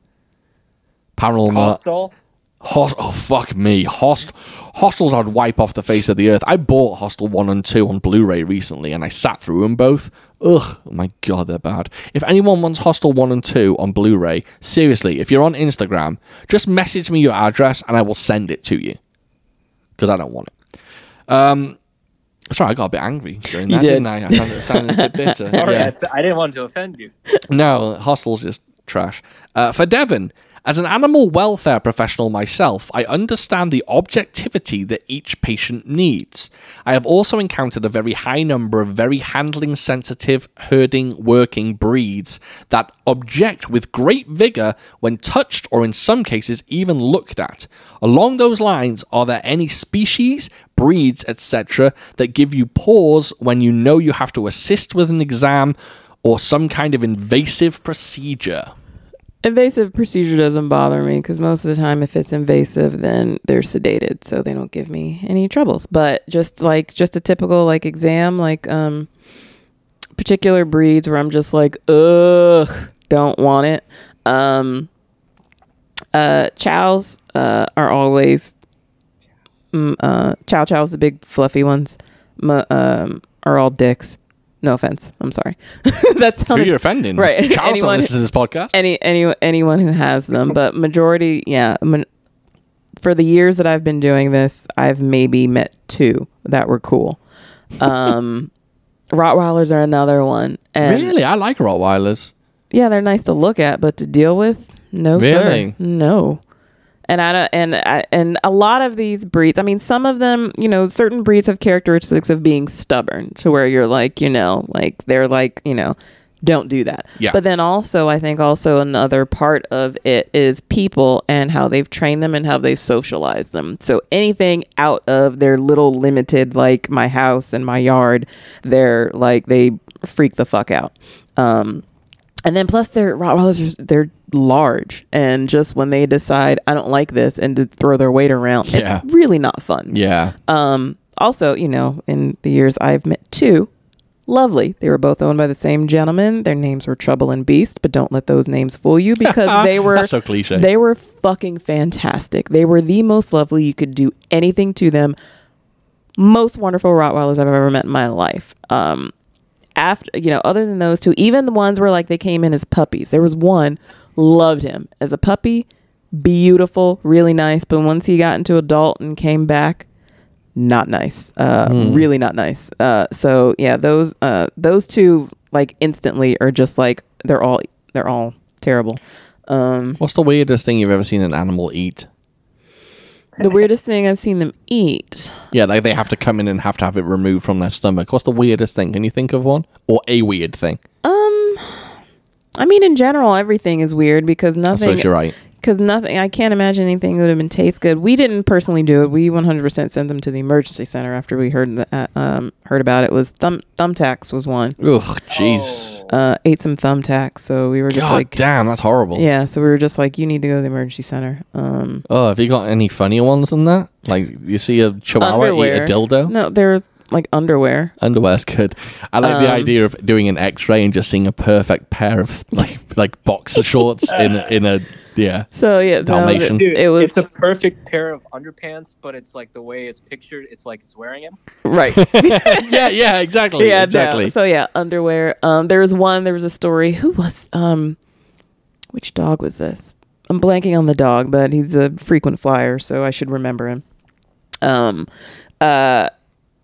Paranormal.
Hostel.
Host- oh fuck me, Host- hostels I'd wipe off the face of the earth. I bought Hostel One and Two on Blu-ray recently, and I sat through them both. Ugh, Oh my god, they're bad. If anyone wants Hostel One and Two on Blu-ray, seriously, if you're on Instagram, just message me your address and I will send it to you because I don't want it. Um, sorry, I got a bit angry during that,
did.
didn't I? I sounded, sounded
[laughs]
a bit bitter.
Sorry,
Yeah.
I, th- I didn't want to offend you.
No, hostel's just trash. Uh, for Devon, as an animal welfare professional myself, I understand the objectivity that each patient needs. I have also encountered a very high number of very handling sensitive, herding, working breeds that object with great vigour when touched or in some cases even looked at. Along those lines, are there any species, breeds, etc., that give you pause when you know you have to assist with an exam? or some kind of invasive procedure.
Invasive procedure doesn't bother me because most of the time, if it's invasive, then they're sedated, so they don't give me any troubles. But just like just a typical like exam, like um, particular breeds where I'm just like, ugh, don't want it. Um, uh, chows uh, are always mm, uh, chow chows, the big fluffy ones, mu- um, are all dicks. No offense. I'm sorry. [laughs] that
Who
sounded
you're offending?
Right.
Charles
Anyone-
not listening to this podcast.
any any anyone who has them, but majority, yeah. I mean, for the years that I've been doing this, I've maybe met two that were cool. Um, Rottweilers are another one, and
really, I like Rottweilers.
yeah, they're nice to look at, but to deal with, no,
Really?
sir, no. And I don't, and I, and a lot of these breeds. I mean, some of them, you know, certain breeds have characteristics of being stubborn, to where you're like, you know, like they're like, you know, don't do that.
Yeah.
But then also, I think also another part of it is people and how they've trained them and how they've socialized them. So anything out of their little limited, like my house and my yard, they're like they freak the fuck out. Um, and then plus their Rottweilers, are- they're large, and just when they decide I don't like this and to throw their weight around,
Yeah.
it's really not fun.
Yeah.
Um. Also, you know, in the years I've met two, lovely. They were both owned by the same gentleman. Their names were Trouble and Beast, but don't let those names fool you
[laughs]
because they were
That's so cliche.
They were fucking fantastic. They were the most lovely. You could do anything to them. Most wonderful Rottweilers I've ever met in my life. Um, after you know other than those two even the ones where like they came in as puppies there was one loved him as a puppy beautiful really nice but once he got into adult and came back not nice uh really not nice uh so yeah those uh those two like instantly are just like they're all they're all terrible um
What's the weirdest thing you've ever seen an animal eat?
the weirdest thing i've seen them eat
Yeah, like they have to come in and have to have it removed from their stomach. What's the weirdest thing? Can you think of one? Or a weird thing?
i mean in general everything is weird because
I
nothing
suppose you're right.
because nothing i can't imagine anything would have been taste good we didn't personally do it we 100% sent them to the emergency center after we heard the, uh, um, heard about it was thumb thumbtacks was one
Ugh, jeez.
Oh.
uh, ate some thumbtacks so we were just
God
like
damn, that's horrible.
yeah so we were just like you need to go to the emergency center um
Oh, have you got any funnier ones than that? Like you see a chihuahua
underwear
eat a dildo?
no there's like underwear
Underwear's good. I like the
Um,
idea of doing an X-ray and just seeing a perfect pair of [laughs] like like boxer shorts in a, in a yeah.
so yeah no,
Dalmatian.
th-
Dude,
it was
it's a perfect pair of underpants, but it's like the way it's pictured, it's like it's wearing him.
right
yeah, yeah, exactly,
yeah, no.
exactly.
So yeah, underwear. Um, there was one. There was a story. Who was um, which dog was this? I'm blanking on the dog, but he's a frequent flyer, so I should remember him. Um, uh,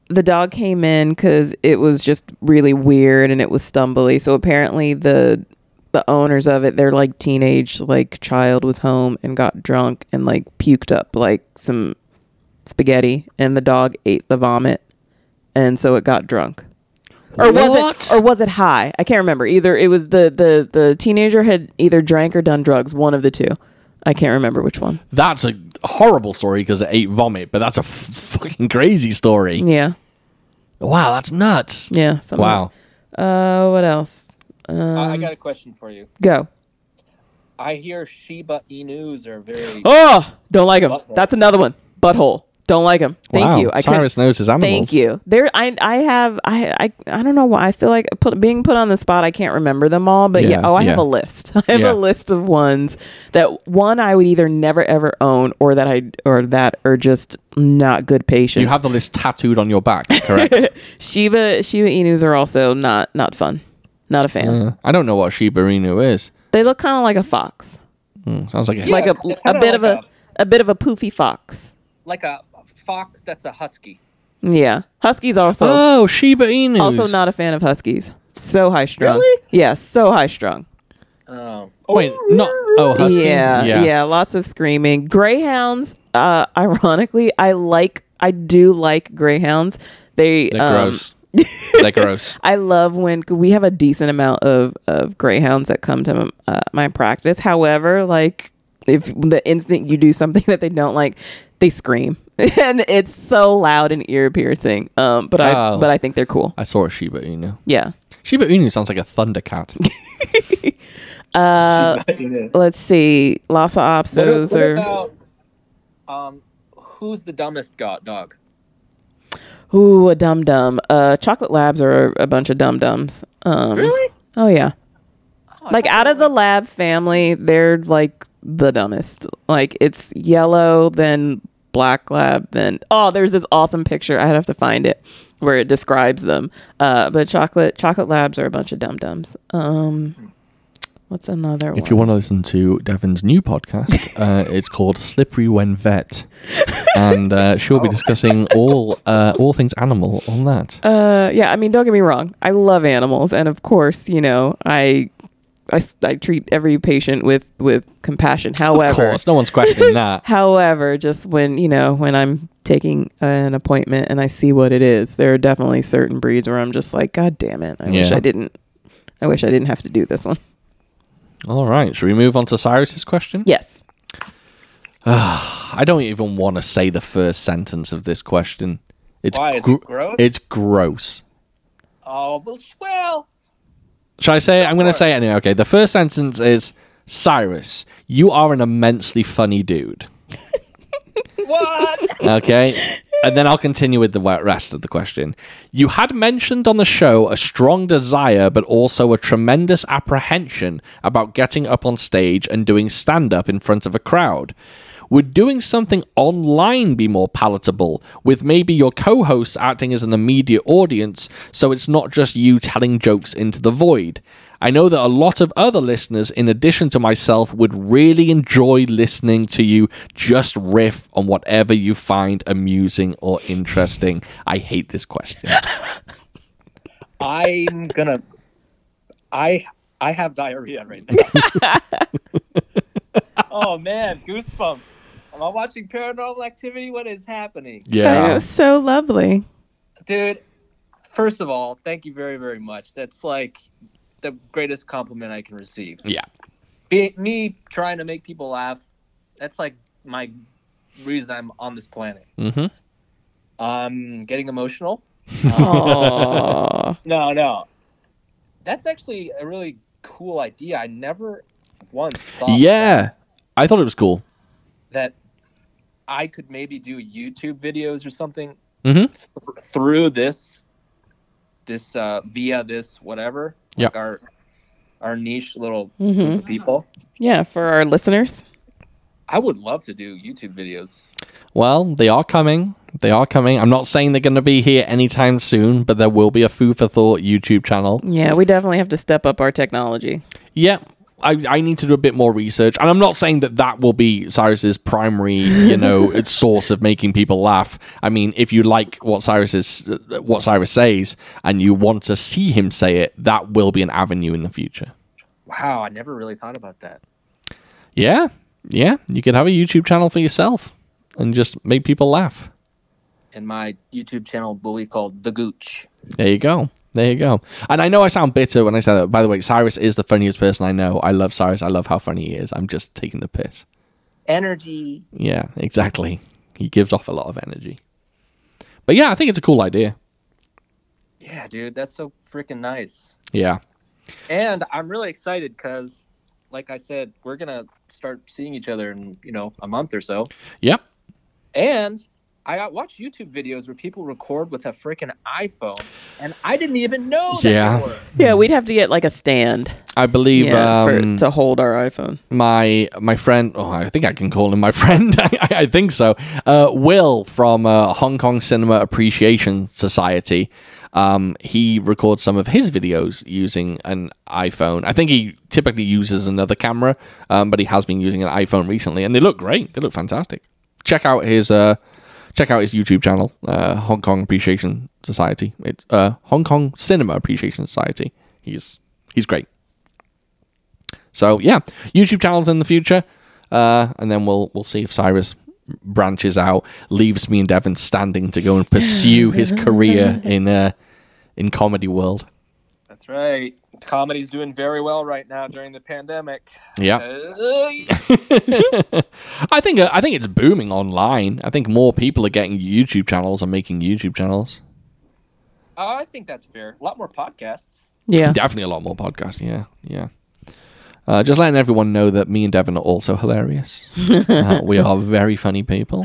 the dog came in because it was just really weird and it was stumbly. So apparently the the owners of it, their like teenage like child was home and got drunk and like puked up like some spaghetti, and the dog ate the vomit, and so it got drunk. Or was
What?
it? Or was it high? I can't remember. Either it was the the the teenager had either drank or done drugs. One of the two. I can't remember which one.
that's a horrible story because it ate vomit, but that's a f- fucking crazy story.
Yeah,
Wow, that's nuts.
yeah. something.
Wow.
Uh, what else?
Um,
I I got a question for you.
Go.
I hear Shiba Inus are very.
Oh, don't like him.
Butthole.
That's another one. Butthole. Don't like him. Thank
Wow,
you. I can't.
Cyrus knows his animals.
Thank you. There, I, I have, I, I, I don't know why. I feel like put, being put on the spot. I can't remember them all, but yeah.
Yeah,
oh, I have
yeah.
a list. [laughs] I have
Yeah.
a list of ones that one I would either never ever own, or that I, or that are just not good patients.
You have the list tattooed on your back, correct? [laughs]
Shiba Shiba Inus are also not not fun. Not a fan.
Uh, I don't know what a Shiba Inu is.
They look kind of like a fox,
Hmm, sounds like a
Yeah,
like a
kinda
a bit
like
of a, a bit of a poofy fox.
like a fox that's a husky.
Yeah, huskies also
oh Shiba Inu.
Also, not a fan of huskies. So high strung.
Really?
Yeah, so high strung.
Oh,
Wait, not oh husky.
Yeah, yeah, Lots of screaming. Greyhounds. Uh, [laughs] ironically, I like. I do like greyhounds. They
They're
um,
[laughs] gross. They're gross.
I love when 'cause we have a decent amount of of greyhounds that come to m- uh, my practice. However, like if the instant you do something [laughs] that they don't like, they scream. [laughs] And it's so loud and ear piercing. Um, but I
Oh.
but I think they're cool.
I saw a Shiba Inu.
Yeah.
Shiba Inu sounds like a thundercat.
Uh,
[laughs]
Let's see. Lhasa
What, a-
Apsos
what
or
about um, who's the dumbest go- dog?
Ooh, a dum dum. Uh, chocolate labs are a bunch of dum dums. Um,
Really?
Oh yeah.
Oh, I
Like
thought
out
they
of
were-
the lab family, they're like the dumbest. Like it's yellow, then black lab, then oh, there's this awesome picture. I'd have to find it. where it describes them. Uh, but chocolate chocolate labs are a bunch of dum dums. Um, what's another
[laughs] If you want to listen to Devin's new podcast, [laughs] uh, it's called Slippery When Vet, and uh, she'll be discussing all uh, all things animal on that.
Uh, yeah, I mean, don't get me wrong. I love animals, and of course, you know, I, I, s- I treat every patient with with compassion. However,
of course, no one's [laughs] questioning that.
However, just when you know when I'm taking an appointment and I see what it is, there are definitely certain breeds where I'm just like, God damn it! I wish
Yeah.
I didn't. I wish I didn't have to do this one.
All right, should we move on to Cyrus's question?
Yes.
I don't even want to say the first sentence of this question. It's
Why, is it gross?
It's gross.
Oh, well, sh- well,
Should I say it? I'm going to say it anyway. Okay, the first sentence is Cyrus, you are an immensely funny dude.
what?
[laughs] Okay. And then I'll continue with the wa- rest of the question. You had mentioned on the show a strong desire, but also a tremendous apprehension about getting up on stage and doing stand up in front of a crowd. Would doing something online be more palatable, with maybe your co hosts acting as an immediate audience, so it's not just you telling jokes into the void? I know that a lot of other listeners, in addition to myself, would really enjoy listening to you just riff on whatever you find amusing or interesting. I hate this question.
I'm gonna. I I have diarrhea right now. oh man, goosebumps! Am I watching Paranormal Activity? What is happening,
It was so lovely.
dude? First of all, thank you very very much. That's like the greatest compliment I can receive.
Yeah.
Be, me trying to make people laugh. That's like my reason I'm on this planet.
Mm-hmm.
I'm getting emotional.
[laughs] Aww.
No, no. That's actually a really cool idea. I never once thought
Yeah. I thought it was cool.
that I could maybe do YouTube videos or something
Mhm.
th- through this, this uh, via this whatever.
Yep.
Like our our niche little
hmm
group of people.
Yeah, for our listeners.
I would love to do YouTube videos.
Well, they are coming. They are coming. I'm not saying they're going to be here anytime soon, but there will be a Food for Thought YouTube channel.
Yeah, we definitely have to step up our technology.
Yeah. I, I need to do a bit more research, and I'm not saying that that will be Cyrus's primary, you know, it's source of making people laugh. I mean, if you like what Cyrus is, what Cyrus says, and you want to see him say it, that will be an avenue in the future.
Wow, I never really thought about that.
Yeah, yeah, you could have a YouTube channel for yourself and just make people laugh.
And my YouTube channel will be called The Gooch.
There you go. There you go. And I know I sound bitter when I say that. By the way, Cyrus is the funniest person I know. I love Cyrus. I love how funny he is. I'm just taking the piss.
Energy.
Yeah, [laughs] exactly. He gives off a lot of energy. But yeah, I think it's a cool idea.
Yeah, dude, that's so freaking nice.
Yeah.
And I'm really excited because, like I said, we're gonna start seeing each other in you know a month or so.
Yep.
And I got- watch YouTube videos where people record with a freaking iPhone, and I didn't even know. That
Yeah.
they were.
Yeah, we'd have to get like a stand.
I believe
Yeah,
um,
for, to hold our iPhone.
my my friend. Oh, I think I can call him my [laughs] friend. I, I think so. Uh, Will from uh, Hong Kong Cinema Appreciation Society. Um, he records some of his videos using an iPhone. I think he typically uses another camera, um, but he has been using an iPhone recently, and they look great. They look fantastic. Check out his uh, check out his YouTube channel, uh, Hong Kong Appreciation Society. It's uh, Hong Kong Cinema Appreciation Society. He's he's great. So yeah, YouTube channels in the future, uh, and then we'll we'll see if Cyrus branches out, leaves me and Devin standing to go and pursue his career in uh, in comedy world.
That's right. Comedy's doing very well right now during the pandemic.
Yeah,
Uh,
I think uh, I think it's booming online. I think more people are getting YouTube channels and making YouTube channels.
I think that's fair. A lot more podcasts.
Yeah.
Definitely a lot more podcasts. Yeah, yeah. Uh, just letting everyone know that me and Devin are also
[laughs]
hilarious. Uh, we are very funny people.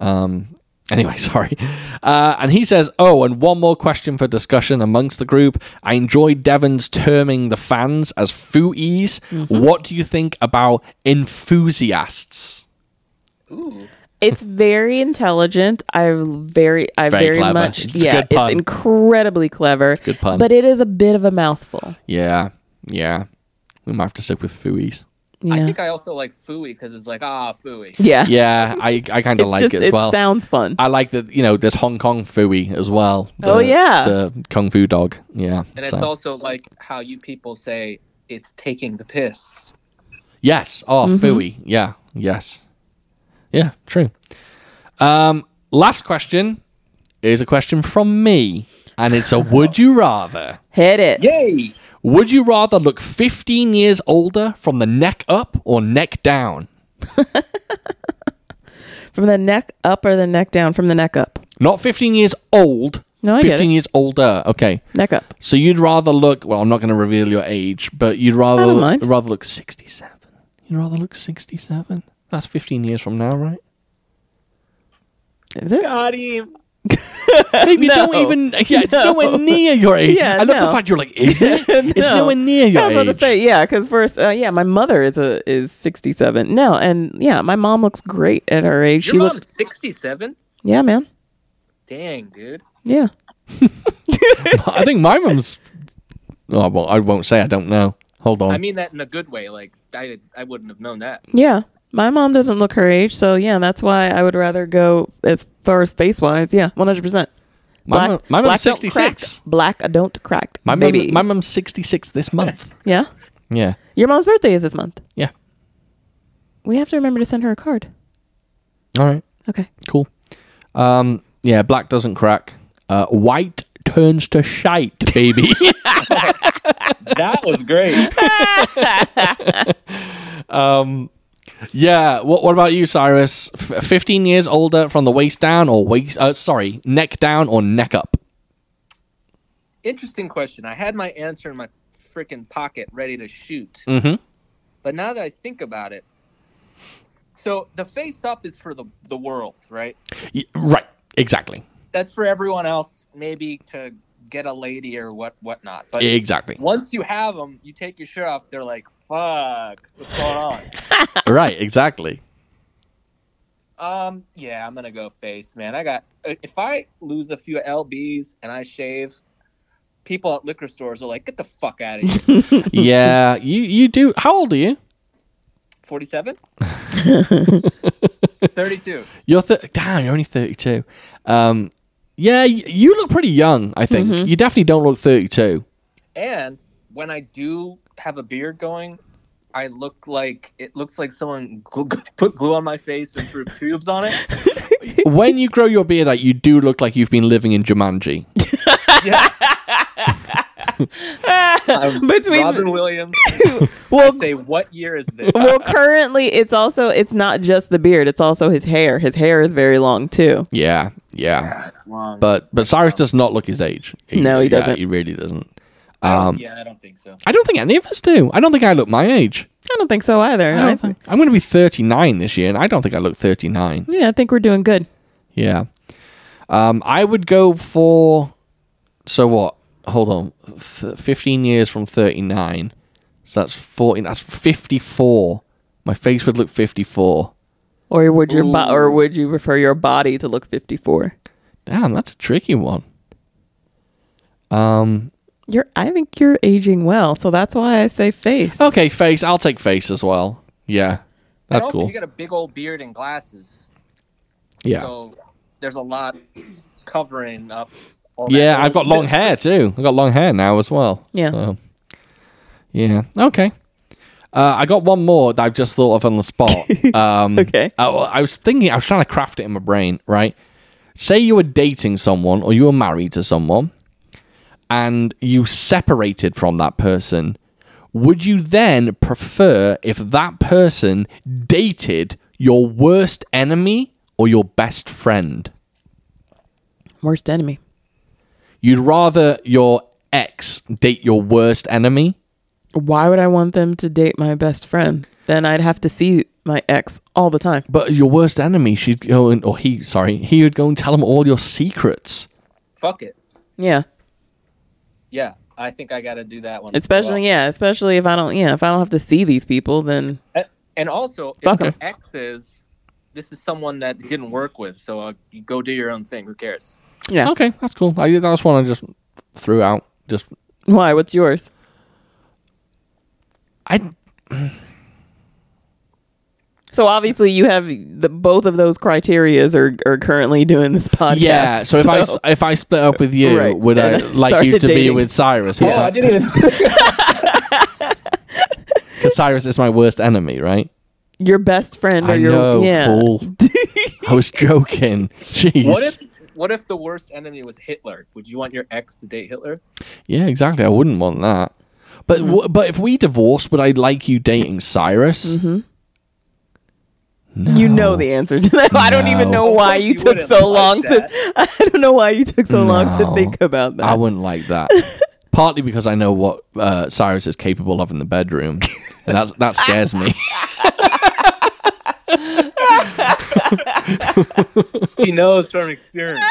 Um, anyway, [laughs] sorry. Uh, and he says, "Oh, and one more question for discussion amongst the group. I enjoy Devon's terming the fans as
Mm-hmm.
fooies. What do you think about enthusiasts?"
Ooh,
It's very intelligent. I very, I
very
very,
clever.
much,
It's a
yeah,
good pun.
it's incredibly clever.
good pun.
but it is a bit of a mouthful.
Yeah, yeah. We might have to stick with fooies.
I
Yeah,
think I also like Fooey because it's like ah Fooey.
[laughs] yeah,
Yeah, I I kind of
It's
like
just
it as
it
well.
sounds fun.
I like that you know there's Hong Kong fooey as well. The-
Oh, yeah.
the kung fu dog. Yeah,
And it's
so-
also like how you people say it's taking the piss.
yes. Oh,
Mm-hmm.
fooey. Yeah. Yes. Yeah. True. Um, last question is a question from me, and it's
[laughs]
a Would you rather?
Hit it.
Yay!
Would you rather look 15 years older from the neck up or neck down?
From the neck up or the neck down? From the neck up.
Not 15 years old.
No, I get
15
it.
years older. Okay.
Neck up.
So you'd rather look. Well, I'm not going to reveal your age, but you'd rather
don't mind.
rather look 67. You'd rather look 67. That's 15 years from now, right?
Is it?
Got him.
Maybe
[laughs] No.
don't even. Yeah,
[laughs]
it's nowhere near your age.
Yeah,
I love
no.
the fact you're like, is it? It's
[laughs] No.
nowhere near your
I was about
age.
to say yeah, because first, uh, yeah, my mother is a is sixty seven. No, and yeah, my mom looks great at her age.
Your
she
mom's
looks
67.
yeah, man,
Dang, dude.
yeah.
I think my mum's. Oh, well, I won't say. I don't know. Hold on.
I mean that in a good way. Like I, did, I wouldn't have known that.
Yeah. My mom doesn't look her age, so yeah, that's why I would rather go as far as face wise. Yeah, one hundred percent.
my mum- my mum's
don't
66.
Crack. Black uh, don't crack.
My mum,
baby.
my mum's 66 this month.
yeah.
Yeah.
Your mom's birthday is this month.
Yeah.
We have to remember to send her a card.
All right.
Okay.
Cool. Um, yeah, black doesn't crack. Uh, white turns to shite, baby.
[laughs]
That was great.
yeah. What What about you, Cyrus? F- Fifteen years older from the waist down, or waist? Uh, sorry, neck down or neck up?
Interesting question. I had my answer in my freaking pocket, ready to shoot.
Mm-hmm.
But now that I think about it, so the face up is for the the world, right?
right. Exactly.
That's for everyone else, maybe to get a lady or what whatnot. But
Exactly.
once you have them, you take your shirt off. They're like, "Fuck, what's going on?"
right. Exactly.
Um, yeah, I'm gonna go face, man. I got uh, if I lose a few lbs and I shave, people at liquor stores are like, "Get the fuck out of here."
yeah. You You do. How old are you? [laughs]
47, 32.
You're th- damn. You're only thirty two. Um. Yeah. y- You look pretty young. I think
Mm-hmm.
you definitely don't look thirty
[laughs]
two.
And when I do have a beard going, I look like it looks like someone glu- put glue on my face and threw pubes on it.
when you grow your beard out, you do look like you've been living in Jumanji.
Yeah,
[laughs] Between
Robin Williams.
well,
Say, what year is this?
well, currently it's also it's not just the beard; it's also his hair. His hair is very long too.
Yeah, yeah.
Long.
But but Cyrus does not look his age.
No, he
yeah,
doesn't.
He really doesn't. um,
yeah, I don't think so.
I don't think any of us do. I don't think I look my age.
I don't think so either.
I don't think I'm going to be 39 this year, and I don't think I look 39.
yeah, I think we're doing good.
Yeah. Um, I would go for. So what? Hold on. Th- 15 years from 39. So that's 14. That's 54. My face would look 54.
Or would your bo- or would you prefer your body to look fifty four?
Damn, that's a tricky one.
You're, I think you're aging well, so that's why I say face.
Okay, face. I'll take face as well. Yeah,
And
that's
also,
cool.
You got a big old beard and glasses.
Yeah,
So there's a lot covering up. all that
yeah.
old
I've got long
shit.
hair too. I've got long hair now as well.
Yeah.
So, yeah. Okay. Uh, I got one more that I've just thought of on the [laughs] spot. Um,
Okay.
I, I was thinking. I was trying to craft it in my brain. Right. Say you were dating someone or you were married to someone, and you separated from that person. Would you then prefer if that person dated your worst enemy or your best friend?
Worst enemy.
You'd rather your ex date your worst enemy?
Why would I want them to date my best friend? Then I'd have to see my ex all the time.
But your worst enemy, she'd go and, or he, sorry, he would go and tell him all your secrets.
Fuck it.
Yeah.
Yeah, I think I got to do that one. as
Especially
well.
yeah, especially if I don't yeah, if I don't have to see these people then
And also,
Fuck
if
'em.
the exes this is someone that it didn't work with, so uh, you go do your own thing. Who cares?
Yeah.
Okay, that's cool. I, that was one I just threw out. Just
Why? What's yours?
I
So obviously you have the both of those criterias are are currently doing this podcast.
yeah. So if I s- if I split up with you,
Right,
would I [laughs]
and
like you
started
to be
dating.
with Cyrus?
Oh, I didn't
[laughs]
even.
Because Cyrus is my worst enemy, right?
your best friend or
I
your
know,
yeah.
fool. I was joking. Jeez.
What if what if the worst enemy was Hitler? Would you want your ex to date Hitler?
Yeah, exactly. I wouldn't want that. But w- but if we divorce, would I like you dating Cyrus?
[laughs] You know the answer to that. I don't even know
No.
why
Of course
you
you
took
wouldn't
so
like
long [laughs] to. I don't know why you took so long
No.
to think about that.
I wouldn't like that. Partly because I know what uh, Cyrus is capable of in the bedroom, and that's, that scares me.
He knows from
[laughs]
experience.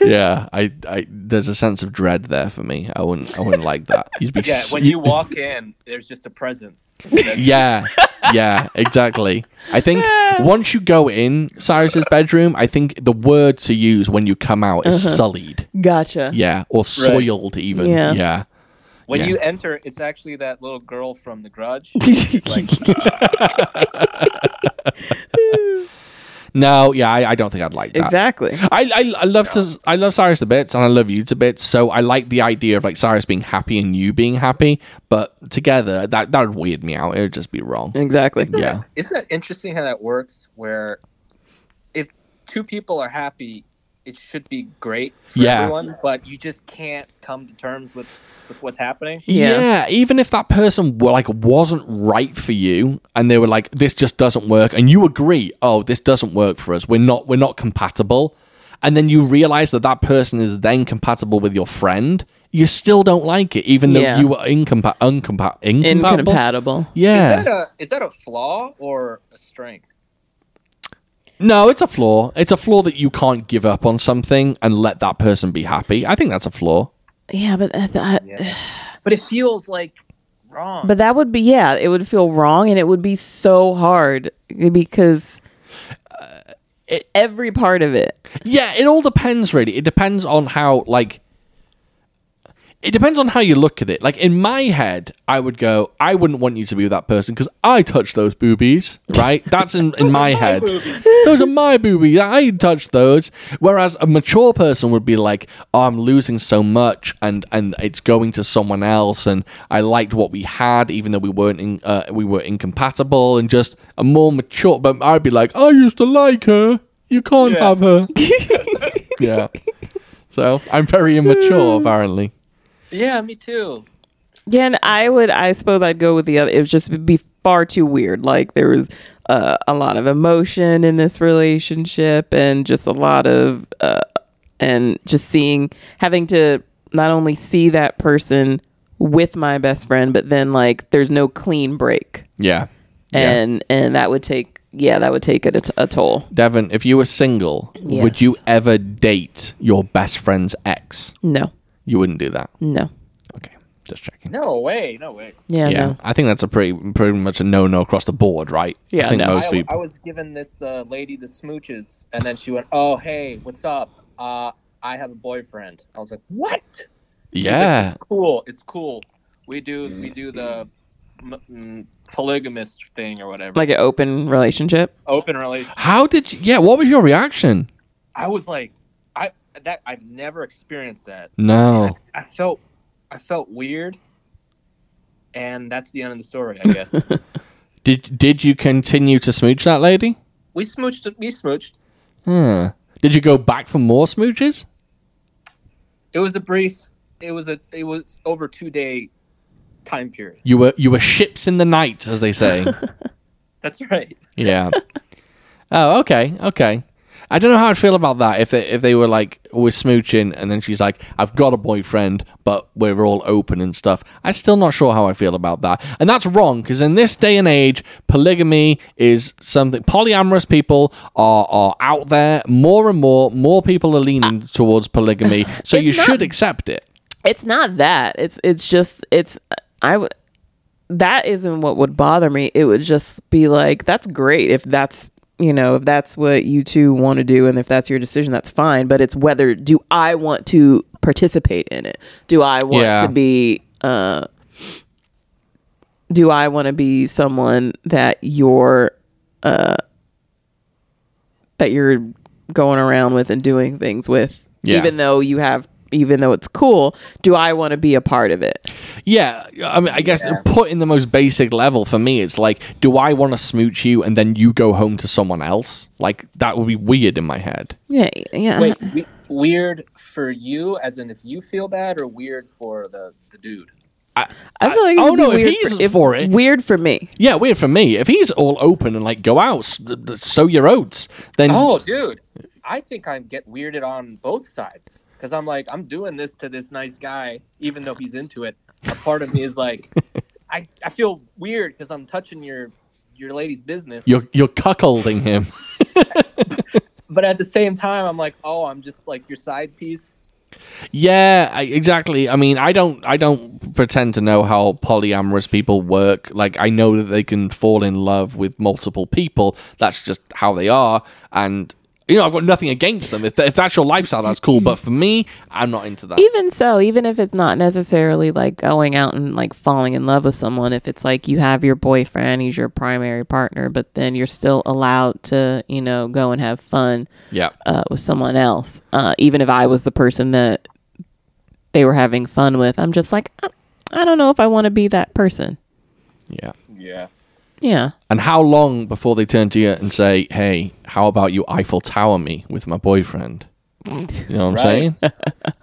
yeah, I, I there's a sense of dread there for me. I wouldn't I wouldn't like that. You'd be
Yeah,
s-
when you walk in, there's just
[laughs]
a presence.
Yeah, yeah, exactly. I think once you go in Cyrus's bedroom, I think the word to use when you come out is sullied.
gotcha. [laughs]
Yeah, or soiled even.
Yeah.
yeah.
When
Yeah.
you enter, it's actually that little girl from The Grudge.
No, yeah, I, I don't think I'd like that.
exactly.
I, I, I love to I love Cyrus to bits and I love you to bits. So I like the idea of like Cyrus being happy and you being happy, but together that that would weird me out. It would just be wrong.
Exactly.
Yeah,
Isn't that interesting how that works? Where if two people are happy, it should be great for
Yeah.
everyone, but you just can't come to terms with, with what's happening.
yeah.
Yeah.
even if that person were, like wasn't right for you, and they were like, "This just doesn't work," and you agree, "Oh, this doesn't work for us. We're not we're not compatible," and then you realize that that person is then compatible with your friend. You still don't like it, even though
Yeah.
you were incompa- uncompa- incompatible.
Incompatible.
Yeah.
Is that a is that a flaw or a strength?
No, it's a flaw. It's a flaw that you can't give up on something and let that person be happy. I think that's a flaw.
Yeah, but I th-
Yeah. But it feels like wrong.
but that would be yeah, it would feel wrong and it would be so hard because uh, e, every part of it.
Yeah, it all depends really. It depends on how like it depends on how you look at it. Like in my head, I would go, I wouldn't want you to be with that person because I touched those boobies, right? That's in, in my head. Those are my boobies. I touched those. Whereas a mature person would be like, oh, I'm losing so much and and it's going to someone else and I liked what we had even though we weren't in, uh, we were incompatible and just a more mature but I'd be like, I used to like her. You can't
Yeah.
have her. yeah. [laughs] So I'm very immature apparently.
yeah, me too.
Yeah, and I would I suppose I'd go with the other it would just be far too weird. Like there was uh, a lot of emotion in this relationship and just a lot of uh, and just seeing having to not only see that person with my best friend but then like there's no clean break.
Yeah. yeah.
and and that would take yeah that would take it a, t- a toll
Devin, if you were single, would
Yes.
you ever date your best friend's ex?
no
You wouldn't do that.
no
Okay. Just checking.
No way, no way.
yeah,
yeah.
no
I think that's a pretty pretty much a no no across the board, right? I
Yeah,
think
no.
most
I, I
people
was giving this uh, lady the smooches, and then she went, "Oh, hey, what's up? Uh, I have a boyfriend." I was like, "What?
Yeah.
Cool. It's cool. We do we do the m- m- polygamist thing or whatever,
like an open relationship
open relation."
How did you yeah, what was your reaction?
I was like, I that I've never experienced that.
No.
I felt I felt weird, and that's the end of the story, I guess.
Did did you continue to smooch that lady?
we smooched. We smooched.
Huh. Did you go back for more smooches?
It was a brief. It was a. It was over two day time period.
You were you were ships in the night, as they
[laughs]
say.
That's right.
Yeah. oh, okay, okay. I don't know how I'd feel about that if they if they were like we're smooching and then she's like I've got a boyfriend but we're all open and stuff. I'm still not sure how I feel about that, and that's wrong because in this day and age, polygamy is something. Polyamorous people are are out there more and more. More people are leaning towards polygamy, so you should accept it.
it's not that it's it's just it's i would that isn't what would bother me it would just be like that's great if that's you know, if that's what you two want to do and if that's your decision, that's fine. But it's whether do I want to participate in it? Do I want
Yeah.
to be uh do I want to be someone that you're uh that you're going around with and doing things with
Yeah.
even though you have even though it's cool, do I want to be a part of it?
Yeah, I mean, I guess put in the most basic level for me, it's like, do I want to smooch you and then you go home to someone else? Like that would be weird in my head.
Yeah, yeah.
Wait, we, weird for you, as in if you feel bad, or weird for the, the dude?
I feel like it
oh,
would be
no, if
weird
he's
for, if-
for it.
weird for me.
Yeah, weird for me. If he's all open and like go out, s- th- th- sow your oats, then
Oh, dude, I think I'm get weirded on both sides because I'm like, I'm doing this to this nice guy, even though he's into it. A part of me
[laughs]
is like, I, I feel weird because I'm touching your your lady's business.
you're you're cuckolding him.
but at the same time, I'm like, oh, I'm just like your side piece.
Yeah, I, exactly. I mean, I don't, I don't pretend to know how polyamorous people work. Like, I know that they can fall in love with multiple people. That's just how they are, and you know, I've got nothing against them. If, tha- if that's your lifestyle, that's cool. But for me, I'm not into that.
Even so, even if it's not necessarily like going out and like falling in love with someone, if it's like you have your boyfriend, he's your primary partner, but then you're still allowed to, you know, go and have fun
Yeah,
uh, with someone else. Uh, even if I was the person that they were having fun with, I'm just like, I, I don't know if I want to be that person.
yeah.
Yeah.
Yeah.
And how long before they turn to you and say, "Hey, how about you Eiffel Tower me with my boyfriend"? You know what I'm
Right.
saying?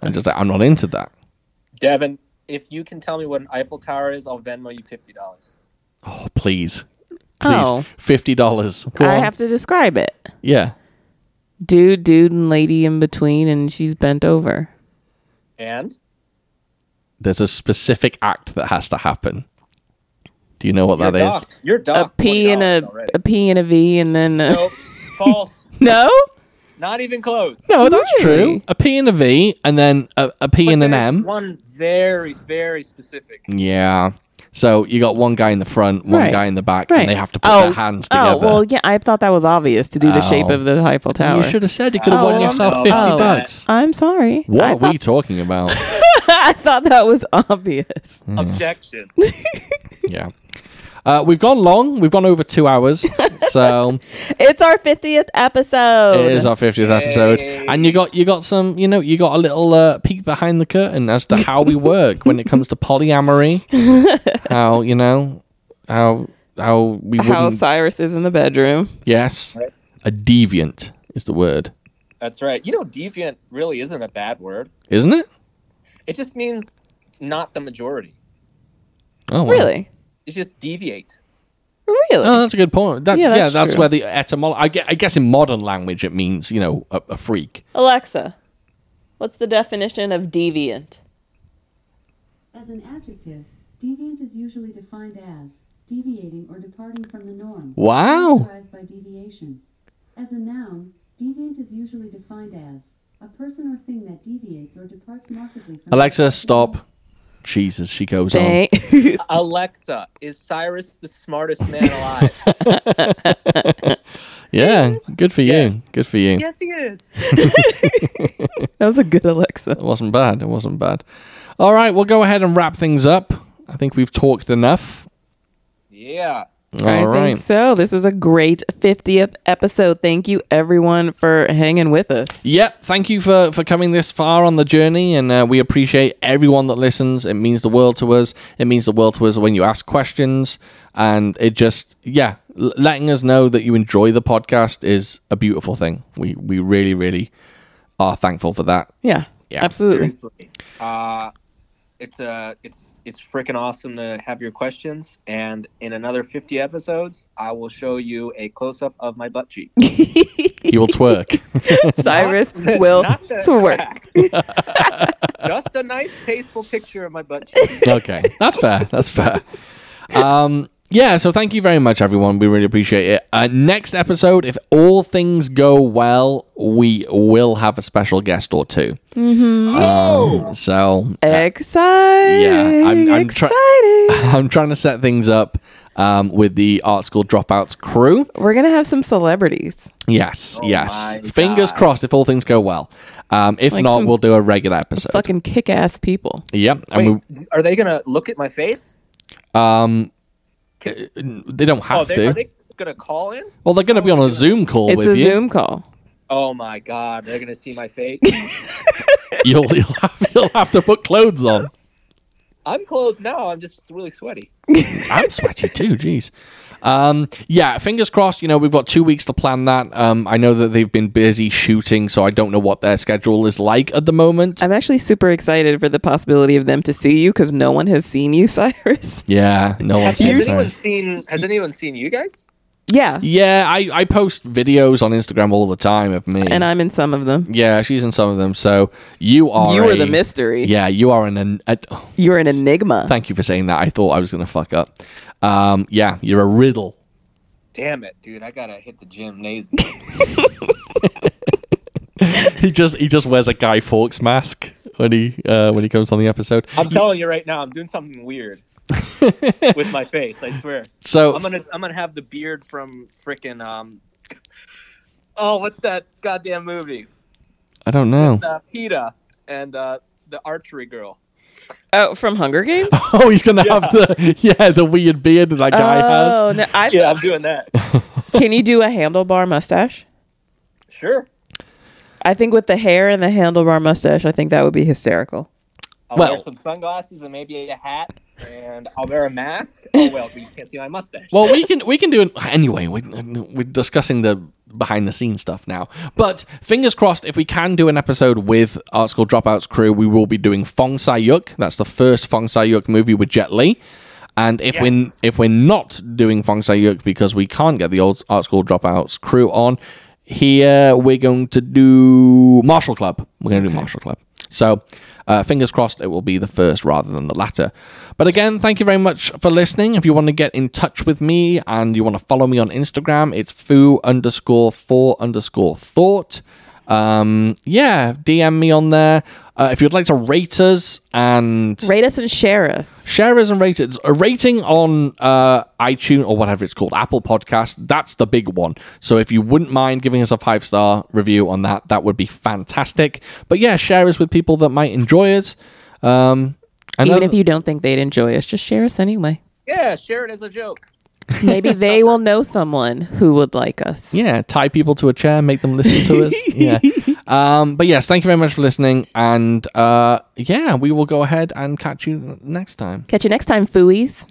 I'm just like, I'm not into that.
Devin, if you can tell me what an Eiffel Tower is, I'll Venmo you fifty dollars.
Oh, please, please,
Oh.
fifty dollars.
I have to describe it.
yeah.
Dude, dude, and lady in between, and she's bent over.
And
there's a specific act that has to happen. Do you know what
you're
that is?
docked. You're
a
docked
P and
$20
a,
already.
a P and a V, and then uh,
Nope. false.
[laughs] no,
Not even close.
No, that's
Really?
true. A P and a V, and then a, a P
But
and an
there's
M.
One very, very specific.
Yeah. So you got one guy in the front, one
Right.
guy in the back,
right?
and they have to put
oh,
their hands together.
Oh well, yeah, I thought that was obvious to do the
Oh.
shape of the Eiffel Tower.
you should have said you could have
Oh,
won
well, I'm
yourself
so-
fifty
oh.
bucks.
I'm sorry.
What
I
are
thought,
we talking about?
[laughs] I thought that was obvious.
[laughs]
Objection.
yeah. Uh, we've gone long. We've gone over two
[laughs]
hours. So
It's our fiftieth episode.
it is our fiftieth episode, and you got you got some you know you got a little uh, peek behind the curtain as to how we work when it comes to
[laughs]
polyamory, how you know how how we
How
wouldn't
Cyrus is in the bedroom.
yes a deviant is the word,
That's right. You know, deviant really isn't a bad word.
isn't it?
It just means not the majority.
Oh wow.
Really,
It's just deviate.
really.
Oh, that's a good point. That, yeah,
Yeah,
that's,
that's true.
where the etymology. I, gue- I guess in modern language it means you know a, a freak.
Alexa, what's the definition of deviant?
As an adjective, deviant is usually defined as deviating or departing from the norm.
Wow.
Characterized by deviation. As a noun, deviant is usually defined as a person or thing that deviates or departs markedly from.
Alexa, stop. Jesus, she goes on.
Dang. [laughs]
Alexa, is Cyrus the smartest man alive?
[laughs] Yeah, good for you.
Yes.
Good for you.
yes, he is.
that was a good Alexa.
It wasn't bad. It wasn't bad. All right, we'll go ahead and wrap things up. I think we've talked enough.
Yeah.
All
I
right.
think so. This was a great 50th episode. Thank you, everyone, for hanging with us.
Yep. Thank you for for coming this far on the journey, and uh, we appreciate everyone that listens. It means the world to us. It means the world to us when you ask questions, and it just yeah, l- letting us know that you enjoy the podcast is a beautiful thing. We we really really are thankful for that.
Yeah,
Yeah.
absolutely.
Seriously. Uh, it's uh, it's it's freaking awesome to have your questions. And in another fifty episodes, I will show you a close up of my
[laughs]
butt cheek.
You [laughs] will twerk.
[laughs] Cyrus will
Not the
twerk.
crack. Just a nice, tasteful picture of my butt cheek.
okay, that's fair. That's fair. Um, yeah, so thank you very much, everyone. We really appreciate it. Uh, next episode, if all things go well, we will have a special guest or 2 Mm-hmm. Um, so [laughs]
Exciting.
yeah, I'm- I'm try-
exciting.
I'm trying to set things up. um, with the art school dropouts crew.
We're gonna have some celebrities.
Yes,
Oh
yes.
my
Fingers
God.
crossed if all things go well. Um, if
Like
not,
some
we'll do a regular episode.
Fucking kick ass people.
Yep. And
Wait, are they gonna look at my face?
we, um, uh, they don't
Oh,
have
they,
to.
are they gonna call in?
well, they're going to be on a Zoom call
It's
with
a
you.
Zoom call.
Oh my god, they're gonna see my
[laughs]
face.
You'll, you'll, have, you'll have to put clothes on.
I'm clothed now. I'm just really sweaty.
I'm sweaty too. Jeez. Um, yeah, fingers crossed. You know, we've got two weeks to plan that. Um, I know that they've been busy shooting, so I don't know what their schedule is like at the moment.
I'm actually super excited for the possibility of them to see you because no one has seen you, [laughs] Cyrus.
yeah, no one's
Has
seen
anyone
her.
seen? Has anyone seen you guys?
Yeah,
Yeah, I, I post videos on Instagram all the time of me.
and I'm in some of them.
yeah, she's in some of them. So you are
You are
a-
the mystery.
Yeah, you are an. an a, oh,
You're an enigma.
thank you for saying that. I thought I was gonna fuck up. Um, yeah, you're a riddle.
Damn it, dude! I gotta hit
[laughs]
the gymnasium.
he just he just wears a Guy Fawkes mask when he uh, when he comes on the episode.
I'm telling you right now, I'm doing something weird with my face. I swear.
[laughs] So
I'm gonna I'm gonna have the beard from frickin' um. Oh, what's that goddamn movie?
I don't
[laughs]
know.
Uh, Peta and uh, the archery girl.
Oh, from Hunger
[laughs]
Games.
Oh, he's gonna have the [laughs] yeah the weird beard that that guy
oh,
has.
no, I,
Yeah, I'm doing that.
can you do a handlebar mustache?
Sure.
I think with the hair and the handlebar mustache, I think that would be hysterical.
I'll
Well-
wear some sunglasses and maybe a hat, and I'll wear a mask. Oh well, you can't see my mustache.
Well, we can we can do it anyway. We, we're discussing the behind the scenes stuff now, but fingers crossed if we can do an episode with Art School Dropouts crew, we will be doing Fong Sai-yuk. That's the first Fong Sai-yuk movie with Jet Li. And if we're
Yes.
if we're not doing Fong Sai-yuk because we can't get the old Art School Dropouts crew on here, we're going to do Martial Club. We're going to do Martial Club. So, uh, fingers crossed, it will be the first rather than the latter. But again, thank you very much for listening. If you want to get in touch with me and you want to follow me on Instagram, it's foo underscore four underscore thought. Um, yeah, DM me on there. Uh, if you'd like to rate us and
Rate us and share us.
share us and rate it. A rating on uh, iTunes or whatever it's called, Apple Podcast, that's the big one. So if you wouldn't mind giving us a five star review on that, that would be fantastic. But yeah, share us with people that might enjoy it. Um, and
Even
other-
if you don't think they'd enjoy us, just share us anyway.
yeah, share it as a joke.
Maybe they will know someone who would like us.
yeah, tie people to a chair, make them listen to
[laughs]
us. Yeah. Um, but yes, thank you very much for listening. And uh, yeah, we will go ahead and catch you next time.
Catch you next time, fooies.